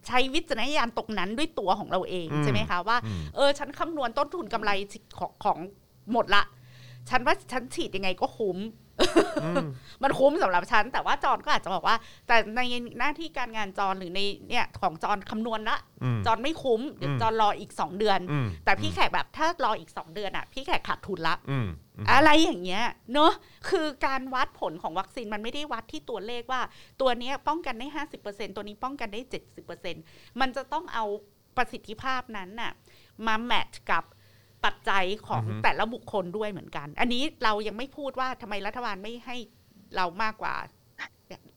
ใช้วิจารณญาณตรงนั้นด้วยตัวของเราเอง
อืม
ใช่ไหมคะว่า
อืม
เออ ฉันคำนวณต้นทุนกำไรของของหมดละ ฉันว่าฉันฉีดยังไงก็คุ้ม
อืม
มันคุ้มสำหรับฉัน แต่ว่าจอนก็อาจจะบอกว่า แต่ในหน้าที่การงานจอนหรือในเนี่ยของจอนคำนวณละ
อืม
จอนไม่คุ้มเดี๋ยว
อืม
จอนรออีก 2 เดือน
อืม
แต่พี่แขกแบบถ้ารออีก 2 เดือนอ่ะ พี่แขกขาดทุนละ
อืมอืม
อะไรอย่างเงี้ยเนอะคือการวัดผลของวัคซีนมันไม่ได้วัดที่ตัวเลขว่า ตัวเนี้ยป้องกันได้ 50%ตัวนี้ป้องกันได้ 70%มันจะต้องเอาประสิทธิภาพนั้นน่ะมาแมทช์กับปัจจัยของ
อือฮึ
แต่ละบุคคลด้วยเหมือนกัน อันนี้เรายังไม่พูดว่าทำไมรัฐบาลไม่ให้เรามากกว่า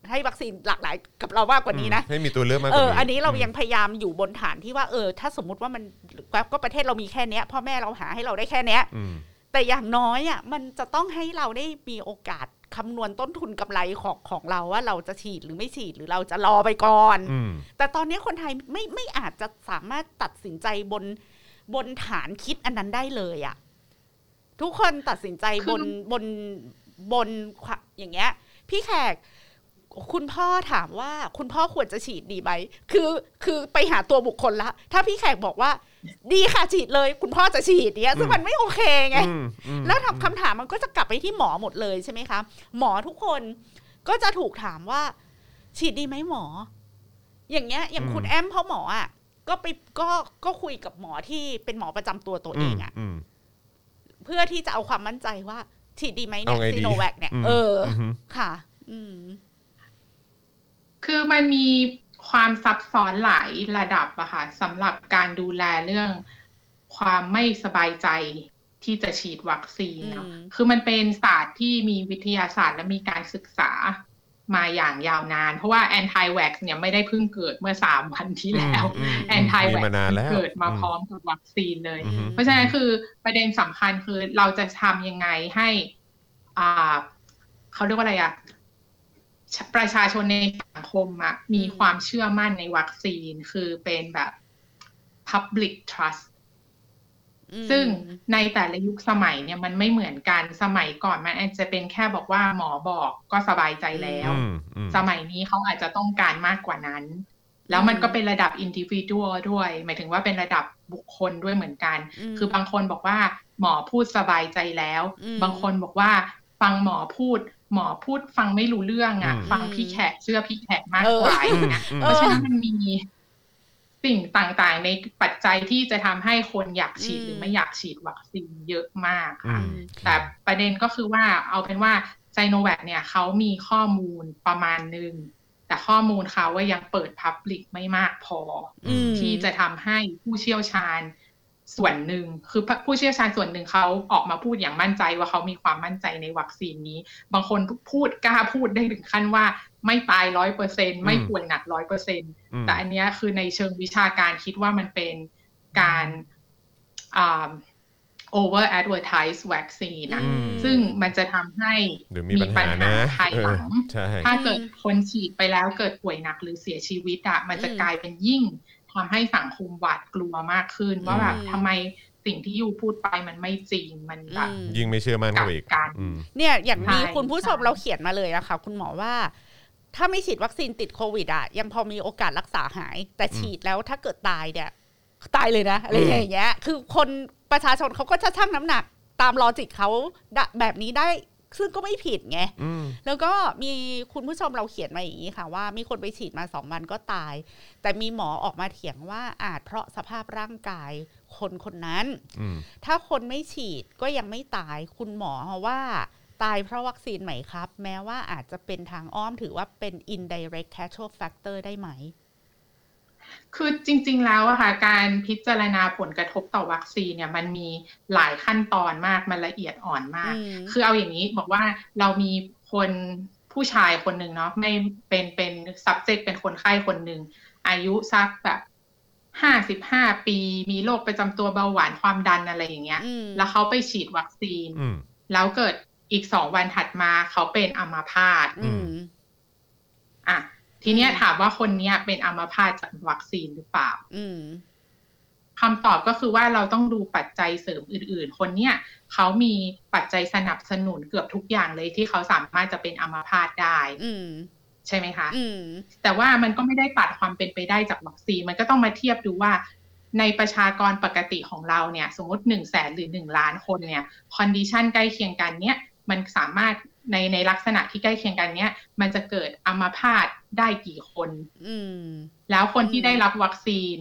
ให้วัคซีนหลากหลายกับเรามากกว่านี้นะ
ให้มีตัวเลือกมากก
เอ
ว่า
อ
นี้
อันนี้เรายังพยายามอยู่บนฐานที่ว่า เออ ถ้าสมมติว่ามันก็ประเทศเรามีแค่เนี้ยพ่อแม่เราหาให้เราได้แค่เนี้ย
อืม
แต่อย่างน้อยอ่ะมันจะต้องให้เราได้มีโอกาสคำนวณต้นทุนกำไรของของเราว่าเราจะฉีดหรือไม่ฉีดหรือเราจะรอไปก่อน
อืม
แต่ตอนนี้คนไทยไม่ไม่อาจจะสามารถตัดสินใจบนบนฐานคิดอันนั้นได้เลยอ่ะทุกคนตัดสินใจ
คื
บ
อ
นบนบนความอย่างเงี้ย พี่แขก คุณพ่อถามว่าคุณพ่อควรจะฉีดดีไหมคือคือไปหาตัวบุคคลละ ถ้าพี่แขกบอกว่า ดีค่ะฉีดเลย คุณพ่อจะฉีดเนี้ยซึ่งมันไม่โอเคไง
อืมอืม
แล้วทำคำถามมันก็จะกลับไปที่หมอหมดเลยใช่ไหมคะ หมอทุกคนก็จะถูกถามว่า ฉีดดีไหมหมอ อย่างเงี้ย อย่างคุณแอมพ่อหมออ่ะก็ไปก็ก็คุยกับหมอที่เป็นหมอประจำตัวตัวเองอ่ะ
ม
เพื่อที่จะเอาความมั่นใจว่า ฉีดดีไหมเนี่ย
เอาไงดี
ซีโนแวคเนี่ย
อืม
เออ
อื
อ
มอืม
ค่ะ อืม
คือมันมีความซับซ้อนหลายระดับอะค่ะสำหรับการดูแลเรื่องความไม่สบายใจที่จะฉีดวัคซีนเนอะ
อืม
คือมันเป็นศาสตร์ที่มีวิทยาศาสตร์และมีการศึกษามาอย่างยาวนาน เพราะว่าแอนตี้แว็กเนี่ยไม่ได้เพิ่งเกิดเมื่อสามวันที่แล้ว
อืม
แอนตี้
มี
แว็ก
มานานแล้ว
เกิดมา
อืม
พร้อมกับวัคซีนเลย
อืม
เพราะฉะนั้นคือประเด็นสำคัญคือเราจะทำยังไงให้อ่าเขาเรียกว่าอะไรอะชประชาชนในสังคมอะมีความเชื่อมั่นในวัคซีนคือเป็นแบบ public trust
อืม
ซึ่งในแต่ละยุคสมัยเนี่ยมันไม่เหมือนกันสมัยก่อนมันอาจจะเป็นแค่บอกว่าหมอบอกก็สบายใจแล้ว
อืมอืม
สมัยนี้เขาอาจจะต้องการมากกว่านั้น แล้วมันก็เป็นระดับอินดิวิ u ด l ด้วย หมายถึงว่าเป็นระดับบุคคลด้วยเหมือนกัน
ม
คือบางคนบอกว่าหมอพูดสบายใจแล้ว
อืม
บางคนบอกว่าฟังหมอพูด หมอพูดฟังไม่รู้เรื่องอ่ะ
อืม
ฟังพี่แขกเชื่อพี่แขกมากกว่า
เออ
อ
อื
ย่าง
มอืม
เงี้ยเพราะฉะนั้นมันมีสิ่งต่างๆ ในปัจจัยที่จะทำให้คนอยากฉีด
อืม
หรือไม่อยากฉีดวัคซีนเยอะมาก
อื
ค่ะ
ม
แต่ประเด็นก็คือว่าเอาเป็นว่าไซโนแวคเนี่ยเขามีข้อมูลประมาณหนึง แต่ข้อมูลเขาว่ายังเปิดพับลิกไม่มากพออ
ม
ที่จะทำให้ผู้เชี่ยวชาญส่วนหนึ่ง คือผู้เชี่ยวชาญส่วนหนึ่งเขาออกมาพูดอย่างมั่นใจว่าเขามีความมั่นใจในวัคซีนนี้ บางคนพูดกล้าพูดได้ถึงขั้นว่าไม่ตายร้อยเปอร์เซ็นไม่ป่วยหนักร้อยเปอร์เซ็น
ม
แต่อันเนี้ยคือในเชิงวิชาการคิดว่ามันเป็นการอ่า over advertise vaccine นะ
อืม
ซึ่งมันจะทำให้
เดี๋ยวมีปัญหานะ
ภายหลัง
เออใช่
ถ้าเกิดคนฉีดไปแล้วเกิดป่วยหนักหรือเสียชีวิตอะมันจะ
อืม
กลายเป็นยิ่งทำให้สังคมหวาดกลัวมากขึ้น ว่าแบบ
อืม
ทำไมสิ่งที่ยูพูดไปมันไม่จริงมันแบบ
อืม
ยิ่งไม่เชื่อมั่นเข้าไปอีก
กับการ
อืม
เนี่ยอย่างนี้
ใช่
คุณผู้ชม
ใช่
เราเขียนมาเลยนะคะคุณหมอว่า ถ้าไม่ฉีดวัคซีนติดโควิดอะยังพอมีโอกาสรักษาหาย แต่ฉีดแล้วถ้าเกิดตายเนี่ย ตายเลยนะอะไรอย่างเงี้ย คือคนประชาชนเขาก็จะชั่งน้ำหนัก ตามลอจิกเขาดะแบบนี้ได้ ซึ่งก็ไม่ผิดไง
อืม
แล้วก็มีคุณผู้ชมเราเขียนมาอย่างนี้ค่ะ ว่ามีคนไปฉีดมาสองวันก็ตาย แต่มีหมอออกมาเถียงว่าอาจเพราะสภาพร่างกายคนคนนั้น
อืม
ถ้าคนไม่ฉีดก็ยังไม่ตายคุณหมอว่า ตายเพราะวัคซีนไหมครับ แม้ว่าอาจจะเป็นทางอ้อมถือว่าเป็น indirect causal factor ได้ไหม
คือจริงๆแล้วอะค่ะการพิจารณาผลกระทบต่อวัคซีนเนี่ยมันมีหลายขั้นตอนมากมันละเอียดอ่อนมาก
อืม
คือเอาอย่างนี้บอกว่าเรามีคนผู้ชายคนหนึ่งเนาะไม่เป็นเป็น subject เป็นคนไข้คนหนึ่ง อายุสักแบบห้าสิบห้าปี มีโรคประจำตัวเบาหวานความดันอะไรอย่างเงี้ย
อืม
แล้วเขาไปฉีดวัคซีน
อืม
แล้วเกิดอีกสองวันถัดมาเขาเป็นอัมาพาต
อืม
อ่ะทีเนี้ย
อืม
ถามว่าคนเนี้ยเป็นอัมพาตจากวัคซีนหรือเปล่า
อืม
คำตอบก็คือว่าเราต้องดูปัจจัยเสริมอื่นๆ คนเนี้ยเขามีปัจจัยสนับสนุนเกือบทุกอย่างเลยที่เขาสามารถจะเป็นอัมพาตได้
อืม
ใช่ไหมคะ
อืม
แต่ว่ามันก็ไม่ได้ตัดความเป็นไปได้จากวัคซีน มันก็ต้องมาเทียบดูว่า ในประชากรปกติของเราเนี่ย สมมติ1นึ่งแสนหรือ 1 ล้านคนเนี่ยคอนดิชันใกล้เคียงกันเนี่ยมันสามารถในในลักษณะที่ใกล้เคียงกันเนี่ยมันจะเกิดอัมพาตได้กี่คน
อืม
แล้วคนที่
อืม
ได้รับวัคซีน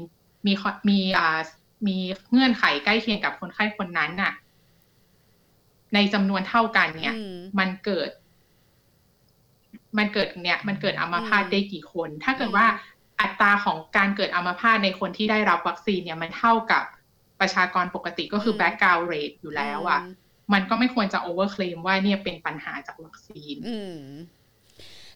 มีข้อมีอ่ามีเงื่อนไขใกล้เคียงกับคนไข้คนนั้นน่ะ ในจำนวนเท่ากันเนี่ย
อืม
มันเกิด มันเกิดเนี่ย มันเกิดอัมาพาต
อืม
ได้กี่คน ถ้าเกิด
อืม
ว่าอัตราของการเกิดอัมาพาตในคนที่ได้รับวัคซีนเนี่ยมันเท่ากับประชากรปกติก็คือแบ็กกราว n d เรทอยู่แล้วอะ่ะ มันก็ไม่ควรจะโอเวอร์เคลมว่าเนี่ยเป็นปัญหาจากวัคซีน
อืม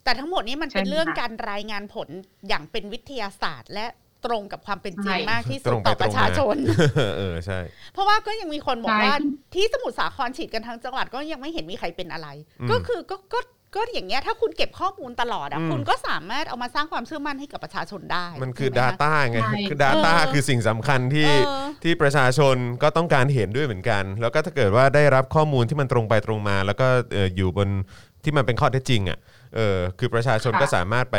แต่ทั้งหมดนี้มันเป็น
ใช่ค่ะ
เรื่องการรายงานผลอย่างเป็นวิทยาศาสตร์ และตรงกับความเป็นจริง
ใช่
มากที่สุ
ต
ด
รงไป
ต่อประชาชน
เออเออใช่
เพราะว่าก็ยังมีคนบอกว่า
ใช่
ที่สมุทรสาครฉีดกันทั้งจังหวัดก็ยังไม่เห็นมีใครเป็นอะไร
อืม
ก็คือก็ก็ก็อย่างเงี้ยถ้าคุณเก็บข้อมูลตลอดอ่ะ
อืม
คุณก็สามารถเอามาสร้างความเชื่อมั่นให้กับประชาชนได้
มันคือ
ใช่ไหะ
Data ไง
ใช่
คือ Data
เออ
คือสิ่งสำคัญที่
เออ
ที่ประชาชนก็ต้องการเห็นด้วยเหมือนกัน แล้วก็ถ้าเกิดว่าได้รับข้อมูลที่มันตรงไปตรงมา แล้วก็เอ่ออยู่บนที่มันเป็นข้อเท็จจริงอ่ะเออคือประชาชนก็
ค่ะ
สามารถไป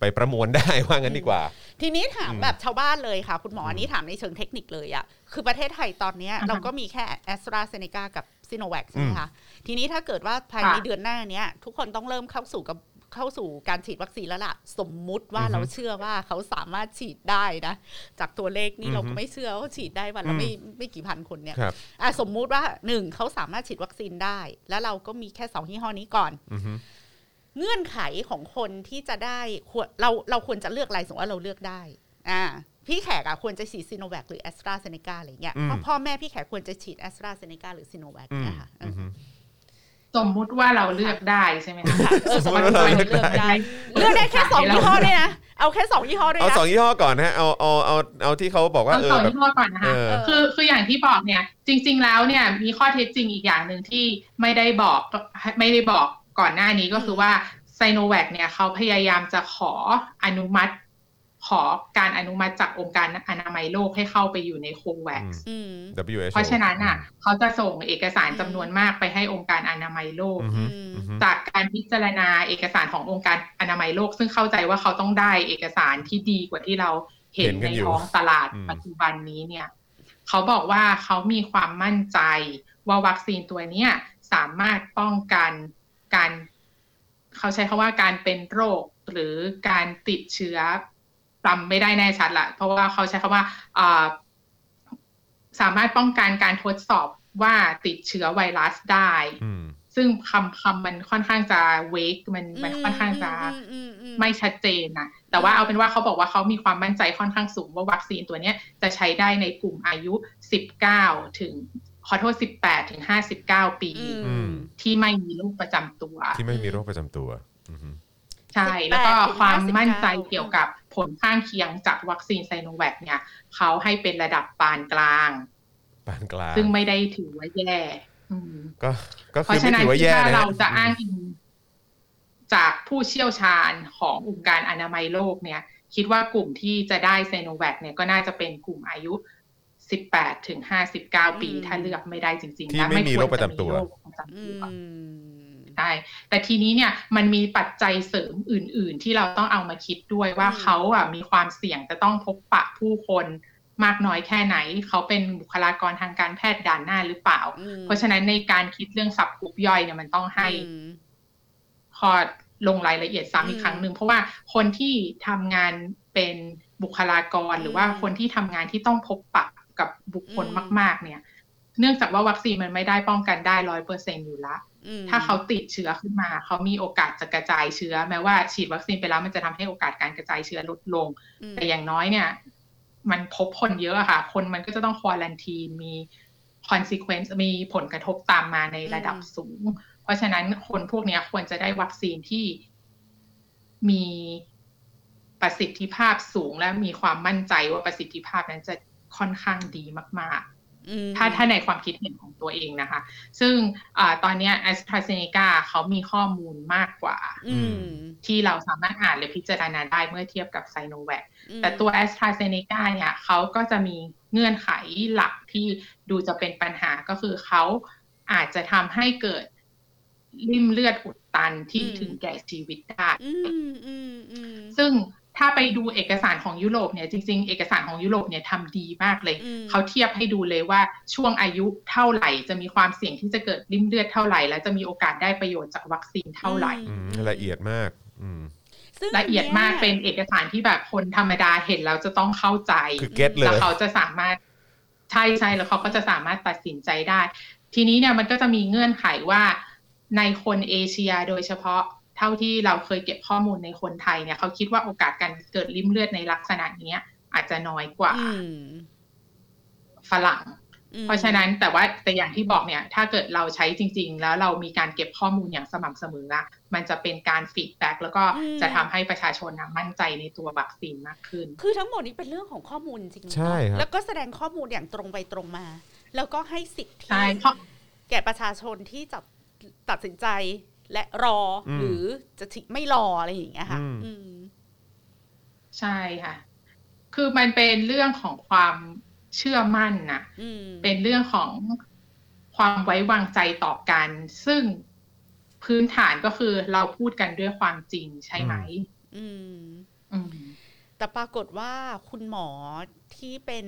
ไปประมวลได้ ว่างั้นดีกว่า
ทีนี้ถาม
อืม
แบบชาวบ้านเลยค่ะ คุณหมออันนี้ถามในเชิงเทคนิคเลยอะคือประเทศไทยตอนเนี้ย
อ่าฮะ
เราก็มีแค่แอสตราเซเนกากับซ i โนแว c ใช่ไหมคะ ทีนี้ถ้าเกิดว่าภายใน
ค่ะ
เดือนหน้าเนี้ย ทุกคนต้องเริ่มเข้าสู่กับเข้าสู่การฉีดวัคซีนแล้วล่ะ สมมุติว่า
อือฮึ
เราเชื่อว่าเขาสามารถฉีดได้นะ จากตัวเลขนี่
อือฮึ
เราก็ไม่เชื่อว่าฉีดได้วันละไม่ไม่กี่พันคนเนี่ย
ครับ
อ่ะสมมุติว่าหนึ่งเขาสามารถฉีดวัคซีนได้ แล้วเราก็มีแค่สองยี่ห้อนี้ก่อน
อือฮึ
เงื่อนไขของคนที่จะได้ควรเราเราควรจะเลือกอะไรสมมติว่าเราเลือกได้ อ่า พี่แขกอะควรจะฉีดซีโนแวคหรือแอสตราเซเนกาอะไรเงี้ย
อืม
เพราะพ่อแม่พี่แขกควรจะฉีดแอสตราเซเนกาหรือซีโนแวค
อืม
เนี่ยค่ะ
อือฮึ
สมมุติว่าเราเลือกได้ใช่ไหมคะ
เออ
สมมติว่าเราเลือกได้
เลือกได้แค่สองยี่ห้อเลยนะเอาแค่สองยี่ห้อด้วย
เอา
นะ
สองยี่ห้อก่อนนะเอาเอาเอาเอาที่เขาบอกว่า
เอา
เอ
สอ
อง แบบ
ยี่ห้อก่อนนะคะ
เออ
คือคืออย่างที่บอกเนี่ย จริง ๆ แล้วเนี่ยมีข้อเท็จจริงอีกอย่างหนึ่งที่ไม่ได้บอกไม่ได้บอกก่อนหน้านี้ก็คือว่าไซโนแวคเนี่ยเขาพยายามจะขออนุมัติ ขอการอนุมัติจากองค์การอนามัยโลกให้เข้าไปอยู่ในโคแวค
อืม
อืม
WHO
เพราะฉะนั้นอ่ะเขาจะส่งเอกสารจำนวนมากไปให้องค์การอนามัยโลก
อือฮึอือฮึ
จากการพิจารณาเอกสารขององค์การอนามัยโลก ซึ่งเข้าใจว่าเขาต้องได้เอกสารที่ดีกว่าที่เราเห็น
เห็นกั
ใน
นอยู่
ท้องตลาด
อืม
ปัจจุบันนี้เนี่ยเขาบอกว่าเขามีความมั่นใจว่าวัคซีนตัวเนี้ยสามารถป้องกันการเขาใช้คาว่าการเป็นโรคหรือการติดเชื้อจำไม่ได้แน่ชัดละเพราะว่าเขาใช้คาว่าอ่าสามารถป้องกันการทดสอบว่าติดเชื้อไวรัสได้
อืม
ซึ่งคำคำมันค่อนข้างจะเวกมันมันค่อนข้างจะ
อืมอืมอืม
ไม่ชัดเจนนะแต่ว่าเอาเป็นว่าเขาบอกว่าเขามีความมั่นใจค่อนข้างสูงว่าวัคซีนตัวเนี้ยจะใช้ได้ในกลุ่มอายุ 19 ถึงขอโทษ 18 ถึง 59 ปี
อื
อื
ม
ม
ที่ไม่มีโรคประจำตัว
ที่ไม่มีโรคประจำตัวอือฮึ
ใช่
18
แล้วก็ความ
ถึง59
มั่นใจเกี่ยวกับผลข้างเคียงจากวัคซีนไซโนแวคเนี่ยเขาให้เป็นระดับปานกลาง
ปานกลาง
ซึ่งไม่ได้ถือว่าแย่อืม
ก็ก็
เพ
คือ
ราะ
ไม่
ฉะนั้
ถือ
น
ว่าแย่
ถ้า
นะ
เรา
ฮะ
จะอ้างอิงจากผู้เชี่ยวชาญขององค์การอนามัยโลกเนี่ย คิดว่ากลุ่มที่จะได้ไซโนแวคเนี่ยก็น่าจะเป็นกลุ่มอายุ 18 ถึง 59 ปี
อืม
ถ้าเลือกไม่ได้จริงๆ
ที่
นะ
ไม่มี
ค
โร
ว
คประจำตัว
มีโรคประจำ
อื
ตัว
ม
ใช่แต่ทีนี้เนี่ยมันมีปัจจัยเสริมอื่น ๆ ที่เราต้องเอามาคิดด้วยว่า
อืม
เขาอ่ะมีความเสี่ยงจะต้องพบปะผู้คนมากน้อยแค่ไหน เขาเป็นบุคลากรทางการแพทย์ด่านหน้าหรือเปล่า
อืม
เพราะฉะนั้นในการคิดเรื่องสับกลุ่มย่อยเนี่ยมันต้องให้
อืม
คอดลงรายละเอียด
อืม
ซ้ำอีกครั้งหนึ่งเพราะว่าคนที่ทำงานเป็นบุคลากร
อืม
หรือว่าคนที่ทำงานที่ต้องพบปะกับบุคคล
อืม
มาก ๆ เนี่ย เนื่องจากว่าวัคซีนมันไม่ได้ป้องกันได้ร้อยเปอร์เซ็นอยู่ละ
อืม
ถ้าเขาติดเชื้อขึ้นมา เขามีโอกาสจะกระจายเชื้อ แม้ว่าฉีดวัคซีนไปแล้วมันจะทำให้โอกาสการกระจายเชื้อลดลง
อืม
แต่อย่างน้อยเนี่ย มันพบคนเยอะอะค่ะ คนมันก็จะต้องควอลันทีมี consequence มีผลกระทบตามมาในระดับ
อืม
สูง เพราะฉะนั้นคนพวกเนี้ยควรจะได้วัคซีนที่มีประสิทธิภาพสูง และมีความมั่นใจว่าประสิทธิภาพนั้นจะค่อนข้างดีมาก ๆ
อืม
ถ้าถ้าในความคิดเห็นของตัวเองนะคะ ซึ่งอาตอนเนี้ a s t r a z e ซ e c a เขามีข้อมูลมากกว่า
อืม
ที่เราสามารถอ่านหรือพิจารณาได้เมื่อเทียบกับไซโนแวค
อืม
แต่ตัว a s t r a z e ซ e c a เนี่ยเขาก็จะมีเงื่อนไขหลักที่ดูจะเป็นปัญหาก็คือเขาอาจจะทำให้เกิดริ่มเลือดอุดตันที่ถึงแก่ชีวิตได้
อืมอืมอืม
ซึ่งถ้าไปดูเอกสารของยุโรปเนี่ยจริงๆ เอกสารของยุโรปเนี่ยทำดีมากเลย
อืม
เขาเทียบให้ดูเลยว่าช่วงอายุเท่าไหร่ จะมีความเสี่ยงที่จะเกิดริ่มเลือดเท่าไหร่ และจะมีโอกาสได้ประโยชน์จากวัคซีนเท่าไหร่
อืมละเอียดมากอืม
ซึ่ง
ละเอียดมากเป็นเอกสารที่แบบคนธรรมดาเห็นแล้วจะต้องเข้าใจ
คือเก็ตเล
แล้ว
ย
เขาจะสามารถใช่ใช่แล้วเขาก็จะสามารถตัดสินใจได้ ทีนี้เนี่ยมันก็จะมีเงื่อนไขว่าในคนเอเชียโดยเฉพาะเท่าที่เราเคยเก็บข้อมูลในคนไทยเนี่ยเขาคิดว่าโอกาสการเกิดริ่มเลือดในลักษณะเนี้ย อาจจะน้อยกว่า
อืม
ฝรั่ง
อืม
เพราะฉะนั้นแต่ว่าแต่อย่างที่บอกเนี่ย ถ้าเกิดเราใช้จริง ๆ แล้วเรามีการเก็บข้อมูลอย่างสม่ำเสมอนะมันจะเป็นการฟีดแบ็กแล้วก็จะทำให้ประชาชนนะมั่นใจในตัววัคซีนมากขึ้น
คือทั้งหมดนี้เป็นเรื่องของข้อมูลจริงๆ
ใช่ครับ
แล้วก็แสดงข้อมูลอย่างตรงไปตรงมา แล้วก็ให้สิทธิ
ใช่เพราะ
แก่ประชาชนที่จะตัดสินใจและรออ
ม
หรือจะถิไม่รออะไรอย่างเงี้ยค่ะ
อืม
อืม
ใช่ค่ะ คือมันเป็นเรื่องของความเชื่อมั่นนะ
อืม
เป็นเรื่องของความไว้วางใจต่อกัน ซึ่งพื้นฐานก็คือเราพูดกันด้วยความจริงใช่ไหม
อืม
อืม
แต่ปรากฏว่าคุณหมอที่เป็น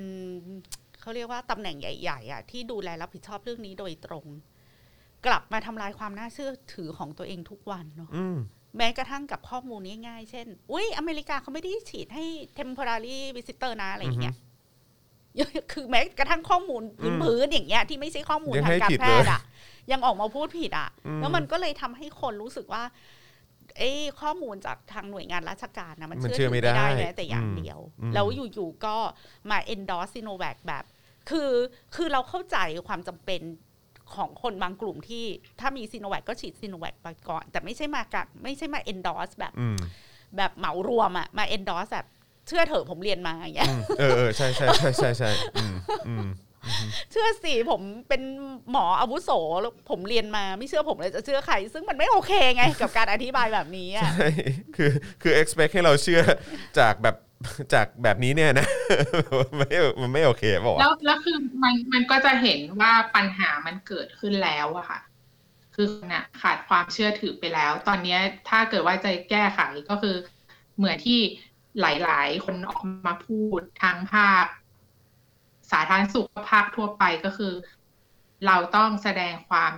เขาเรียกว่าตำแหน่งใหญ่ๆอ่ะที่ดูแลรับผิดชอบเรื่องนี้โดยตรง กลับมาทำลายความน่าเชื่อถือของตัวเองทุกวันเนาะ
อืม
แม้กระทั่งกับข้อมูลง่ายๆ เช่น อุ้ยอเมริกาเขาไม่ได้ฉีดให้ temporary visitor นะ อะไรอย่างเงี้ย คือแม้กระทั่งข้อมูลพื้น
อืม
ๆอย่างเงี้ยที่ไม่ใช่ข้อมูล
ยัง
ทา
ให้
งการ
ผิด
แพทย์อ่ะ ยังออกมาพูดผิดอ่ะ
อืม
แล้วมันก็เลยทำให้คนรู้สึกว่า เอ้ยข้อมูลจากทางหน่วยงานราชการนะมัน
มัน
เชื่อ
เชื่อ
ถือ
ไม่
ไม่ได้
ได้
แม้แต่อย่าง
อืม
เดียว
อืม
แล้วอยู่ๆก็มา endorse Sinovac แบบ คือคือเราเข้าใจความจำเป็นของคนบางกลุ่มที่ถ้ามีซีโนแวคก็ฉีดซีโนแวคไปก่อน แต่ไม่ใช่มากับไม่ใช่มา endorse แบบ
อืม
แบบเหมารวมอะมา endorse แบบเชื่อเถอะผมเรียนมาอย่างเงี้ย
อืม เออเออใช่ใช่ใช่ใช่ใช่อืมอืม
เชื่อสิผมเป็นหมออาวุโสแล้วผมเรียนมาไม่เชื่อผมเลยจะเชื่อใคร ซึ่งมันไม่โอเคไง กับการอธิบายแบบนี้อะ
ใช่คือคือ expect ให้เราเชื่อจากแบบ จากแบบนี้เนี่ยนะ ไม่มันไม่โอเคบอ
แล้ว
ก่าว
แล้วคือมันมันก็จะเห็นว่าปัญหามันเกิดขึ้นแล้วอะค่ะ คือคนน่ะขาดความเชื่อถือไปแล้ว ตอนเนี้ยถ้าเกิดว่าจะแก้ไขก็คือ เหมือนที่หลาย ๆ คนออกมาพูดทั้งภาค สาธารณสุขภาคทั่วไปก็คือ เราต้องแสดงความ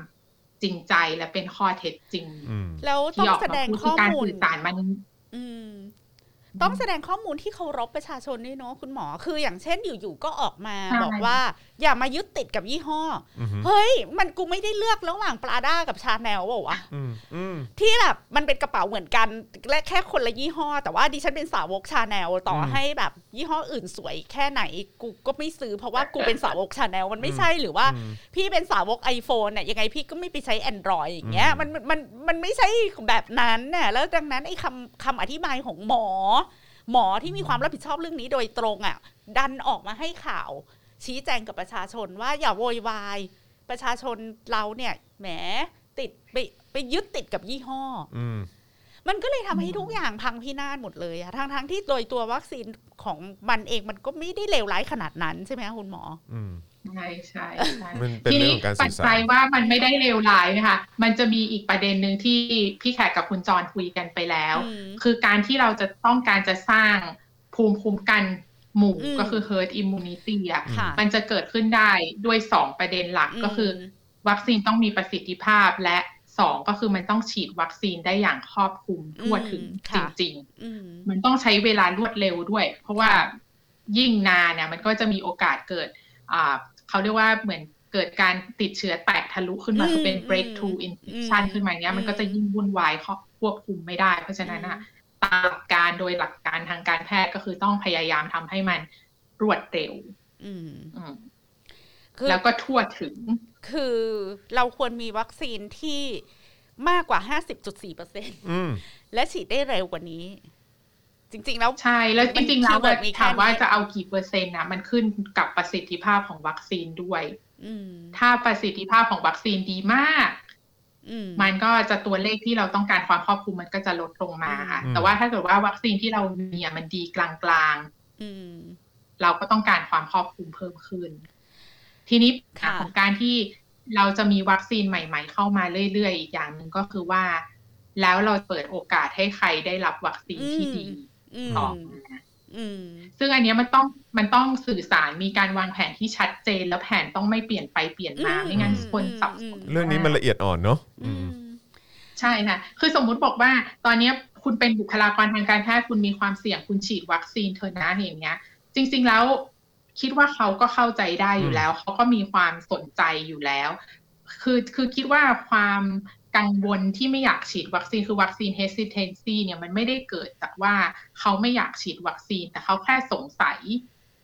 จริงใจและเป็นข้อเท็จจริง
อืม
แล้วต้อ
ที่
ง
ออก
แสด
มาง พูด
ข้
คือ อการ
มูล
สื่อสารมัน
อืม ต้องแสดงข้อมูลที่เคารพประชาชนด้วยเนาะคุณหมอ คืออย่างเช่นอยู่ๆก็ออกมา
ใช่
บอกว่า อย่ามายึดติดกับยี่ห้อ
อืม
เฮ้ย มันกูไม่ได้เลือกระหว่างปลาด้ากับชาแนลว่าวะ
อืมอืม
ที่แบบมันเป็นกระเป๋าเหมือนกันและแค่คนละยี่ห้อ แต่ว่าดิฉันเป็นสาวกชาแนลต่อ
ม
อให้แบบยี่ห้ออื่นสวยแค่ไหนกูก็ไม่ซื้อเพราะว่ากูเป็นสาวกชาแนลมันไม่ใช่หรือว่า พี่เป็นสาวก iPhone เนี่ยยังไงพี่ก็ไม่ไปใช้ Android อย่างเงี้ย
อืม
มันมันมันมันไม่ใช่แบบนั้นน่ะแล้วดังนั้นไอ้คำคำอธิบายของหมอ หมอที่มีความรับผิดชอบเรื่องนี้โดยตรงอ่ะดันออกมาให้ข่าว ชี้แจงกับประชาชนว่าอย่าโวยวาย ประชาชนเราเนี่ยแหมติดไปไปยึดติดกับยี่ห้อ
อืม
มันก็เลยทำให้ทุกอย่างพังพินาศหมดเลยอะทั้งทั้งๆที่โดยตัววัคซีนของมันเองมันก็ไม่ได้เลวร้ายขนาดนั้นใช่ไหมคะคุณหมอ
อืม
ใช่ใช่ใช่
มันเป็น
ที
เรื่องของการสื่
ปัจ
อสาร
จัยว่ามันไม่ได้เลวร้ายนะคะ มันจะมีอีกประเด็นหนึ่งที่พี่แขกกับคุณจรคุยกันไปแล้ว
อืม
คือการที่เราจะต้องการจะสร้างภูมิคุ้มกันหมู่
อืม
ก็คือ herd immunity อะ
ค่ะ
มันจะเกิดขึ้นได้ด้วยสองประเด็นหลักก็คืออ
ม
วัคซีนต้องมีประสิทธิภาพและสองก็คือมันต้องฉีดวัคซีนได้อย่างครอบคลุมทั่วถึง
อืม
จ
ค่ะ
ริงๆ
อืม
มันต้องใช้เวลารวดเร็วด้วย เพราะว่า
ค่ะ
ยิ่งนานเนี่ยมันก็จะมีโอกาสเกิดอ่าเขาเรียกว่าเหมือนเกิดการติดเชื้อแตกทะลุขึ้นมาคือเป็น breakthrough infection ขึ้นมาเนี้ยมันก็จะยิ่งวุ่นวายเขาควบคุมไม่ได้ เพราะฉะนั้นอะตามหลักการโดยหลักการทางการแพทย์ก็คือต้องพยายามทำให้มัน รวดเร็ว
อืม
อืม
คือ
แล้วก็ทั่วถึง
คือเราควรมีวัคซีนที่มากกว่า 50.4%
อืม
และฉีดได้เร็วกว่านี้ จริง ๆ แล้ว
ใช่ แล้วจริงๆแล้ว
มัน
อะ
keyword มีแค่นี้
ถามว่าจะเอากี่เปอร์เซ็นต์นะมันขึ้นกับประสิทธิภาพของวัคซีนด้วย
อืม
ถ้าประสิทธิภาพของวัคซีนดีมาก
อืม
มันก็จะตัวเลขที่เราต้องการความครอบคลุมมันก็จะลดลงมาค่ะ
อืม
แต่ว่าถ้าเกิดว่าวัคซีนที่เรามีอะมันดีกลางๆ
อืม
เราก็ต้องการความครอบคลุมเพิ่มขึ้น ทีนี้ปัญหา
ค่ะ
ของการที่เราจะมีวัคซีนใหม่ ๆ เข้ามาเรื่อยๆ อีกอย่างหนึ่งก็คือว่า แล้วเราเปิดโอกาสให้ใครได้รับวัคซีนที่ดี
อื
ต่อ
ม
มา
อืม
ซึ่งอันเนี้ยมันต้องมันต้องสื่อสารมีการวางแผนที่ชัดเจน แล้วแผนต้องไม่เปลี่ยนไปเปลี่ยนมา
อืม
ไม่งั้นคนสับสน
อื
เรื่องนี้มันละเอียดอ่อนเนาะ
อืม
ใช่ค่ะ คือสมมุติบอกว่า ตอนเนี้ยคุณเป็นบุคลากรทางการแพทย์คุณมีความเสี่ยงคุณฉีดวัคซีนเถอะนะอย่างเงี้ย จริง ๆแล้วคิดว่าเขาก็เข้าใจได้อยู่แล้ว เขาก็มีความสนใจอยู่แล้ว คือคือคิดว่าความกังวลที่ไม่อยากฉีดวัคซีนคือวัคซีน hesitancy เนี่ยมันไม่ได้เกิดจากว่าเขาไม่อยากฉีดวัคซีน แต่เขาแค่สงสัย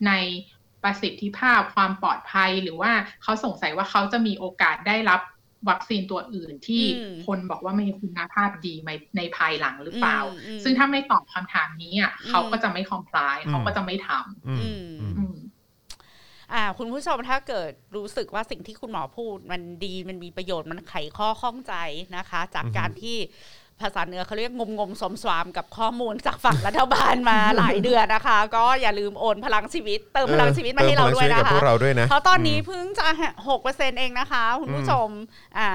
ในประสิทธิภาพความปลอดภัย หรือว่าเขาสงสัยว่าเขาจะมีโอกาสได้รับวัคซีนตัวอื่นที่
อืม
คนบอกว่ามีคุณภาพดีไหมในภายหลังหรือเปล่า
อืม
ซึ่งถ้าไม่ตอบคำถามนี้อ่ะ
อืม
เขาก็จะไม่ comply เขาก็จะไม่ทำ
อืม
อืม
อืม
อ่า คุณผู้ชมถ้าเกิดรู้สึกว่าสิ่งที่คุณหมอพูด มันดีมันมีประโยชน์มันไขข้อข้องใจนะคะ จาก
อือฮึ
การที่ภาษาเหนือเขาเรียกงมงมสมสวามกับข้อมูลจากฝั่งรัฐบาลมา หลายเดือนนะคะ ก็อย่าลืมโอนพลังชีวิต เติมพลังชีวิตมาให้เราด้วย
ติมพลังชีต
นะ
กับพ
คะ
วกเราด้วยนะ
เพราะตอนนี้เพิ่งจะหกเปอร์เซ็นเองนะคะ คุณผู้ชม อ่า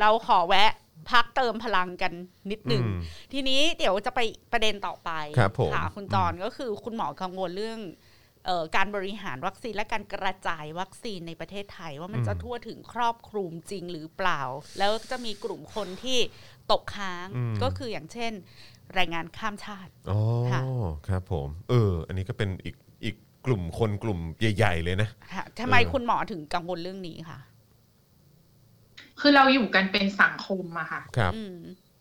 เราขอแวะพักเติมพลังกันนิดหนึ่ง
อืม
ทีนี้เดี๋ยวจะไปประเด็นต่อไป
ครับผม
ค่ะคุณจอนก็คือคุณหมอกังวลเรื่องเอ่อการบริหารวัคซีนและการกระจายวัคซีนในประเทศไทย ว่ามัน
อืม
จะทั่วถึงครอบคลุมจริงหรือเปล่า แล้วจะมีกลุ่มคนที่ตกค้าง
อืม
ก็คืออย่างเช่นแรงงานข้ามชาติ
อ๋อ
ค่ะ
ครับผม เออ อันนี้ก็เป็นอีกอีกกลุ่มคนกลุ่มใหญ่ๆเลยนะ
ค่ะทำไม
เออ
คุณหมอถึงกังวลเรื่องนี้ค่ะ
คือเราอยู่กันเป็นสังคมอะค่ะ
ครับ
อืม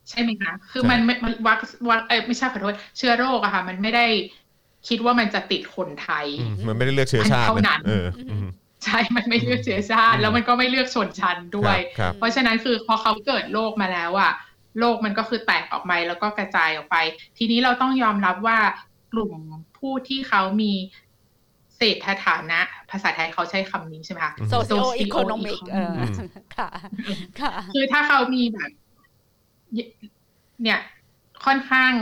ใช่ไหมคะ คือ
ใช่
มันไม่มันวักวักเอ้ยไม่ใช่ขอโทษเชื้อโรคอะค่ะ มันไม่ได้คิดว่ามันจะติดคนไทย
อืมมันไม่ได้เลือกเชื้อชาติ
เท่านั้
นะ
น
เอออืม
ใช่ มันไม่เลือกเชื้อชาติ
อืม
แล้วมันก็ไม่เลือกชนชั้นด้วย
ครับ
เพราะฉะนั้นคือพอเขาเกิดโรคมาแล้วอะโรคมันก็คือแตกออกไปแล้วก็กระจายออกไป ทีนี้เราต้องยอมรับว่ากลุ่มผู้ที่เขามีเศรษฐฐานะ ภาษาไทยเขาใช้คำนี้ใช่ไหมคะ
socio economic เออ
ม
ค่ะ ค่ะ
คือถ้าเขามีแบบเยเนี่ยค่อนข้าง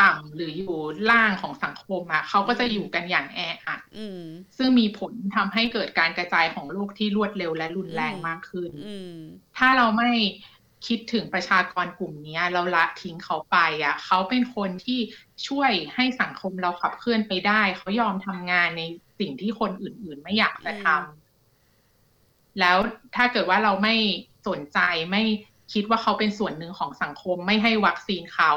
ต่ำหรืออยู่ล่างของสังคมอะเขาก็จะอยู่กันอย่างแออัด
อืม
ซึ่งมีผลทำให้เกิดการกระจายของโรคที่รวดเร็วและรุนแรงมากขึ้น
อืม
ถ้าเราไม่คิดถึงประชากรกลุ่มเนี้ย เราละทิ้งเขาไปอะเขาเป็นคนที่ช่วยให้สังคมเราขับเคลื่อนไปได้ เขายอมทำงานในสิ่งที่คนอื่น ๆ ไม่อยากจะทำ
อืม
แล้วถ้าเกิดว่าเราไม่สนใจไม่คิดว่าเขาเป็นส่วนหนึ่งของสังคมไม่ให้วัคซีนเขา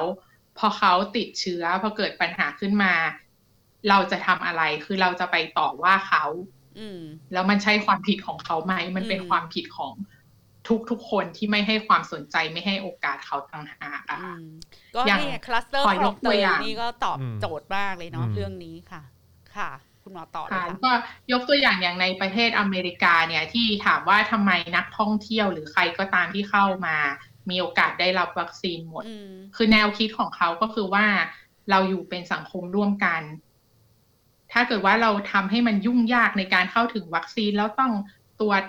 พอเขาติดเชื้อพอเกิดปัญหาขึ้นมา เราจะทำอะไรคือเราจะไปต่อว่าเขา
อืม
แล้วมันใช่ความผิดของเขาไหม มันเป็น
อืม
ความผิดของทุกๆคนที่ไม่ให้ความสนใจไม่ให้โอกาสเขาต่างหากอะ
อื
ค่ะ
มก็
อย่าง
เนี่ยคลัสเตอร์
ขอย
คล
ก
องเต
ตัวย อย่าง
นี่ก็ตอบ
อืม
โจทย์มากเลยเนาะ
อืม
เรื่องนี้ค่ะ ค่ะ คุณหมอต่อเลย
ค่ะ
ค่ะ
ก็ยกตัวอย่างอย่างในประเทศอเมริกาเนี่ยที่ถามว่าทำไมนักท่องเที่ยวหรือใครก็ตามที่เข้ามา มีโอกาสได้รับวัคซีนหมด
อืม
คือแนวคิดของเขาก็คือว่าเราอยู่เป็นสังคมร่วมกัน ถ้าเกิดว่าเราทำให้มันยุ่งยากในการเข้าถึงวัคซีนแล้วต้องตรวจ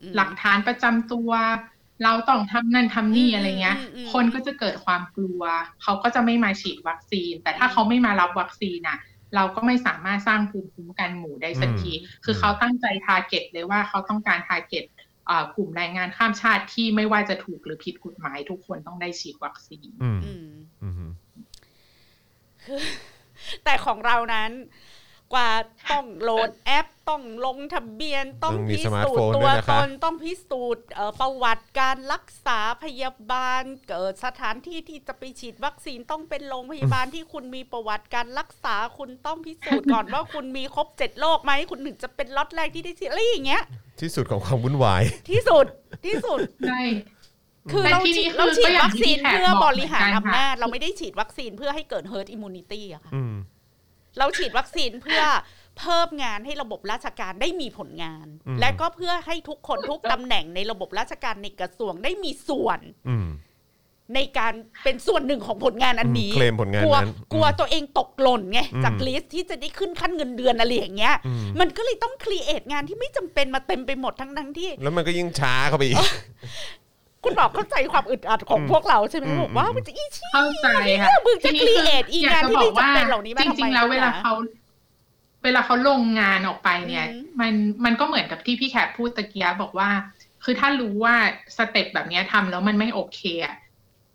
อืม
หลักฐานประจำตัว เราต้องทำนั่นทำนี่
อืม
อะไรเงี้ย
อืมอืม
คนก็จะเกิดความกลัว เขาก็จะไม่มาฉีดวัคซีน แต่ถ้าเขาไม่มารับวัคซีนน่ะ เราก็ไม่สามารถสร้างภูมิคุ้มกันหมู่ได้สักที คือเขาตั้งใจทาร์เก็ตเลยว่าเขาต้องการทาร์เก็ตกลุ่มแรงงานข้ามชาติที่ไม่ว่าจะถูกหรือผิดกฎหมาย ทุกคนต้องได้ฉีดวัคซีน
อืม
อืม
อืม
แต่ของเรานั้น กว่าต้องโหลดแอปต้องลงทะเบียนต้อง
ต้องมี
พิ
สมาร์ท
สูจ
โฟน
น์ตั
ด้
ว
วยนะคะ
ตนต้องพิสูจน์เอ่อประวัติการรักษาพยาบาล เกิดสถานที่ที่จะไปฉีดวัคซีนต้องเป็นโรงพยาบาลที่คุณมีประวัติการรักษาคุณต้องพิสูจน์ก่อนว่าคุณมีครบเจ็ดโรคไหมคุณถึงจะเป็นล็อตแรกที่ได้ฉีดอะไรอย่างเงี้ย
ที่สุดของความวุ่นวาย
ที่สุดที่สุด
ใช่
คือ
แต่
เรา
ที
ฉี
นี้
ดเรา
คือ
ฉี
ก็
ด
อย่าง
วัคซีน
ที่พี่แขก
เพื่อบริหาร
บอกเหมื
อำ
อนกันค่ะ
นาจเราไม่ได้ฉีดวัคซีนเพื่อให้เกิด herd immunity อะค่ะ
อืม
เราฉีดวัคซีนเพื่อ เพิ่มงานให้ระบบราชการได้มีผลงาน
อืม
และก็เพื่อให้ทุกคนทุกตำแหน่งในระบบราชการในกระทรวงได้มีส่วน
อืม
ในการเป็นส่วนหนึ่งของผลงานอันนี้
เคลมผลงาน
กลัว
นั้น
กลัวตัวเองตกหล่นไง
อืม
จากลิสต์ที่จะได้ขึ้นขั้นเงินเดือนอะไรอย่างเงี้ย
อืม
มันก็เลยต้องครีเอทงานที่ไม่จำเป็นมาเต็มไปหมดทั้งทั้งๆที่
แล้วมันก็ยิ่งช้าเข้าไปอีก
คุณบอกเข้าใจความอึดอัดของ
อืม
พวกเราใช่ไหม
อืม
บอกว่ามันจะอีชี่
เข้าใจค่ะ
มึงจะ
ทีนี้
create อี
ย
งานที่
จะบ
ไม่จำเป็นเหล่านี้มา
จ
ทำไม
ริงๆแล้ว
นะ
เวลาเขา เวลาเขาลงงานออกไปเนี่ย
อืม
มันมันก็เหมือนกับที่พี่แขกพูดตะกี้บอกว่า คือถ้ารู้ว่าสเต็ปแบบเนี้ยทำแล้วมันไม่โอเคอะ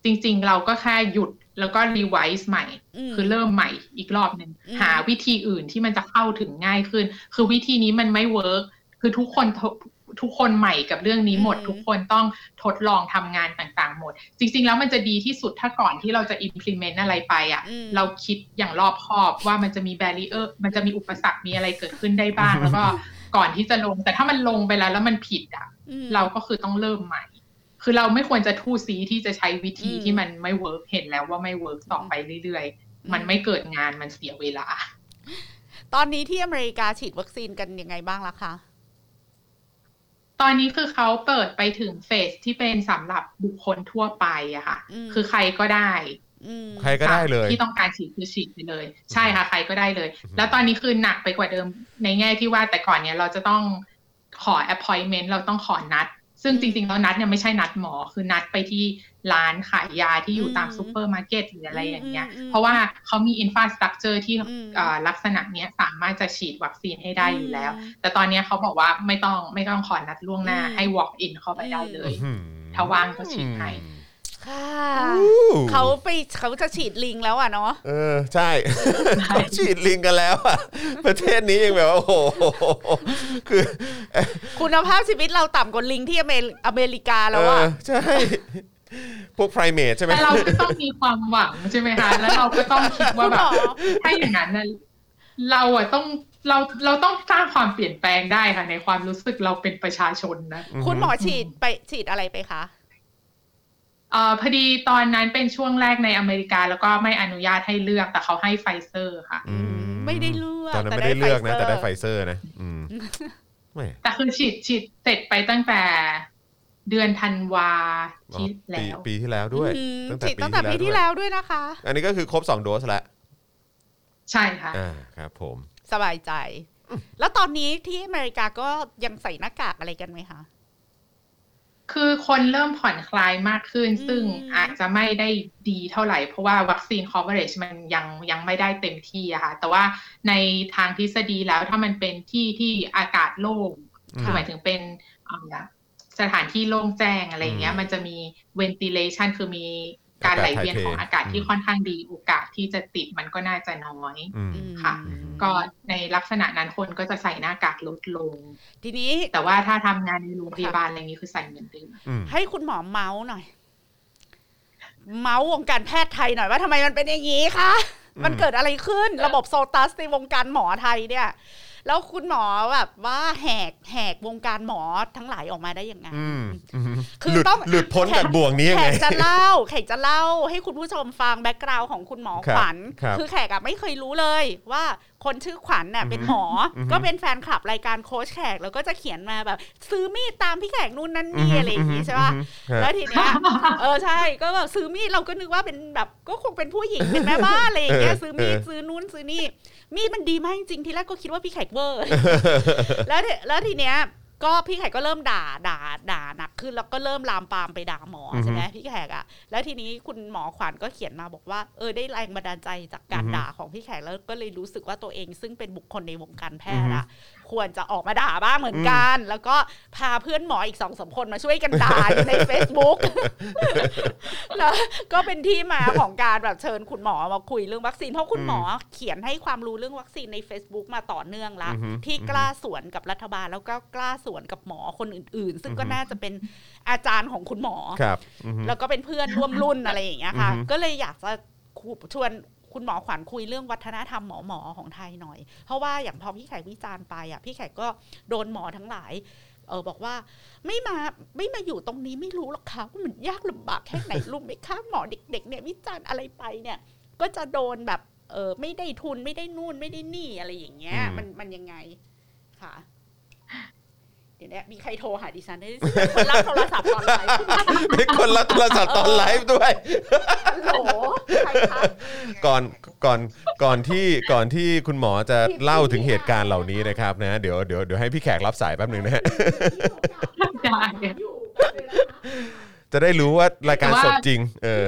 จริงๆเราก็แค่หยุดแล้วก็รีไวซ์ใหม่
ม
คือเริ่มใหม่อีกรอบหนึ่ง
อืม
หาวิธีอื่นที่มันจะเข้าถึงง่ายขึ้น คือวิธีนี้มันไม่เวิร์กคือทุกคนทุกทุกคนใหม่กับเรื่องนี้หมด ทุกคนต้องทดลองทำงานต่างๆหมด จริง ๆ แล้วมันจะดีที่สุดถ้าก่อนที่เราจะ implement อะไรไปอะ่ะ
อืม
เราคิดอย่างรอบคอบว่ามันจะมี barrier มันจะมีอุปสรรคมีอะไรเกิดขึ้นได้บ้าง แล้วก็ก่อนที่จะลง แต่ถ้ามันลงไปแล้วแล้วมันผิดอ่ะ
อืม
เราก็คือต้องเริ่มใหม่ คือเราไม่ควรจะทู่ซีที่จะใช้วิธี
อืม
ที่มันไม่เวิร์กเห็นแล้วว่าไม่เวิร์กต่อไปเรื่อย
อืม
ๆ มันไม่เกิดงานมันเสียเวลา
ตอนนี้ที่อเมริกาฉีดวัคซีนกันยังไงบ้างล่ะคะ
ตอนนี้คือเขาเปิดไปถึงเฟสที่เป็นสำหรับบุคคลทั่วไปอะค่ะ
อืม
คือใครก็ได้
อืม
ใครก็ได้เลย
ที่ต้องการฉีดคือฉีดไปเลย ใช่ค่ะใครก็ได้เลย แล้วตอนนี้คือหนักไปกว่าเดิมในแง่ที่ว่าแต่ก่อนเนี่ยเราจะต้องขอ appointment เราต้องขอนัด ซึ่งจริงๆแล้วนัดเนี่ยไม่ใช่นัดหมอ คือนัดไปที่ร้านขายยาที่อยู่ตาม
อืม
ซูเปอร์มาร์เก็ตหรืออะไรอย่างเงี้ย
อืมอืม
เพราะว่าเขามี infrastructure ที่
อืม
เอ่อลักษณะเนี้ยสามารถจะฉีดวัคซีนให้ได้อยู่แล้ว
อืม
แต่ตอนเนี้ยเขาบอกว่าไม่ต้องไม่ต้องขอนัดล่วงหน้า
อืม
ให้ walk in เข้าไปได้เลย
อืม
ถ้าว่างก็ฉีดให้
ค่ะ
อู้
เขาไปเขาจะฉีดลิงแล้วอ่ะเนาะ
เออใช่เขาฉีดลิงกันแล้วอะประเทศนี้ยังแบบว่าโอ้โหคือ
คุณภาพชีวิตเราต่ำกว่าลิงที่อเมริอเมริกาแล้วอ่ะ
เออใช่ พวกไพรเมทใช่ไหม
แต่เราก็ต้องมีความหวังใช่ไหมคะ แล้วเราก็ต้องคิดว่าแบบ
คุณหมอ
ถ้าอย่างนั้นน่ะเราอะต้องเราเราต้องสร้างความเปลี่ยนแปลงได้ค่ะในความรู้สึกเราเป็นประชาชนนะ
คุณหมอฉีดไปฉีดอะไรไปคะ
เอ่อพอดีตอนนั้นเป็นช่วงแรกในอเมริกาแล้วก็ไม่อนุญาตให้เลือกแต่เขาให้ไฟเซอร์ค่ะ
อื
ไม่ได้เลือก
ตอนนั้น
แต่
ไม่
ได้
ได้เลือกนะ
ไฟเซอ
แต่
ร์
ได้ไฟเซอร์นะอื มแหม่
แต่คือฉีดฉีดเสร็จไปตั้งแต่เดือนธันวา
อ๋อ
ที่
ปี
แล้ว
ปีที่แล้วด้วย
อืมฉีดตั้งแต่ปีที่
ด้ย
แล้วด้วยนะคะ
อันนี้ก็คือครบ 2 โดสละ
ใช่ค่ะ
อ่าครับ ผม
สบายใจ แล้วตอนนี้ที่อเมริกาก็ยังใส่หน้ากากอะไรกันไหมคะ
คือคนเริ่มผ่อนคลายมากขึ้น
อืม
ซึ่งอาจจะไม่ได้ดีเท่าไหร่ เพราะว่าวัคซีน coverage มันยังยังไม่ได้เต็มที่อะค่ะ แต่ว่าในทางทฤษฎีแล้วถ้ามันเป็นที่ที่อากาศโล่ง
อืม
คือหมายถึงเป็นเอ่อสถานที่โล่งแจ้งอะไรอย่างเงี้
อื
ย
ม
มันจะมี ventilation คือมีการไหลเวียนของอา
อาาก
กา
ศ
ศ
ถ่ายเท
ที่ค่อนข้างดีโอกาสที่จะติดมันก็น่าจะน้อย
อืม
อืม
ค่ะ ก็ในลักษณะนั้นคนก็จะใส่หน้ากากลดลง
ทีนี้
แต่ว่าถ้าทำงานในโรงพยาบาลอะไรอย่างนี้คือใส่เหมือนเดิม
อืม
ให้คุณหมอเมาส์หน่อย เมาส์วงการแพทย์ไทยหน่อยว่าทำไมมันเป็นอย่างนี้คะ มันเกิดอะไรขึ้น ระบบโซตัสในวงการหมอไทยเนี่ย แล้วคุณหมอแบบว่าแหกแหกวงการหมอทั้งหลายออกมาได้ยังไง
อืม
คือ
หลุด
ต้อง
หลุดพ้นจากบ่วงนี้ยัง
แข
ไง
กจะเล่า แขกจะเล่าให้คุณผู้ชมฟังแบ็กกราวของคุณหมอ
ครับ
ขวัญ
ครับ
อแขกอะไม่เคยรู้เลยว่าคนชื่อขวัญน่ะ
อือฮึ
เป็นหมออ
อฮึ
ก็เป็นแฟนคลับรายการโค้ชแขกแล้วก็จะเขียนมาแบบ ซื้อมีดตามพี่แขกนู่นนั่นนี่อะไรอย่างงี้ใช่ป่ะแล้วทีเนี้ยเออใช่ก็แบบซื้อมีดเราก็นึกว่าเป็นแบบ ก็คงเป็นผู้หญิงเป็นแม่บ้านอะไรอย่างเงี้ย
เออ
ซื้อมีด
เออ
ซื้อนู่นซื้อนี่มีดมันดีมากจริงๆทีแรกก็คิดว่าพี่แขกเวอ ร์ แล้วเนี่ยแล้วทีเนี้ยก็พี่แขกก็เริ่มด่าด่าด่าหนักขึ้นแล้วก็เริ่มลามปามไปด่าหมอ
อือฮึ
ใช่ไหมพี่แขกอะ่ะแล้วทีนี้คุณหมอขวัญก็เขียนมาบอกว่าเออได้แรงบันดาลใจจากการ
อือฮึ
ด่าของพี่แขกแล้วก็เลยรู้สึกว่าตัวเองซึ่งเป็นบุคคลในวงการแพทย์อะควรจะออกมาด่าบ้างเหมือนกัน แล้วก็พาเพื่อนหมออีกสองสามคนมาช่วยกันด่าอยู่ใน Facebook แล้วก็เป็นที่มาของการแบบเชิญคุณหมอมาคุยเรื่องวัคซีนเพราะคุณ
อืม
หมอเขียนให้ความรู้เรื่องวัคซีนใน Facebook มาต่อเนื่องละ
อือฮึ
ที่
อือฮึ
กล้า สวนกับรัฐบาลแล้วก็กล้าสวนกับหมอคนอื่น ๆ ซึ่งก็
อือฮึ
น่าจะเป็นอาจารย์ของคุณหมอ
ครับอืม
แล้วก็เป็นเพื่อนร่วมรุ่น อะไรอย่างเงี้ยค่ะ
อือฮึ
ก็เลยอยากจะคุชวนคุณหมอขวัญคุยเรื่องวัฒนธรรมหมอหมอๆของไทยหน่อย เพราะว่าอย่างพอพี่แขกวิจารณ์ไปอ่ะพี่แขกก็โดนหมอทั้งหลาย เออบอกว่าไม่มาไม่มาอยู่ตรงนี้ไม่รู้หรอกค่ะว่ามันยากลำบากแค่ไหนรู้ไหมคะหมอเด็ก ๆ เนี่ยวิจารณ์อะไรไปเนี่ย ก็จะโดนแบบ เออไม่ได้ทุนไม่ได้นู่นไม่ได้นี่อะไรอย่างเงี้ย
อืม
มันมันยังไงค่ะ เดี๋ยวเนี้มีใครโทรหาดิฉันได้ด้วยเป็นคนรับโทรศัพท์ตอนไลฟ์
เป็นคนรับ โทรศัพท์ตอนไลฟ์ด้วย
ฮัลโหลใครคะ
ก่อนก่อนก่อนที่ก่อนที่คุณหมอจะเล่าถึงเหตุการณ์เหล่านี้นะครับนะเดี๋ยวเดี๋ยวเดี๋ยวให้พี่แขกรับสายแป๊บหนึ่งนะฮะ
ได้
จะได้รู้ว่ารายการสดจริง เออ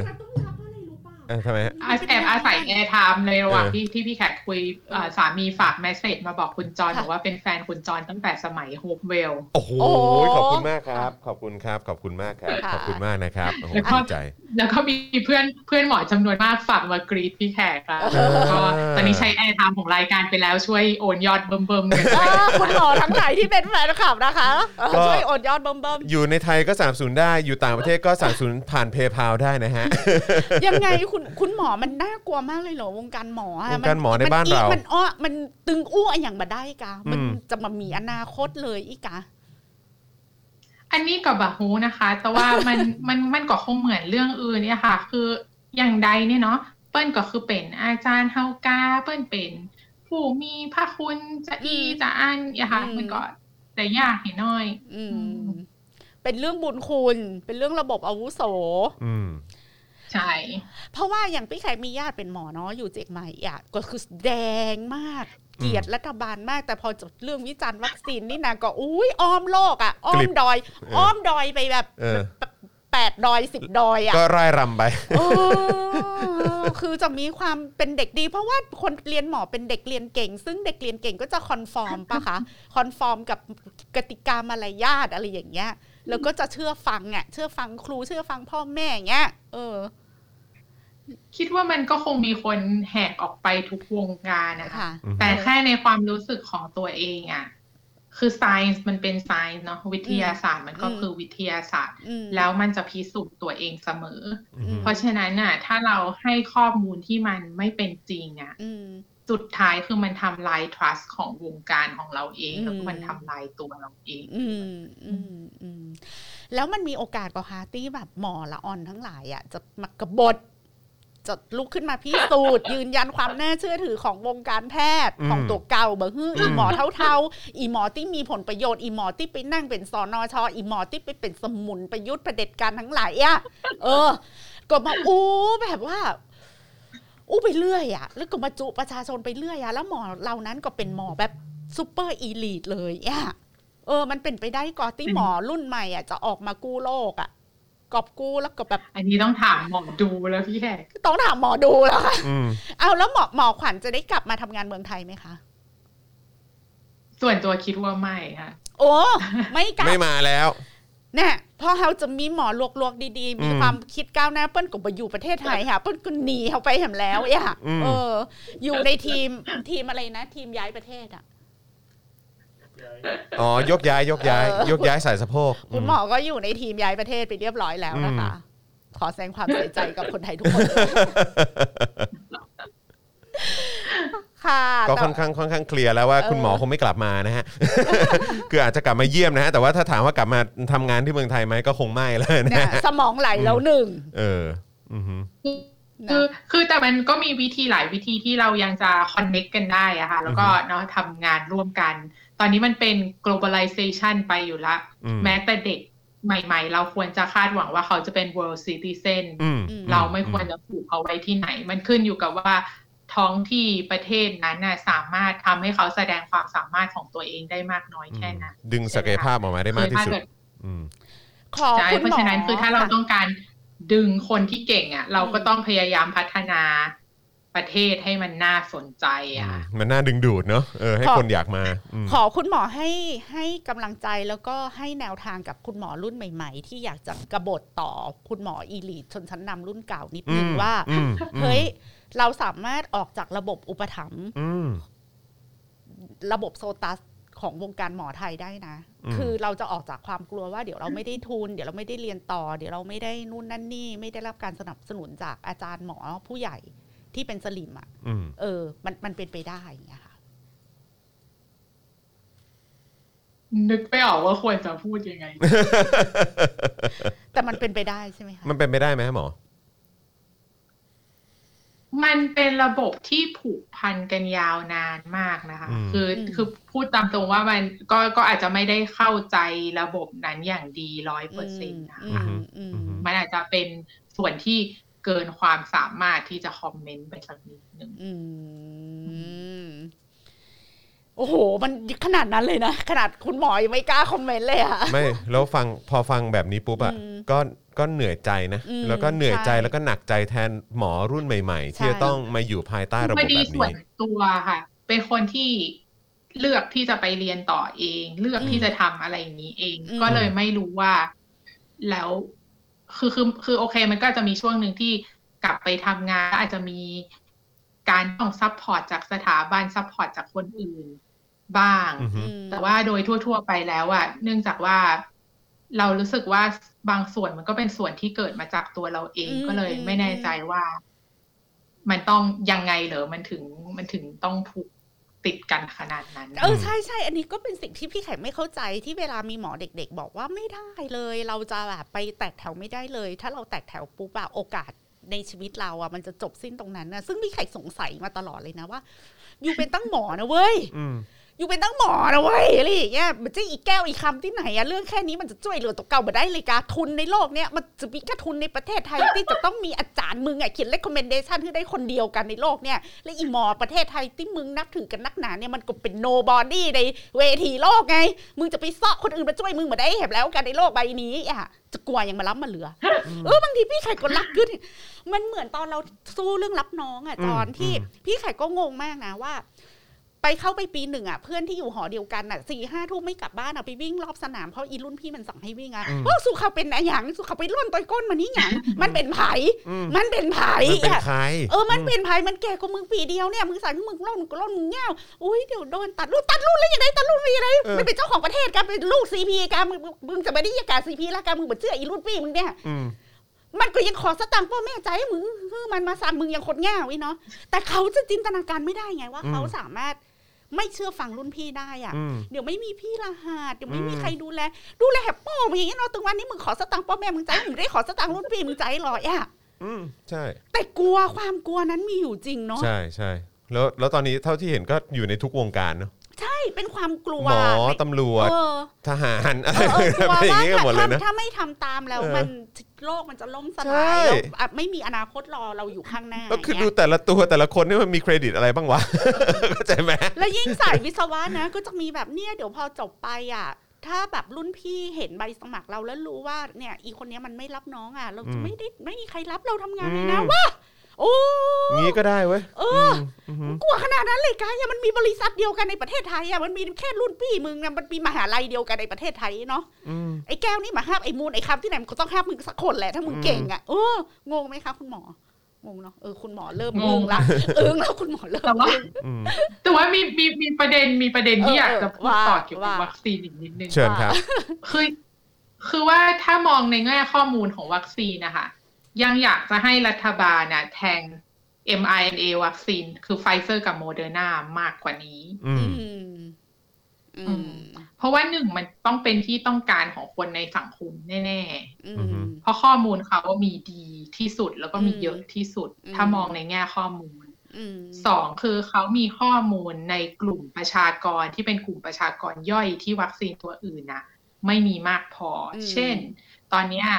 เออทำไมฮะ
แอบอาศัยแอร์ไทม์ในระหว่าง
เออ
ที่ที่พี่แขกคุยเอ่อสามีฝากแมสเซจมาบอกคุณจอนบอกว่าเป็นแฟนคุณจอนตั้งแต่สมัยโฮมเวล
โอ้โห
โอ้
ขอบคุณมากครับ ขอบคุณครับ ขอบคุณมากครับ
ค่ะ
ขอบคุณมากนะครับโอ้โห
แล้วก็
ดีใจ
แล้วก็มีเพื่อนเพื่อนหมอจำนวนมากฝากมากรีดพี่แขกครับ
เออ
ก็ตอนนี้ใช้แอร์ไทม์ของรายการไปแล้วช่วยโอนยอดเบิ่มๆกัน
เออคุณหมอทั้งหลายที่เป็นแฟนคลับนะคะเออ
ก็
ช่วยโอดยอดเบิ่มเบิ่ม
อยู่ในไทยก็สามศูนย์ได้อยู่ต่างประเทศก็สามศูนย์ผ่านเพย์พาได้นะฮะ
ๆยังไงคุณคุณหมอมันน่ากลัวมากเลยเหรอวงการหมออะ
วงการหมอในบ้านเรา
มันอ้อมันตึงอ้วอย่างมาได้กะมัน
อืม
จะมามีอนาคตเลยอีกะ
อันนี้กับบะฮูนะคะ แต่ว่ามัน มันมันก็คงเหมือนเรื่องอื่นเนี่ยค่ะ คืออย่างใดเนี่ยเนาะเปิ้ลก็คือเป็นอาจารย์เฮากาเปิ้ลเป็น ผู้มีพระคุณจะอี
อืม
จะอันเนี่ยค่ะ
อืม
มันก็แต่ยากนิดหน่อย
อื
อื
ม
ม
เป็นเรื่องบุญคุณ เป็นเรื่องระบบอาวุโส
อืม
ใช่
เพราะว่าอย่างพี่แขกมีญาติเป็นหมอเนาะอยู่เจียงใหม่อ่ะก็คือแดงมาก
อืม
เกลียดรัฐบาลมาก แต่พอจบเรื่องวิจารณ์วัคซีนนี่นางก็อุ้ยอ้อมโลกอ่ะ อ้อก
ลิ
ม
บ
ดอย
เอออ้
อ้อมดอยไปแบบ
เออ
แปดดอยสิบดอยอ่ะ
ก็ร่ายรำไป
เออคือจะมีความเป็นเด็กดี เพราะว่าคนเรียนหมอเป็นเด็กเรียนเก่ง ซึ่งเด็กเรียนเก่งก็จะคอนฟอร์มปะคะ คอนฟอร์มกับกติกามารยาทอะไรอย่างเงี้ย แล้วก็จะเชื่อฟังอ่ะ เชื่อฟังครูเชื่อฟังพ่อแม่อย่างเงี้ย เออ
คิดว่ามันก็คงมีคนแหกออกไปทุกวงการนะคะ
ค่ะ
อืม
แต่แค่ในความรู้สึกของตัวเองอะคือ science มันเป็น science เนาะวิทยาศาสตร์มันก็คือวิทยาศาสตร์
อืม
แล้วมันจะพิสูจน์ตัวเองเสมอ
อืม
เพราะฉะนั้นน่ะถ้าเราให้ข้อมูลที่มันไม่เป็นจริงอ่ะ
อืม
สุดท้ายคือมันทำลาย trust ของวงการของเราเอง
อืม
แล้วก็มันทำลายตัวเราเอง
อืมอืมอืมแล้วมันมีโอกาสเปล่าคะที่แบบหมอละออนทั้งหลายอ่ะจะมากบฏจะลุกขึ้นมาพิสูจน์ ยืนยันความน่าเชื่อถือของวงการแพทย์
อืม
ของตัวเก่าเบอฮื้ออี
อืม
หมอเท่าๆ อีหมอที่มีผลประโยชน์อีหมอที่ไปนั่งเป็นสอนอชออีหมอที่ไปเป็นสมุนประยุทธ์ประเผด็จการทั้งหลายอ่ะเออ ก็มาอู้แบบว่า อู้ไปเรื่อยอ่ะแล้วก็มาจุประชาชนไปเรื่อยอ่ะแล้วหมอเหล่านั้นก็เป็นหมอแบบซูเปอร์อีลีทเลยอ่ะ เออ มันเป็นไปได้ก่อนที่หมอรุ่นใหม่อ่ะจะออกมากู้โลกอ่ะ กอบกู้แล้วก็แบบ
อันนี้ต้องถามหมอดูแล้วพี่แขก
ต้องถามหมอดูแล้วค่ะ
อืม
เอาแล้วหมอหมอขวัญจะได้กลับมาทำงานเมืองไทยไหมคะ
ส่วนตัวคิดว่าไม่ค่ะ
โอ้ ไม่กลับ
ไม่มาแล้ว
เนี่ยพอเขาจะมีหมอลวกๆดีๆ มี
อืม
ความคิดก้าวหน้าเปิ้ลก็ไปอยู่ประเทศไทยค่ะ เปิ้ลก็หนีเขาไปแหมแล้วอ่ะ
อืม
เออ อยู่ในทีมทีมอะไรนะ ทีมย้ายประเทศอ่ะ
อ๋อยกย้ายยกย้าย
เออ
ยกย้ายสายสะโพก
คุณหมอก็อยู่ในทีมย้ายประเทศไปเรียบร้อยแล้วนะคะ ขอแสดงความเสียใจกับคนไทยทุกคน ค่ะ
ก็
แต่
ค่อนข้างค่อนข้างเคลียร์แล้วว่า
เออ
คุณหมอคงไม่กลับมานะฮะ คืออาจจะกลับมาเยี่ยมนะฮะ แต่ว่าถ้าถามว่ากลับมาทำงานที่เมืองไทยไหมก็คงไม่แล้วนะ
เนี่ย
ฮะ
สมองไหลแล้วหนึ่ง
เออ อือฮึ
นะ
คือคือแต่มันก็มีวิธีหลายวิธีที่เรายังจะคอนเน็กกันได้อะค่ะ แล้วก็เนาะทำงานร่วมกัน ตอนนี้มันเป็น globalization ไปอยู่ละ
อืม
แม้แต่เด็กใหม่ ๆ เราควรจะคาดหวังว่าเขาจะเป็น world citizen
อืม
อืม
เราไม่ควรจะผูกเขาไว้ที่ไหน มันขึ้นอยู่กับว่าท้องที่ประเทศนั้นน่ะสามารถทำให้เขาแสดงความสามารถของตัวเองได้มากน้อยแค่นั้น
ดึงศักยภาพออกมาได้มากที่สุด
คือถ้เด
อืม
ขอ
ใช่
คุณ
เพ
หม
ราะ
อ
ฉะนั้นคือถ้าเรา
ค่ะ
ต้องการดึงคนที่เก่งอ่ะเราก็
อืม
ต้องพยายามพัฒนาประเทศให้มันน่าสนใจอ่ะ
มันน่าดึงดูดเนอะเออให้
ขอ
คนอยากมาอืม
ขอคุณหมอให้ให้กำลังใจแล้วก็ให้แนวทางกับคุณหมอรุ่นใหม่ ๆ ที่อยากจะกระบฏต่อคุณหมออีลีทชนชั้นนำรุ่นเก่านิดนึงว่า
อืมอืม
เฮ้ย เราสามารถออกจากระบบอุปถัมภ์
อืม
ระบบโซตัสของวงการหมอไทยได้นะ
อืม
คือเราจะออกจากความกลัวว่าเดี๋ยวเราไม่ได้ทุน เดี๋ยวเราไม่ได้เรียนต่อ เดี๋ยวเราไม่ได้นู่นนั่นนี่ ไม่ได้รับการสนับสนุนจากอาจารย์หมอผู้ใหญ่ที่เป็นสลิมอ่ะ
อืม
เออ มันมันเป็นไปได้อย่างเงี้ยค่ะ
นึกไม่ออกว่าควรจะพูดยังไง
แต่มันเป็นไปได้ใช่ไหมคะ
มันเป็นไปได้ไหมฮะหมอ
มันเป็นระบบที่ผูกพันกันยาวนานมากนะคะ
อืม
คือ
อืม
คือพูดตามตรงว่ามันก็ก็อาจจะไม่ได้เข้าใจระบบนั้นอย่างดีร้อยเปอร์เซ็นต์นะคะ
มอืม
มันอาจจะเป็นส่วนที่เกินความสามารถที่จะคอมเมนต์ไปสักนิดหนึ่ง
อืม โอ้โห มันขนาดนั้นเลยนะ ขนาดคุณหมอยังไม่กล้าคอมเมนต์เลยอะ
ไม่ แล้วฟังพอฟังแบบนี้ปุ๊บอ่ะ
อืม
ก็ก็เหนื่อยใจนะ
อืม
แล้วก็เหนื่อยใจ
ใช่
แล้วก็หนักใจแทนหมอรุ่นใหม่ ๆ
ใช่
ที่จะต้องมาอยู่ภายใต้ระ
พ
บบ
อดี
แบบ
ส่วน
นี้
ตัวค่ะ เป็นคนที่เลือกที่จะไปเรียนต่อเอง เลือก
อืม
ที่จะทำอะไรอย่างนี้เอง
อืม
ก็เลยไม่รู้ว่าแล้วคือคือคือโอเค มันก็จะมีช่วงหนึ่งที่กลับไปทำงานอาจจะมีการต้องซัพพอร์ตจากสถาบันซัพพอร์ตจากคนอื่นบ้าง
อือฮึ
แต่ว่าโดยทั่ว ๆ ไปแล้วอะเนื่องจากว่าเรารู้สึกว่าบางส่วนมันก็เป็นส่วนที่เกิดมาจากตัวเราเอง
อืม
ก็เลย
อืม
ไม่แน่ใจว่า มันต้องยังไงเหรอมันถึงมันถึงต้องผูกติดกันขนาดนั้น
เออใช่ใช่อันนี้ก็เป็นสิ่งที่พี่แขกไม่เข้าใจที่เวลามีหมอเด็ก ๆ บอกว่าไม่ได้เลย เราจะแบบไปแตกแถวไม่ได้เลย ถ้าเราแตกแถวปุ๊บอะโอกาสในชีวิตเราอะมันจะจบสิ้นตรงนั้นนะซึ่งพี่แขกสงสัยมาตลอดเลยนะว่า อยู่เป็นตั้งหมอนะเว้ย
อืม
อยู่เป็นตั้งหมอนะเว้ยอะไรอย่างเงี้ยมันจะอีกแก้วอีกคำที่ไหนอะเรื่องแค่นี้มันจะช่วยเหลือตัวเก่ามาได้เลยกาทุนในโลกเนี้ยมันจะมีแค่ทุนในประเทศไทย ที่จะต้องมีอาจารย์มึงอะเขียน recommendation ให้ได้คนเดียวกันในโลกเนี่ยและอีหมอประเทศไทยที่มึงนับถือกันนักหนาเนี่ยมันก็เป็น nobody ในเวทีโลกไง มึงจะไปซอกคนอื่นมาช่วยมึงมาได้เห็บแล้วกันในโลกใบนี้อ่ะจะกลัวยังมารับมาเหลื ออเออบางทีพี่ไข่ก็รักยึดมันเหมือนตอนเราสู้เรื่องรับน้องอะจอน
อืม
ที่
อืม
พี่ไข่ก็งงมากนะว่า ไปเข้าไปปีหนึ่งอ่ะเพื่อนที่อยู่หอเดียวกันอ่ะสี่ห้าทุ่มไม่กลับบ้านอ่ะไปวิ่งรอบสนามเพราะอีรุ่นพี่มันสั่งให้วิ่งอ่ะ
อืม
โอ้สุเขาเป็นอะไรหยังสุเขาไปล่นต่อยก้นมันนี่หยังมันเป็นไผ
อืม
มันเป็นไผ
มันเป็น
อ่ะ
ใคร
เออมันเป็นไผมันแก่กว่ามึงปีเดียวเนี่ยมึงสั่งให้มึงล่นมึงก็ล่นมึงเงี้ยวอุ้ยเดี๋ยวโดนตัดรุ่นตัดรุ่นแล้วยังไงตัดรุ่นมีอะไร
เออ
มันเป็นเจ้าของประเทศกันเป็นลูกซีพีกันมึงมึงจะไม่ได้ยากาซีพีแล้วกันมึงเหมือนเสื้ออีรุ่นพี่มึงเนี่ย
อืม
มันก็ยังขอสตางค์พ่อแม่ใจายให้มึงคือมันมาสั่งมึงยังคนแง่วิเนาะแต่เขาจะจินตนาการไม่ได้ไงว่า
อืม
เขาสามารถไม่เชื่อฟังรุ่นพี่ได้อะ
อืม
เดี๋ยวไม่มีพี่รหัสเดี๋ยวไม่มี
อืม
ใครดูแล ดูแลแฮปโป้มึงอย่างเงี้ยเนาะตึงวันนี้มึงขอสตางค์พ่อแม่มึงใจายมึงได้ขอสตางค์รุ่นพี่มึงใจายหรออะ
อืมใช่
แต่กลัวความกลัวนั้นมีอยู่จริงเนาะ
ใช่ใช่แล้วแล้วตอนนี้เท่าที่เห็นก็อยู่ในทุกวงการเนอะ
ใช่เป็นความกลัว
หมอตำรวจ
เออ
ทหารอะ
เออเออ
ไรอย่างเงี้ยหมดเลยนะ
ถ้าไม่ทำตามแล้ว
เออ
มันโลกมันจะล่มส
ใช่
ลายแล้วอ่ะไม่มีอนาคตรอเราอยู่ข้างหน้า
ก็คือ
เนี่ย
ดูแต่ละตัวแต่ละคนนี่มันมีเครดิตอะไรบ้างวะ เข้าใจไหม
แล้วยิ่งสายวิศวะนะ ก็จะมีแบบเนี่ยเดี๋ยวพอจบไปอ่ะ ถ้าแบบรุ่นพี่เห็นใบสมัครเราแล้วรู้ว่าเนี่ยอีคนเนี้ยมันไม่รับน้องอ่ะ เราจะ
อืม
ไม่ได้ไม่มีใครรับเราทำงานเลยนะ
อืม
ว่าโอ้
งี้ก็ได้เว้ย
เออ
มอืม
กลัวขนาดนั้นเลยกายอะมันมีบริษัทเดียวกันในประเทศไทยอ่ะมันมีแค่รุ่นพี่มึงนะมันมีมหาลัยเดียวกันในประเทศไทยเนาะ
อืม
ไอ้แก้วนี่มาห้ามไอ้มูนไอ้คำที่ไหนมันก็ต้องห้ามมึงสักคนแหละถ้ามึง
อืม
เก่งอ่ะเอองงไหมคะคุณหมองงเนาะเออคุณหมอเริ่ม
ง
อึ้
ง
งละอึ้งแล้วคุณหมอเริ่ม
แต่ว่า
อืม
แต่ว่ามีมีมีประเด็นมีประเด็นที่
เอออย
อากจะพูด
ว่า
ต่อเกี่ยวกับ
ว่า
วัคซีนอีกนิดนึง
เชิญครับ
คือคือว่าถ้ามองในแง่ข้อมูลของวัคซีนนะคะ ยังอยากจะให้รัฐบาลนะแทง mRNA วัคซีน คือไฟเซอร์กับโมเดอร์นามากกว่านี้
อืม
อืมอืม
เพราะว่าหนึ่งมันต้องเป็นที่ต้องการของคนในสังคมแน่
อื
อือหือ
ม
ๆ เพราะข้อมูลเขาว่ามีดีที่สุดแล้วก็มี
อืม
เยอะที่สุด
อืม
ถ้ามองในแง่ข้อมูล
อืม
สองคือเขามีข้อมูลในกลุ่มประชากรที่เป็นกลุ่มประชากรย่อยที่วัคซีนตัวอื่นนะไม่มีมากพออ
ม
เช่น ตอนเนี้ย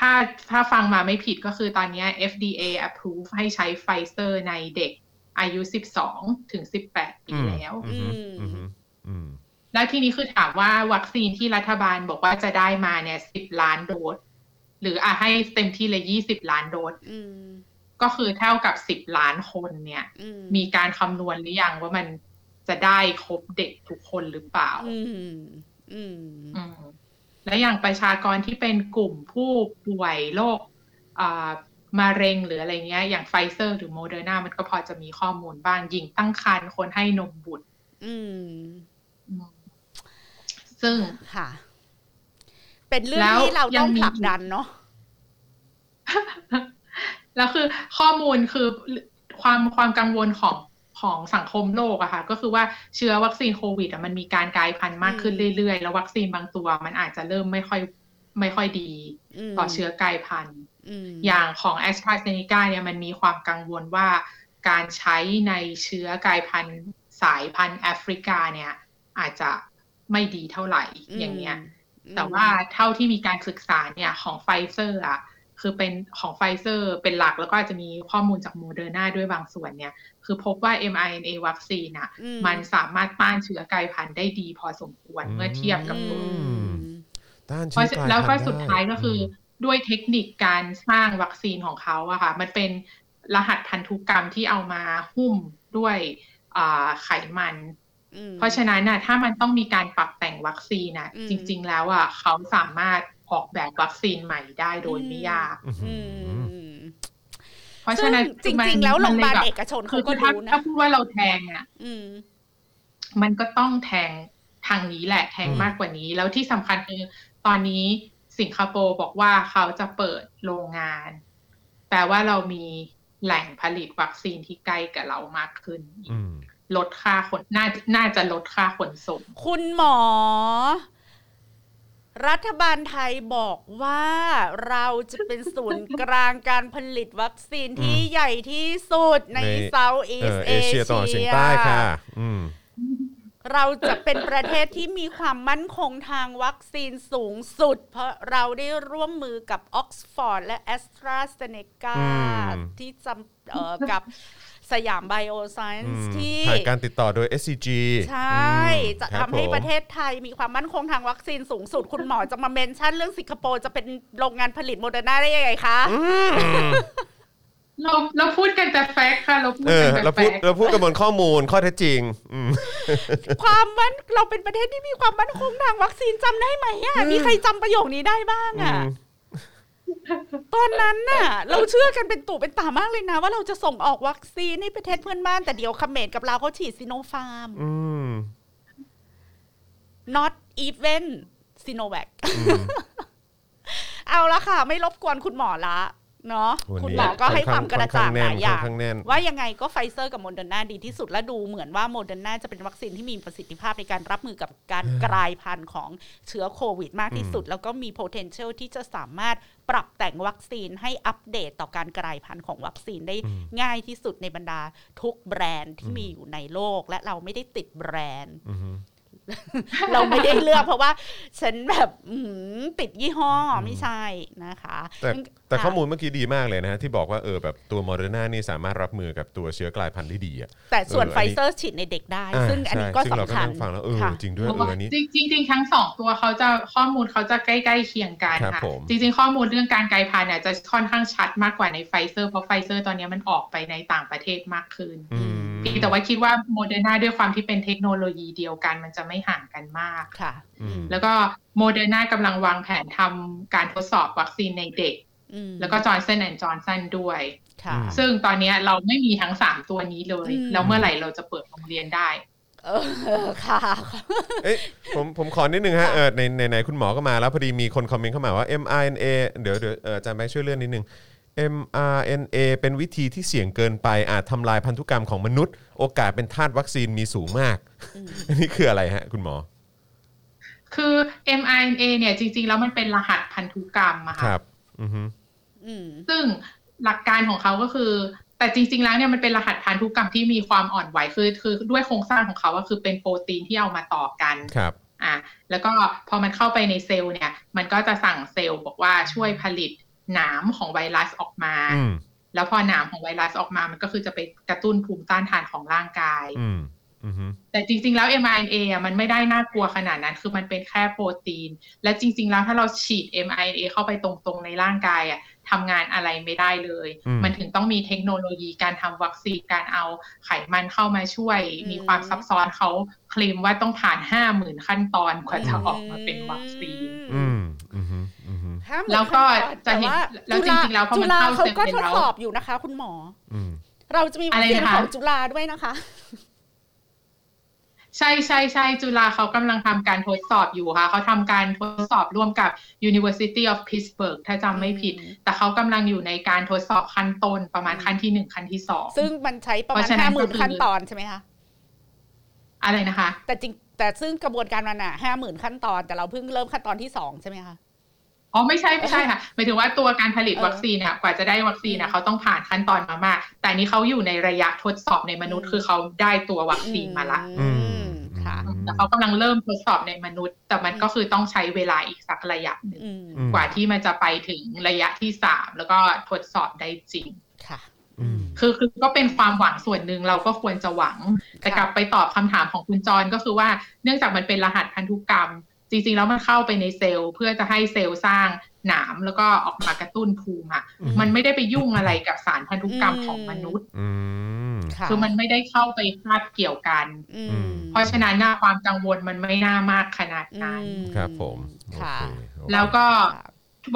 ถ้าถ้าฟังมาไม่ผิดก็คือตอนเนี้ย FDA approve ให้ใช้ไฟเซอร์ในเด็กอายุ 12 ถึง 18 ปีแล้ว
อืมอืมอืม
แล้วทีนี้คือถามว่าวัคซีนที่รัฐบาลบอกว่าจะได้มาเนี่ย 10 ล้านโดส หรืออ่ะให้เต็มที่เลย 20 ล้านโดส
อืม
ก็คือเท่ากับ 10 ล้านคนเนี่ย
อืม
มีการคำนวณหรือยังว่ามันจะได้ครบเด็กทุกคนหรือเปล่า
อืมอืม
อืมและอย่างประชากรที่เป็นกลุ่มผู้ป่วยโรคอ่ามะเร็งหรืออะไรเงี้ย อย่างไฟเซอร์หรือโมเดอร์นามันก็พอจะมีข้อมูลบ้างยิงตั้งครรภ์คนให้นมบุตร
อืม
อืมซึ่ง
ค่ะ เป็นเรื่อง
แล้ว
ที่เราย
ง
ต้อง
มี
ผลักดันเนาะ
แล้วคือข้อมูลคือความความกังวลของของสังคมโลกอะค่ะ ก็คือว่าเชื้อวัคซีนโควิดอะมันมีการกลายพันธุ์มากขึ้นเรื่อยๆ แล้ววัคซีนบางตัว มันอาจจะเริ่มไม่ค่อยไม่ค่อยดี
ม
ต่อเชื้อกลายพันธุ์
อืม
อย่างของ a s t r a z e ซ e c a เนี่ยมันมีความกังวลว่าการใช้ในเชื้อกลายพันธุ์สายพันธุ์แอฟริกาเนี่ยอาจจะไม่ดีเท่าไหร่อย่างเงี้ย
อืม
แต่ว่าเท่าที่มีการศึกษาเนี่ยของไฟเซอร์อ่ะคือเป็นของไฟเซอร์เป็นหลักแล้วก็อาจจะมีข้อมูลจากโมเดอร์นาด้วยบางส่วนเนี่ย คือพบว่า mRNA วัคซีนอ่ะ
อื
มันสามารถต้านเชื้อกลายพันธุ์ได้ดีพอสมควรเมื่อเทียบกับตัว
อืม
ต้าน
เพ
เชื้อ
ราะฉะ
กาย
แล้วก็
พันธุ์
สุด
ไ
ท้ายก็คืออด้วยเทคนิคการสร้างวัคซีนของเขาอะค่ะ มันเป็นรหัสพันธุกรรมที่เอามาหุ้มด้วยอ่าไขมัน
อืม
เพราะฉะนั้นน่ะถ้ามันต้องมีการปรับแต่งวัคซีนน่ะ
อืม
จริง ๆ แล้วอ่ะเขาสามารถออกแบบวัคซีนใหม่ได้โดยไม่ยาก
อืม
อืม
เพราะฉะนั้น
ซึ่ง
มัน
จริง ๆ แล้วโรงพยาบาล
มัน
เอย กชน
แบบคื
เขา
อ
ก็
ถ้า
รู้นะ
ถ้าพูดว่าเราแทงอ่ะ
อืม
มันก็ต้องแทงทางนี้แหละแทงมากกว่านี้ แล้วที่สำคัญคือตอนนี้สิงคโปร์บอกว่าเขาจะเปิดโรงงาน แปลว่าเรามีแหล่งผลิตวัคซีนที่ใกล้กับเรามากขึ้น
อืม
ลดค่าขนน่าน่าจะลดค่าขนส่ง
คุณหมอ รัฐบาลไทยบอกว่าเราจะเป็นศูนย์กลางการผลิตวัคซีนที่ใหญ่ที่สุดใน
ใน
เซาท์อี
เอ
ส
อ
เอ
เอเชี
เชี
ยตะวันออกเฉียงใต้ค่ะ อืม
เราจะเป็นประเทศที่มีความมั่นคงทางวัคซีนสูงสุด เพราะเราได้ร่วมมือกับออกซฟอร์ดและแอสตราเซเนกา
อืม
ที่จำเอ่อกับสยามไบโอไซ
อืม
น์ที่
ผ่านการติดต่อโดย SCG
ใช่
อืม
จะ
ค
ทำ
บ
ให้
ผม
ประเทศไทยมีความมั่นคงทางวัคซีนสูงสุด คุณหมอจะมาเมนชั่นเรื่องสิงคโปร์จะเป็นโรงงานผลิตโมเดอร์นาได้ยังไงคะ
เราเราพูดกันแต่แฟกต์ค่ะ เราพูด
เอ
กั
อน
แต่
เรา
แฟ
พูด
กต์
เราพูดกันบนข้อมูลข้อเท็จจริงอืม
ความมั่นเราเป็นประเทศที่มีความมั่นคงทางวัคซีนจำได้ไหมอ่ะมีใครจำประโยคนี้ได้บ้างอ่ะ
อืม
ตอนนั้นน่ะ เราเชื่อกันเป็นตู่เป็นตามากเลยนะ ว่าเราจะส่งออกวัคซีนให้ประเทศเพื่อนบ้านแต่เดี๋ยวเขมรกับเราวเขาฉีดซิโนฟาร์ม
อืม
not even ซิโนแวค เอาละค่ะ ไม่รบกวนคุณหมอละ เนาะ
วันนี้
คุณหมอก็ให้ความกระจ่างหลายอย่าง
ค่อนข้างแน่น
ว่ายังไงก็ไฟเซอร์กับโมเดอร์นาดีที่สุดและดูเหมือนว่าโมเดอร์นาจะเป็นวัคซีนที่มีประสิทธิภาพในการรับมือกับการกลายพันธุ์ของเชื้อโควิดมากที่สุด แล้วก็มี potential ที่จะสามารถปรับแต่งวัคซีนให้อัปเดตต่อการกลายพันธุ์ของวัคซีนได้ง่ายที่สุดในบรรดาทุกแบรนด์ที่มีอยู่ในโลก และเราไม่ได้ติดแบรนด์
อืม
เราไม่ได้เลือกเพราะว่า ฉันแบบอื้อหือติดยี่ห้อไม่ใช่นะคะ
แต่
งั้น
แต่
ค่ะ
ข้อมูลเมื่อกี้ดีมากเลยนะฮะที่บอกว่าเออแบบตัวโมเดอร์นานี่สามารถรับมือกับตัวเชื้อกลายพันธุ์ได้ดีอ่ะ
แต่ส่วน
เอออั
ไฟ
นนี้
เซอร์ฉีดในเด็กได้
อ่า
ซึ่งอันนี้
ใช่
ก็
ซึ่ง
สำ
เรา
คัญ
นั่งฟังแล้วเออ
ค่ะ
จริงด้วยเอออันนี้
จริงจริงจริงทั้งสองตัวเขาจะข้อมูลเขาจะใกล้ๆเคียงกัน
ครับ
ค่ะ
ผม
จริงๆข้อมูลเรื่องการกลายพันธุ์เนี่ยจะค่อนข้างชัดมากกว่าในไฟเซอร์เพราะไฟเซอร์ตอนนี้มันออกไปในต่างประเทศมากขึ้น
อืม
แต่ว่าคิดว่าโมเดอร์นาด้วยความที่เป็นเทคโนโลยีเดียวกันมันจะไม่ห่างกันมาก
ค่ะ
อืม
แล้วก็โมเดอร์นากำลังวางแผนทำการทดสอบวัคซีนในเด็ก
อืม
แล้วก็จอร์นสันแอนจอร์นสันด้วย
ค่ะ
ซึ่งตอนเนี้ยเราไม่มีทั้ง 3 ตัวนี้เลย
อืม
แล้วเมื่อไหร่เราจะเปิดโรงเรียนได้
เออค่ะ
เอ้ยผมผมขอนิดนึงฮะ
ค่ะ
เออในในในคุณหมอก็มาแล้วพอดีมีคนคอมเมนต์เข้ามาว่า mRNA เดี๋ยวเดี๋ยวเอ่ออาจารย์แบงค์ช่วยเลื่อนนิดนึง mRNA เป็นวิธีที่เสี่ยงเกินไปอาจทำลายพันธุกรรมของมนุษย์ โอกาสเป็นทาสวัคซีนมีสูงมาก อันนี้คืออะไรฮะ คุณหมอ
คือ mRNA เนี่ยจริง ๆ แล้วมันเป็นรหัสพันธุกรรมอะ
ค
ค่ะ
รับ อือฮึ
อืม
ซึ่งหลักการของเขาก็คือ แต่จริง ๆ แล้วเนี่ยมันเป็นรหัสพันธุกรรมที่มีความอ่อนไหวคือคือด้วยโครงสร้างของเขาก็คือเป็นโปรตีนที่เอามาต่อกัน
ครับ
อ่ะแล้วก็พอมันเข้าไปในเซลล์เนี่ย มันก็จะสั่งเซลล์บอกว่าช่วยผลิตหนามของไวรัสออกมา
อืม
แล้วพอหนามของไวรัสออกมา มันก็คือจะไปกระตุ้นภูมิต้านทานของร่างกาย
อืม อือฮึ
แต่จริงๆแล้ว mRNA อ่ะมันไม่ได้น่ากลัวขนาดนั้น คือมันเป็นแค่โปรตีน และจริง ๆ แล้วถ้าเราฉีด mRNA เข้าไปตรงๆในร่างกายอ่ะทำงานอะไรไม่ได้เลย
อืม
มันถึงต้องมีเทคโนโลยีการทำวัคซีนการเอาไขมันเข้ามาช่วย มีความซับซ้อนเขาเคลมว่าต้องผ่าน 5 0,000 ขั้นตอนกว่าจะออกมาเป็นวัคซีน
อืม อือฮึ อือฮึ
ห้าม
แล้วก็จะเห็น
แต่า
แล้วจริงๆแล้วพอมัน
จุฬา
เข้า
เขา
เซลล์
ก็
เป็น
ทด
แล้ว
สอบอยู่นะคะ คุณหมอ
อืม
เราจะมีวัคซีน
อะไรนะคะ
ของจุฬาด้วยนะคะ
ใช่ใช่ใช่จุฬาเขากำลังทำการทดสอบอยู่ค่ะ เขาทำการทดสอบร่วมกับ University of Pittsburgh ถ้าจำไม่ผิด แต่เขากำลังอยู่ในการทดสอบขั้นต้นประมาณขั้นที่หนึ่งขั้นที่สอง
ซึ่งมันใช้ประ
เพ
มาณ
ราะฉะนั้
ห้าน ห
ก็
มื่น
คือ
ขั้นตอนใช่ไหมคะ
อะไรนะคะ
แต่จริงแต่ซึ่งกระบวนการมันอ่ะห้าหมื่นขั้นตอนแต่เราเพิ่งเริ่มขั้นตอนที่สองใช่ไหมคะ
อ๋อไม่ใช่ไม่ใช่ค่ะหมายถึงว่าตัวการผลิตวัคซีนเนี่ยกว่าจะได้วัคซีน
อื
นะ
ม
เขาต้องผ่านขั้นตอนมามาก แต่นี้เขาอยู่ในระยะทดสอบในมนุษย์
อืม
คือเขาได้ตัววัคซีนมาละ
อืมค่ะ
แต่เขากำลังเริ่มทดสอบในมนุษย์ แต่มันก็คือต้องใช้เวลาอีกสักระยะหนึ่ง
อืม
อืม
กว่าที่มันจะไปถึงระยะที่สามแล้วก็ทดสอบได้จริง
ค่ะ
อืม
คือคือก็เป็นความหวังส่วนหนึ่งเราก็ควรจะหวัง แต่กลับไปตอบคำถามของคุณจรก็คือว่าเนื่องจากมันเป็นรหัสพันธุกรรม จริงๆแล้วมันเข้าไปในเซลล์ เพื่อจะให้เซลล์สร้างหนามแล้วก็ออกมากระตุ้นภูมิอะ
อืม
มันไม่ได้ไปยุ่งอะไรกับสารพันธุกรรม
อืม
ของมนุษย์
อืม
ค่ะ
คือมันไม่ได้เข้าไปคาบเกี่ยวกัน
อื
อื
ม
ม
เพราะฉะนั้นหน้าความกังวลมันไม่น่ามากขนาด
อื
นั้น
ม
ครับผม
ค่ะ
โอเคโอเค
แล้วก็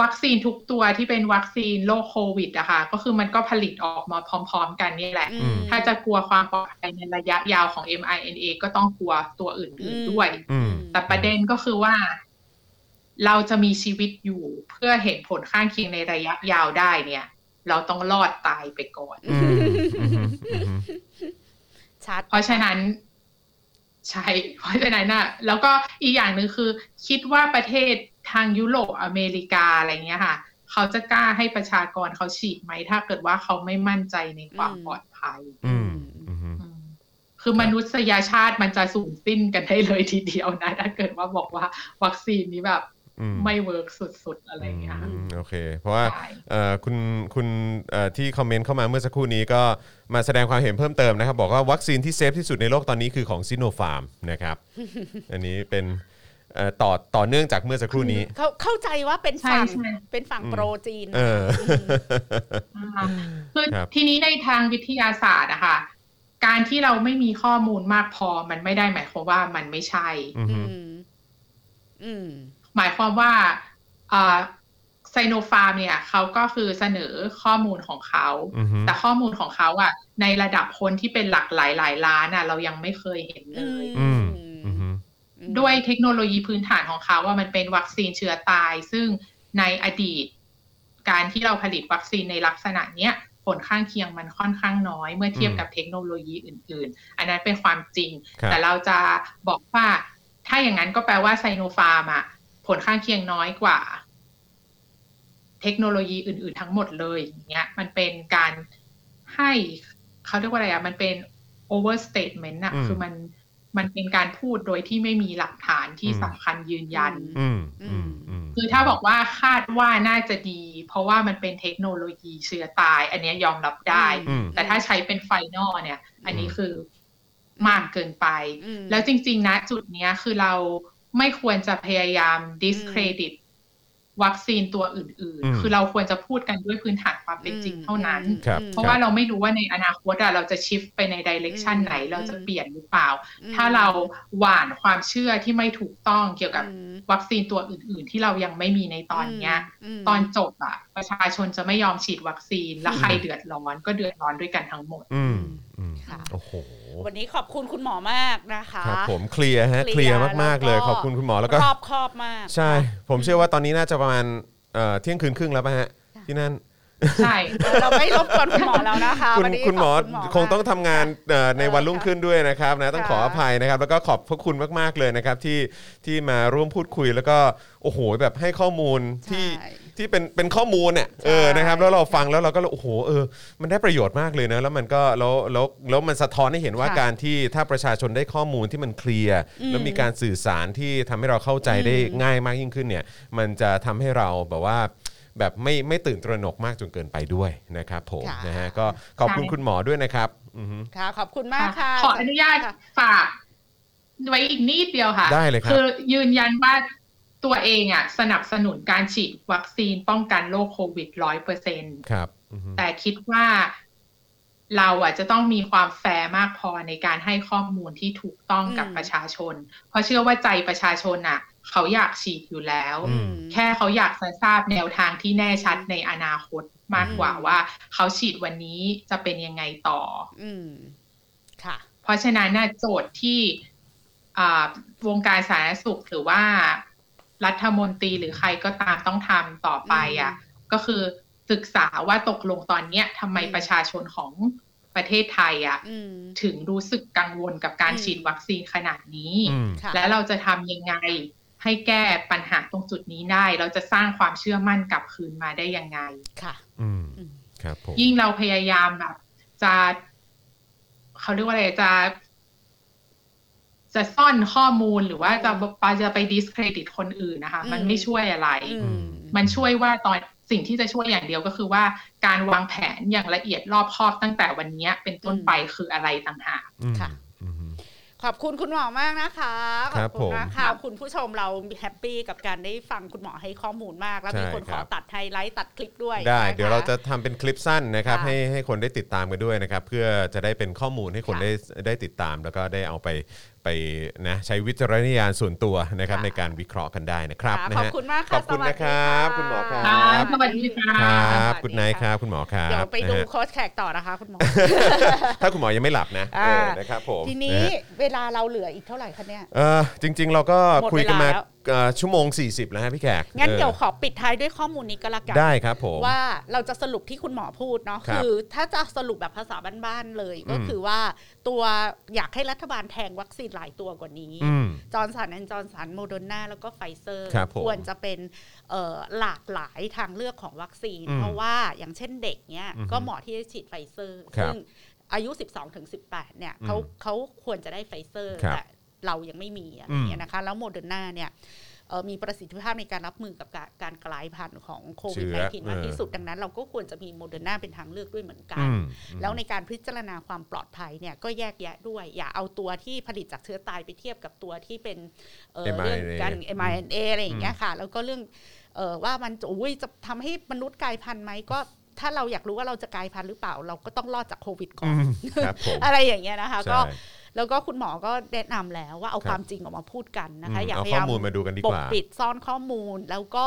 วัคซีนทุกตัวที่เป็นวัคซีนโรคโควิดอะค่ะก็คือมันก็ผลิตออกมาพร้อม ๆ กันนี่แหละ
อืม
ถ้าจะกลัวความปลอดภัยในระยะยาวของ mRNA ก็ต้องกลัวตัวอื่นๆด้วย
อืม
แต่ประเด็นก็คือว่า เราจะมีชีวิตอยู่เพื่อเห็นผลข้างเคียงในระยะยาวได้เนี่ย เราต้องรอดตายไปก่อน
อืมอืมอืม
ชัด
เพราะฉะนั้น ใช่ เพราะฉะนั้นน่ะ แล้วก็อีกอย่างหนึ่งคือ คิดว่าประเทศทางยุโรปอเมริกาอะไรเงี้ยค่ะ เขาจะกล้าให้ประชากรเขาฉีดไหม ถ้าเกิดว่าเขาไม่มั่นใจในความ
อืม
ปลอดภัย
อืมอืม
อืมคือมนุษยชาติมันจะสูญสิ้นกันได้เลยทีเดียวนะ ถ้าเกิดว่าบอกว่าวัคซีนนี้แบบ
อืม
ไม่เวิร์กสุดๆ อะไรอย่างเงี้ยค่ะ
อืมโอเค เพราะว่า
ใช่
เอ่อคุณคุณเอ่อที่คอมเมนต์เข้ามาเมื่อสักครู่นี้ก็มาแสดงความเห็นเพิ่มเติมนะครับ บอกว่าวัคซีนที่เซฟที่สุดในโลกตอนนี้คือของซิโนฟาร์มนะครับ อันนี้เป็นเอ่อต่อต่อเนื่องจากเมื่อสักครู่นี้
เขาเข้าใจว่าเป็นฝั่ง
ใช่ใช่
เป็นฝั่ง
อืม
โปรจีน
เออ
อ่าคือ
ครับ
ทีนี้ในทางวิทยาศาสตร์อะค่ะ การที่เราไม่มีข้อมูลมากพอ มันไม่ได้หมายความว่ามันไม่ใช่
อืม
อืม อืม
หมายความว่าไซโนฟาร์มเนี่ยเขาก็คือเสนอข้อมูลของเขา
อือฮึ
แต่ข้อมูลของเขาอะในระดับคนที่เป็นหลักหลายหลายๆล้านอะเรายังไม่เคยเห็นเลย
อืมอืม
ด้วยเทคโนโลยีพื้นฐานของเขาว่ามันเป็นวัคซีนเชื้อตาย ซึ่งในอดีต การที่เราผลิตวัคซีนในลักษณะเนี้ยผลข้างเคียงมันค่อนข้างน้อย เมื่อเทียบ
อืม
กับเทคโนโลยีอื่น ๆ อันนั้นเป็นความจริง
ครับ
แต่เราจะบอกว่า ถ้าอย่างนั้นก็แปลว่าไซโนฟาร์มอะผลข้างเคียงน้อยกว่า เทคโนโลยีอื่น ๆ ทั้งหมดเลยอย่างเงี้ย มันเป็นการให้เขาเรียกว่าอะไรอะมันเป็น overstatement อะ
อืม
คือมันมันเป็นการพูดโดยที่ไม่มีหลักฐานที่
อืม
สำคัญยืนยัน
อืมอืมม
คือถ้าบอกว่าคาดว่าน่าจะดี เพราะว่ามันเป็นเทคโนโลยีเชื้อตาย อันเนี้ยยอมรับได้
อืม
แต่ถ้าใช้เป็นไฟนอลเนี่ย อันนี้
อืม
คือมากเกินไป
อืม
แล้วจริง ๆ นะ จุดเนี้ยคือเราไม่ควรจะพยายาม discredit วัคซีนตัวอื่น
อืม
ๆ คือเราควรจะพูดกันด้วยพื้นฐานความเป็นจริงเท่านั้น
อืม
ครับ
เพราะว่าเราไม่รู้ว่าในอนาคตอะเราจะชิฟไปในดิเรกชัน
อืม
ไหน เราจะ
อืม
เปลี่ยนหรือเปล่า
อืม
ถ้าเราหว่านความเชื่อที่ไม่ถูกต้องเกี่ยวกับ
อืม
วัคซีนตัวอื่น ๆ ที่เรายังไม่มีในตอนเนี้ย
ม
ตอนจบอะประชาชนจะไม่ยอมฉีดวัคซีน แล้วใครเดือดร้อนก็เดือดร้อนด้วยกันทั้งหมด
อืมอืม
ค่ะ
โอ้โห
วันนี้ขอบคุณคุณหมอมากนะคะ
ครับผมเคลียร์ฮะเคลียร์มาก ๆ เลย
แล้
ข
วก็
อบคุณคุณหมอแล้วก็
รอบคอบมาก
ใช่ ผมเชื่อว่าตอนนี้น่าจะประมาณเอ่อเที่ยงคืนครึ่งแล้วป่ะฮะ ที่นั่น
ใช่
เราไม่รบกวนคุณหมอแล้วนะคะ
คุณ
วันนี้
คุณหมอ
ขบ
คงต้อง
มาก
ทำงานเอ่อใน
เออ
วันรุ่งขึ้นด้วยนะครับนะต้อง
ค่ะ
ขออภัยนะครับ แล้วก็ขอบพระคุณมากๆเลยนะครับที่ที่มาร่วมพูดคุยแล้วก็โอ้โหแบบให้ข้อมูลที่
ใช่
ที่เป็นเป็นข้อมูลเนี่ยเออ
ใช่
นะครับแล้วเราฟังแล้วเราก็โอ้โหเออมันได้ประโยชน์มากเลยนะแล้วมันก็แล้วแล้วแล้วมันสะท้อนให้เห็นว่า
ค่ะ
การที่ถ้าประชาชนได้ข้อมูลที่มันเคลียร์แล้วมีการสื่อสารที่ทำให้เราเข้าใจได้ง่ายมากยิ่งขึ้นเนี่ย มันจะทำให้เราแบบว่าแบบไม่ไม่ตื่นตระหนกมากจนเกินไปด้วยนะครับผม
ค่ะ
นะฮะก็ ขอบคุณ
ใช่
คุณหมอด้วยนะครับอือฮึ
ค่ะ ขอบคุณมากค่ะ
ขออนุญาต
ค่ะ
ฝาก ไว้อีกนิดเดียวค่ะ
ได้เลยครับ
คือยืนยันว่าตัวเองอ่ะ สนับสนุนการฉีดวัคซีนป้องกันโรคโควิดร้อยเปอร์เซ็น
ครับอือฮึ
แต่คิดว่าเราอ่ะจะต้องมีความแฟร์มากพอในการให้ข้อมูลที่ถูกต้องกับ
อืม
ประชาชน เพราะเชื่อว่าใจประชาชนอ่ะ เขาอยากฉีดอยู่แล้ว
อืม
แค่เขาอยากจะทราบแนวทางที่แน่ชัดในอนาคตมากกว่า
อืม
ว่า เขาฉีดวันนี้จะเป็นยังไงต่อ
อืมค่ะ
เพราะฉะนั้นน่ะโจทย์ที่อ่าวงการสาธารณสุขหรือว่ารัฐมนตรีหรือใครก็ตามต้องทำต่อไปอ่ะ ก็คือศึกษาว่าตกลงตอนเนี้ยทำไม
อืม
ประชาชนของประเทศไทยอ่ะ
อืม
ถึงรู้สึกกังวลกับการ
อืม
ฉีดวัคซีนขนาดนี้
อืม
ค่ะ
และเราจะทำยังไง ให้แก้ปัญหาตรงจุดนี้ได้ เราจะสร้างความเชื่อมั่นกลับคืนมาได้ยังไง
ค่ะ
อืม
อืม
ครับผม
ยิ่งเราพยายามแบบ จะเขาเรียกว่าอะไรจะ จะซ่อนข้อมูลหรือว่าจะปาจะไปดิสเครดิตคนอื่นนะคะ มันไม่ช่วยอะไร
อืม
มันช่วยว่าตอนสิ่งที่จะช่วยอย่างเดียวก็คือว่าการวางแผนอย่างละเอียดรอบคอบตั้งแต่วันเนี้ยเป็นต้นไปคืออะไรต่างหาก
อืม
ค่ะ
อืม
ขอบคุณคุณหมอมากนะคะข
ครั
อ
บบ ผ
คุณ
ม
นะคะคุณผู้ชมเราแฮปปี้กับการได้ฟังคุณหมอให้ข้อมูลมาก แล้วมี
ใช่
คนข
ครั
อบ ตัดไฮไลท์ตัดคลิปด้วย
ได้
นค
เดี๋ยวเราจะทำเป็นคลิปสั้นนะครับ
ค่ะ
ให้ให้คนได้ติดตามกันด้วยนะครับ เพื่อจะได้เป็นข้อมูลให้คน
ค่ะ
ได้ได้ติดตาม แล้วก็ได้เอาไปไปนะใช้วิจารณญาณส่วนตัวนะครับ
ค่ะ
ในการวิเคราะห์กันได้นะครับ
ค่ะ
นะ
ขอบ
ฮะ
คุณมาก
ข
ค่ะ
อบคุณ
สวัส
นะ
ดี
ครับคุณหมอครับ
ครับสวัสดีค่ะ
ครับ
สวัสดี
คุณนายครับคุณหมอครับ
เดี๋ยวไปดู
นะ ฮะ
โค้ชแขกต่อนะคะ คุณหมอ
ถ้าคุณหมอยังไม่หลับนะ
อ่า
เออนะครับผม
ทีนี้
ะฮะ
เวลาเราเหลืออีกเท่าไหร่คะเนี่ย
เออจริง ๆ เราก็
หมด
คุยกันมา
เวลาแล้ว
เอ่อชั่วโมง 40 แล้วฮะพี่แขก
งั้น
ออ
เดี๋ยวขอปิดท้ายด้วยข้อมูลนี้ก็แล้วกัน
ได้ครับผม
ว่าเราจะสรุปที่คุณหมอพูดเนาะ
ครับ
คือถ้าจะสรุปแบบภาษาบ้านๆเลย ก็
อืม
คือว่าตัวอยากให้รัฐบาลแทงวัคซีนหลายตัวกว่านี้
อืม
จอร์นสันแอนจอร์นสันโมเดอร์นาแล้วก็ไฟเซอร์
ครับผม
ควรจะเป็นเอ่อหลากหลายทางเลือกของวัคซีน
อืม
เพราะว่าอย่างเช่นเด็กเนี่ย
อือฮึ
ก็เหมาะที่จะฉีดไฟเซอร์
ครับ
ซึ่งอายุ 12ถึง18เนี่ยเขา
อืม
เขาควรจะได้ไฟเซอร์
ครับ
แต่เรายังไม่มีอะไรอย่างเงี้ยนะคะ แล้วโมเดอร์นาเนี่ยเอ่อมีประสิทธิภาพในการรับมือกับการการกลายพันธุ์ของโควิด
เชื้อ
-19 มากที่สุดดังนั้น เราก็ควรจะมีโมเดอร์นาเป็นทางเลือกด้วยเหมือนกั
อื
น
ม
แล้วในการพิจารณาความปลอดภัยเนี่ยก็แยกแยะด้วย อย่าเอาตัวที่ผลิตจากเชื้อตายไปเทียบกับตัวที่เป็นเอ่อ
mRNA
เรื่องการ mRNA อะไรอย่างเงี้
อื
ย
ม
ค่ะ แล้วก็เรื่องเอ่อว่ามันจะอุ้ยจะทำให้มนุษย์กลายพันธุ์ไหมก็ถ้าเราอยากรู้ว่าเราจะกลายพันธุ์หรือเปล่า เราก็ต้องรอดจากโควิดก่อน
อืมครับผม
อะไรอย่างเงี้ยนะคะก็
ใช่
แล้วก็คุณหมอก็แนะนำแล้วว่าเอาความจริงออกมาพูดกันนะคะ
อืม
อย่า
เอา
พ
ข้อย
ยาาม
มูลมาดูกันดี
ป
ก
ก
ว่า
ปิดซ่อนข้อมูลแล้วก็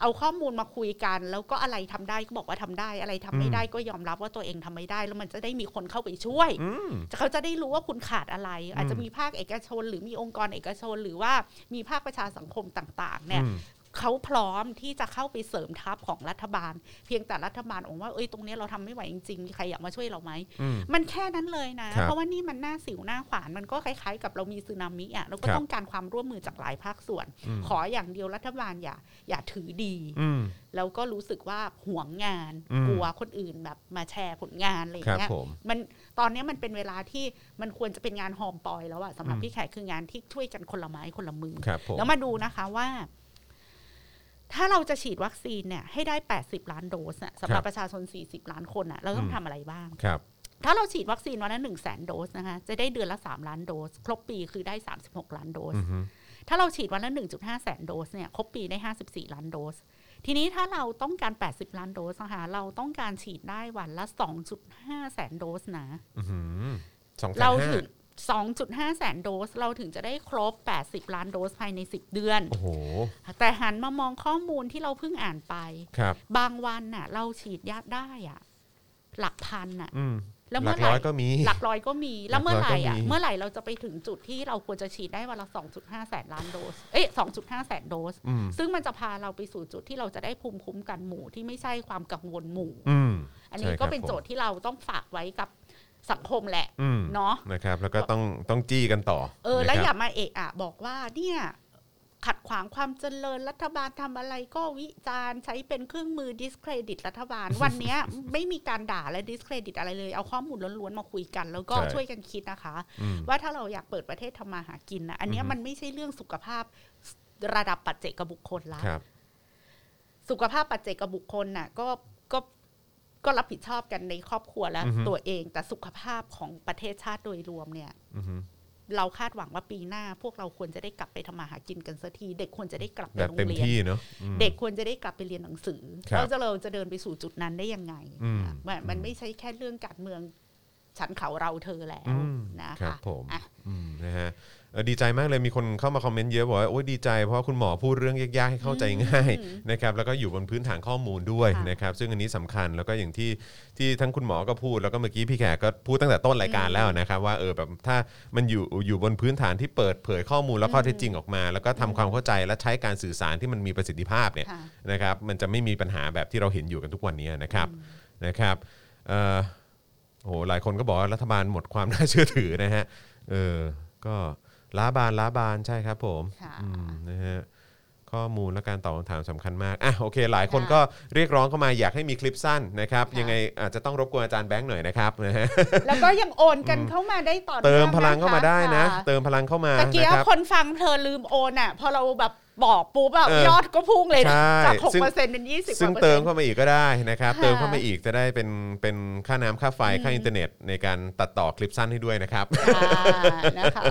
เอาข้อมูลมาคุยกัน แล้วก็อะไรทำได้ก็บอกว่าทำได้ อะไรทำไม่ได้ก็ยอมรับว่าตัวเองทำไม่ได้ แล้วมันจะได้มีคนเข้าไปช่วย
อืม
เขาจะได้รู้ว่าคุณขาดอะไร อาจจะมีภาคเอกชน หรือมีองค์กรเอกชน หรือว่ามีภาคประชาสังคมต่างๆเนี่ย
อืม
เขาพร้อมที่จะเข้าไปเสริมทัพของรัฐบาล เพียงแต่รัฐบาลองว่าเอ้ยตรงเนี้ยเราทำไม่ไหวจริงๆมีใครอยากมาช่วยเราไหม
อืม
มันแค่นั้นเลยนะ
ครับ
เพราะว่านี่มันหน้าสิวหน้าขวาน มันก็คล้ายๆกับเรามีสึนามิอ่ะเราก็
ครับ
ต้องการความร่วมมือจากหลายภาคส่วน
อืม
ขออย่างเดียวรัฐบาลอย่าอย่าถือดี
อืม
แล้วก็รู้สึกว่าห่วงงาน
อืม
กลัวคนอื่นแบบมาแชร์ผลงานอะไรอย่า
ครับ
งเงี้ย
ผม
มันตอนเนี้ยมันเป็นเวลาที่มันควรจะเป็นงานหอมปอยแล้วอะสำหรับ
อืม
พี่แขกคืองานที่ช่วยกันคนละไม้คนละมือ
ครับผม
แล้วมาดูนะคะว่า ถ้าเราจะฉีดวัคซีนเนี่ยให้ได้ 80 ล้านโดสน่ะสำห
ค
รั
รับ บ
ประชาชน 40 ล้านคนน่ะเราต้อง
อืม
ทำอะไรบ้าง
ครับ
ถ้าเราฉีดวัคซีนวันละหนึ่งแสนโดสนะคะ จะได้เดือนละ 3 ล้านโดส ครบปีคือได้ 36 ล้านโดส
อือฮึ
ถ้าเราฉีดวันละ 1.5 แสนโดสเนี่ยครบปีได้ 54 ล้านโดส ทีนี้ถ้าเราต้องการ 80 ล้านโดสนะคะเราต้องการฉีดได้วันละ 2.5 แสนโดสนะ
อื้อหือสองแสน
เรา
ห้า
ถึง 2.5 แสนโดส เราถึงจะได้ครบ 80 ล้านโดสภายใน 10 เดือน
โอ้โห
แต่หันมามองข้อมูลที่เราเพิ่งอ่านไป
ครับ
บางวันน่ะเราฉีดยาได้อะหลักพันน่ะ
อืม
แล้ว
หลั
เมื่
ก
อไห
ร้
ร่
อยก็มี
หลักร้อยก็มีแล้
ห
ว
ลั
เมื่
ก
อ
ร้
ไห
อย
ร่
ก็
อ่ะ
มี
เมื่อไหร่เราจะไปถึงจุดที่เราควรจะฉีดได้วันละ 2.5 แสนล้านโดส เอ๊ะ2.5 แสนโดส
อืม
ซึ่งมันจะพาเราไปสู่จุดที่เราจะได้ภูมิคุ้มกันหมู่ที่ไม่ใช่ความกังวลหมู่
อืม
อันนี้
ใช่
ก็
ครับ
เป็นโจท
ผม
ย์ที่เราต้องฝากไว้กับสังคมแหละ
อืม
เนาะ
นะครับ แล้วก็ต้องต้องจี้กันต่อ
เออ แล้ว
นะ
อ
ครับ
ย่ามาเอะอะบอกว่าเนี่ยขัดขวางความเจริญรัฐบาลทำอะไรก็วิจารณ์ใช้เป็นเครื่องมือดิสเครดิตรัฐบา ล วันเนี้ยไม่มีการด่าและดิสเครดิตอะไรเลย เอาข้อมูลล้วนๆมาคุยกัน แล้วก็ช่วยกันคิดนะคะ
อืม
ว่าถ้าเราอยากเปิดประเทศทำมาหากินนะอันเนี้ย
อือฮึ
มันไม่ใช่เรื่องสุขภาพระดับปัจเจกบุคคลละ
ครับ
สุขภาพปัจเจกบุคคลน่ะก็ก็ก็รับผิดชอบกันในครอบครัวและ
อือฮึ
ตัวเองแต่สุขภาพของประเทศชาติโดยรวมเนี่ย
อือหือ
เราคาดหวังว่าปีหน้า พวกเราควรจะได้กลับไปทำมาหากินกันสักที เด็กควรจะได้กลับไป
แบบ
โรง
เต็ม
เรียน
ที่เนาะอืม
เด็กควรจะได้กลับไปเรียนหนังสือ
ครับ
เราจะเราจะเดินไปสู่จุดนั้นได้ยังไง
อืม
อ่ะมันมันไม่ใช่แค่เรื่องการเมืองฉันเขาเราเธอแล้
อื
ว
ม
นะครับ คะ
ผม
อ่ะ
อืมนะฮะเออดีใจมากเลยมีคนเข้ามาคอมเมนต์เยอะบอกว่าโอ้ยดีใจเพราะว่าคุณหมอพูดเรื่องยากๆให้เข้าใจง่าย
อืม
นะครับแล้วก็อยู่บนพื้นฐานข้อมูลด้วย
ค่ะ
นะครับซึ่งอันนี้สำคัญแล้วก็อย่างที่ที่ทั้งคุณหมอก็พูดแล้วก็เมื่อกี้พี่แขกก็พูดตั้งแต่ต้นรายการ
อืม
แล้วนะครับว่าเออแบบถ้ามันอยู่อยู่บนพื้นฐานที่เปิดเผยข้อมูลและข้อเท็จจริงออกมา แล้วก็ทำความเข้าใจและใช้การสื่อสารที่มันมีประสิทธิภาพเนี่ย
ค่ะ
นะครับมันจะไม่มีปัญหาแบบที่เราเห็นอยู่กันทุกวันนี้นะครับนะครับเอ่อ โอ้โหหลายคนก็บอกว่ารัฐบาลหมดความน่าเชื่อถือนะฮะ เออ ก็ ล้าบานล้าบานใช่ครับผม
ค่ะ
อืมนะฮะข้อมูลและการตอบคำถามสำคัญมากอ่ะโอเค หลายคนก็เรียกร้องเข้ามาอยากให้มีคลิปสั้นนะครับ ยังไงอาจจะต้องรบกวนอาจารย์แบงค์หน่อยนะครับนะฮะ
แล้วก็ยังโอนกันเข้ามาได้ต่อนื่อง
เติมพลังเข้ามาได้นะ
ค่
เติมพลังเข้ามา
ตะเกีย
นะครับ
คนฟังเธอลืมโอนอ่ะ พอเราแบบบอกปุ๊บแบบ
เออย
อดก็พุ่งเลยนะ
ใช่
จากหก
ซึ่ง
เปอร์เซ็นต์เป็นยี่สิบ
ซึ่ง
กว่าปอร์
เติ
ซ็
ม
น
เข้ามาอีกก็ได้นะครับ
ค่ะ
เติมเข้ามาอีกจะได้เป็นเป็นค่าน้ำค่าไฟ ค่า
อืม
อินเทอร์เน็ตในการตัดต่อคลิปสั้นให้ด้วยนะครับ
อ่านะคะ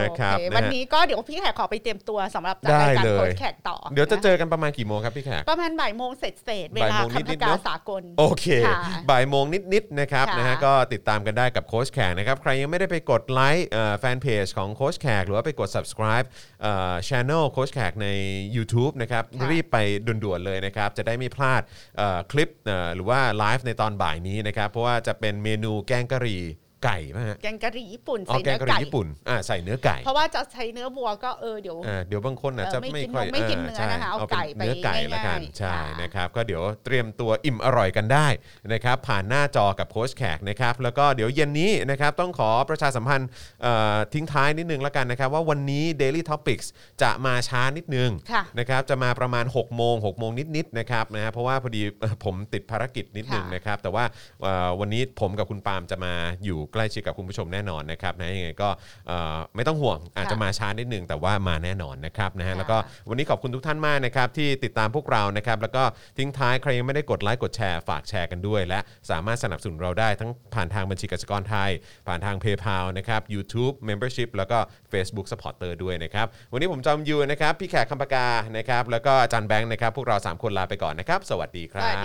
นะครับ
โอ
นะ
เค
ฮะ
วันนี้ก็เดี๋ยวพี่แขกขอไปเตรียมตัวสำหรับจัด
ได้
รายการ
เลย
โค้ชแขกต่อ
เดี๋ยวจะเจ
น
อกันประมาณกี่โมงครับพี่แขก
ประมาณบ่ายโมงเสร็จเสร็จๆเวลา
บ่ายโมง
คำ
นิ
พ
ดๆ
กา
เนอะ
สากล
โอเค
ค่ะ
บ่ายโมงนิด ๆ นะครับ
ค่ะ
นะฮะ ก็ติดตามกันได้กับโค้ชแขกนะครับ ใครยังไม่ได้ไปกดไลค์แฟนเพจของโค้ชแขก หรือว่าไปกด subscribe เอ่อ channel โค้ชแขกใน YouTube นะครับ
ค่ะ
รีบไปด่วน ๆ เลยนะครับ จะได้ไม่พลาดเอ่อคลิปเอ่อหรือว่าไลฟ์ในตอนบ่ายนี้นะครับ เพราะว่าจะเป็นเมนูแกงกะหรี่ไก่ไหมฮะ
แกงกะหรี่ญี่ปุ่น
อ๋อ
ใส่
แก
เนื้อก
งะห
ไก่
รี่ญี่ปุ่นอ่าใส่เนื้อไก่
เพราะว่าจะใช้เนื้อวัวก็เออเดี๋ยว
เออเดี๋ยวบางคนอาจ
เออ
จะ
ไม่
ไม่
กิน
ค่อย
นมไม่กินเนื้อ
ใช่
นะคะเอา
เอาเป็น
ไก่ไป
เนื้อไก่ละกัน
ง่ายๆ
ใช่
ค่ะ
นะครับก็เดี๋ยวเตรียมตัวอิ่มอร่อยกันได้นะครับผ่านหน้าจอกับโค้ชแขกนะครับแล้วก็เดี๋ยวเย็นนี้นะครับต้องขอประชาสัมพันธ์เอ่อทิ้งท้ายนิดนึงละกันนะครับว่าวันนี้ Daily Topics จะมาช้านิดนึง
ค่ะ
นะครับจะมาประมาณ 6 โมง 6 โมงนิดๆนะครับนะฮะเพราะว่าพอดี เอ่อผมติดภารกิจนิดนึง
ค่ะ
นะ นะครับแต่ว่าเอ่อวันนี้ผมกับคุณปาล์มจะมาอยู่ใกล้ชิดกับคุณผู้ชมแน่นอนนะครับนะยังไงก็เอ่อไม่ต้องห่วงอาจจะมาช้านิดนึงแต่ว่ามาแน่นอนนะครับนะฮะ
ค่ะ
แล้วก็วันนี้ขอบคุณทุกท่านมากนะครับที่ติดตามพวกเรานะครับแล้วก็ทิ้งท้ายใครยังไม่ได้กดไลค์กดแชร์ฝากแชร์กันด้วย และสามารถสนับสนุนเราได้ทั้งผ่านทางบัญชีกสิกรไทย ผ่านทาง PayPal นะครับ YouTube Membership แล้วก็ Facebook Supporter ด้วยนะครับวันนี้ผมจอมยูนะครับพี่แขกคำปากานะครับแล้วก็อาจารย์แบงค์นะครับพวกเราสามคนลาไปก่อนนะครับสวัสดีครับ
ะ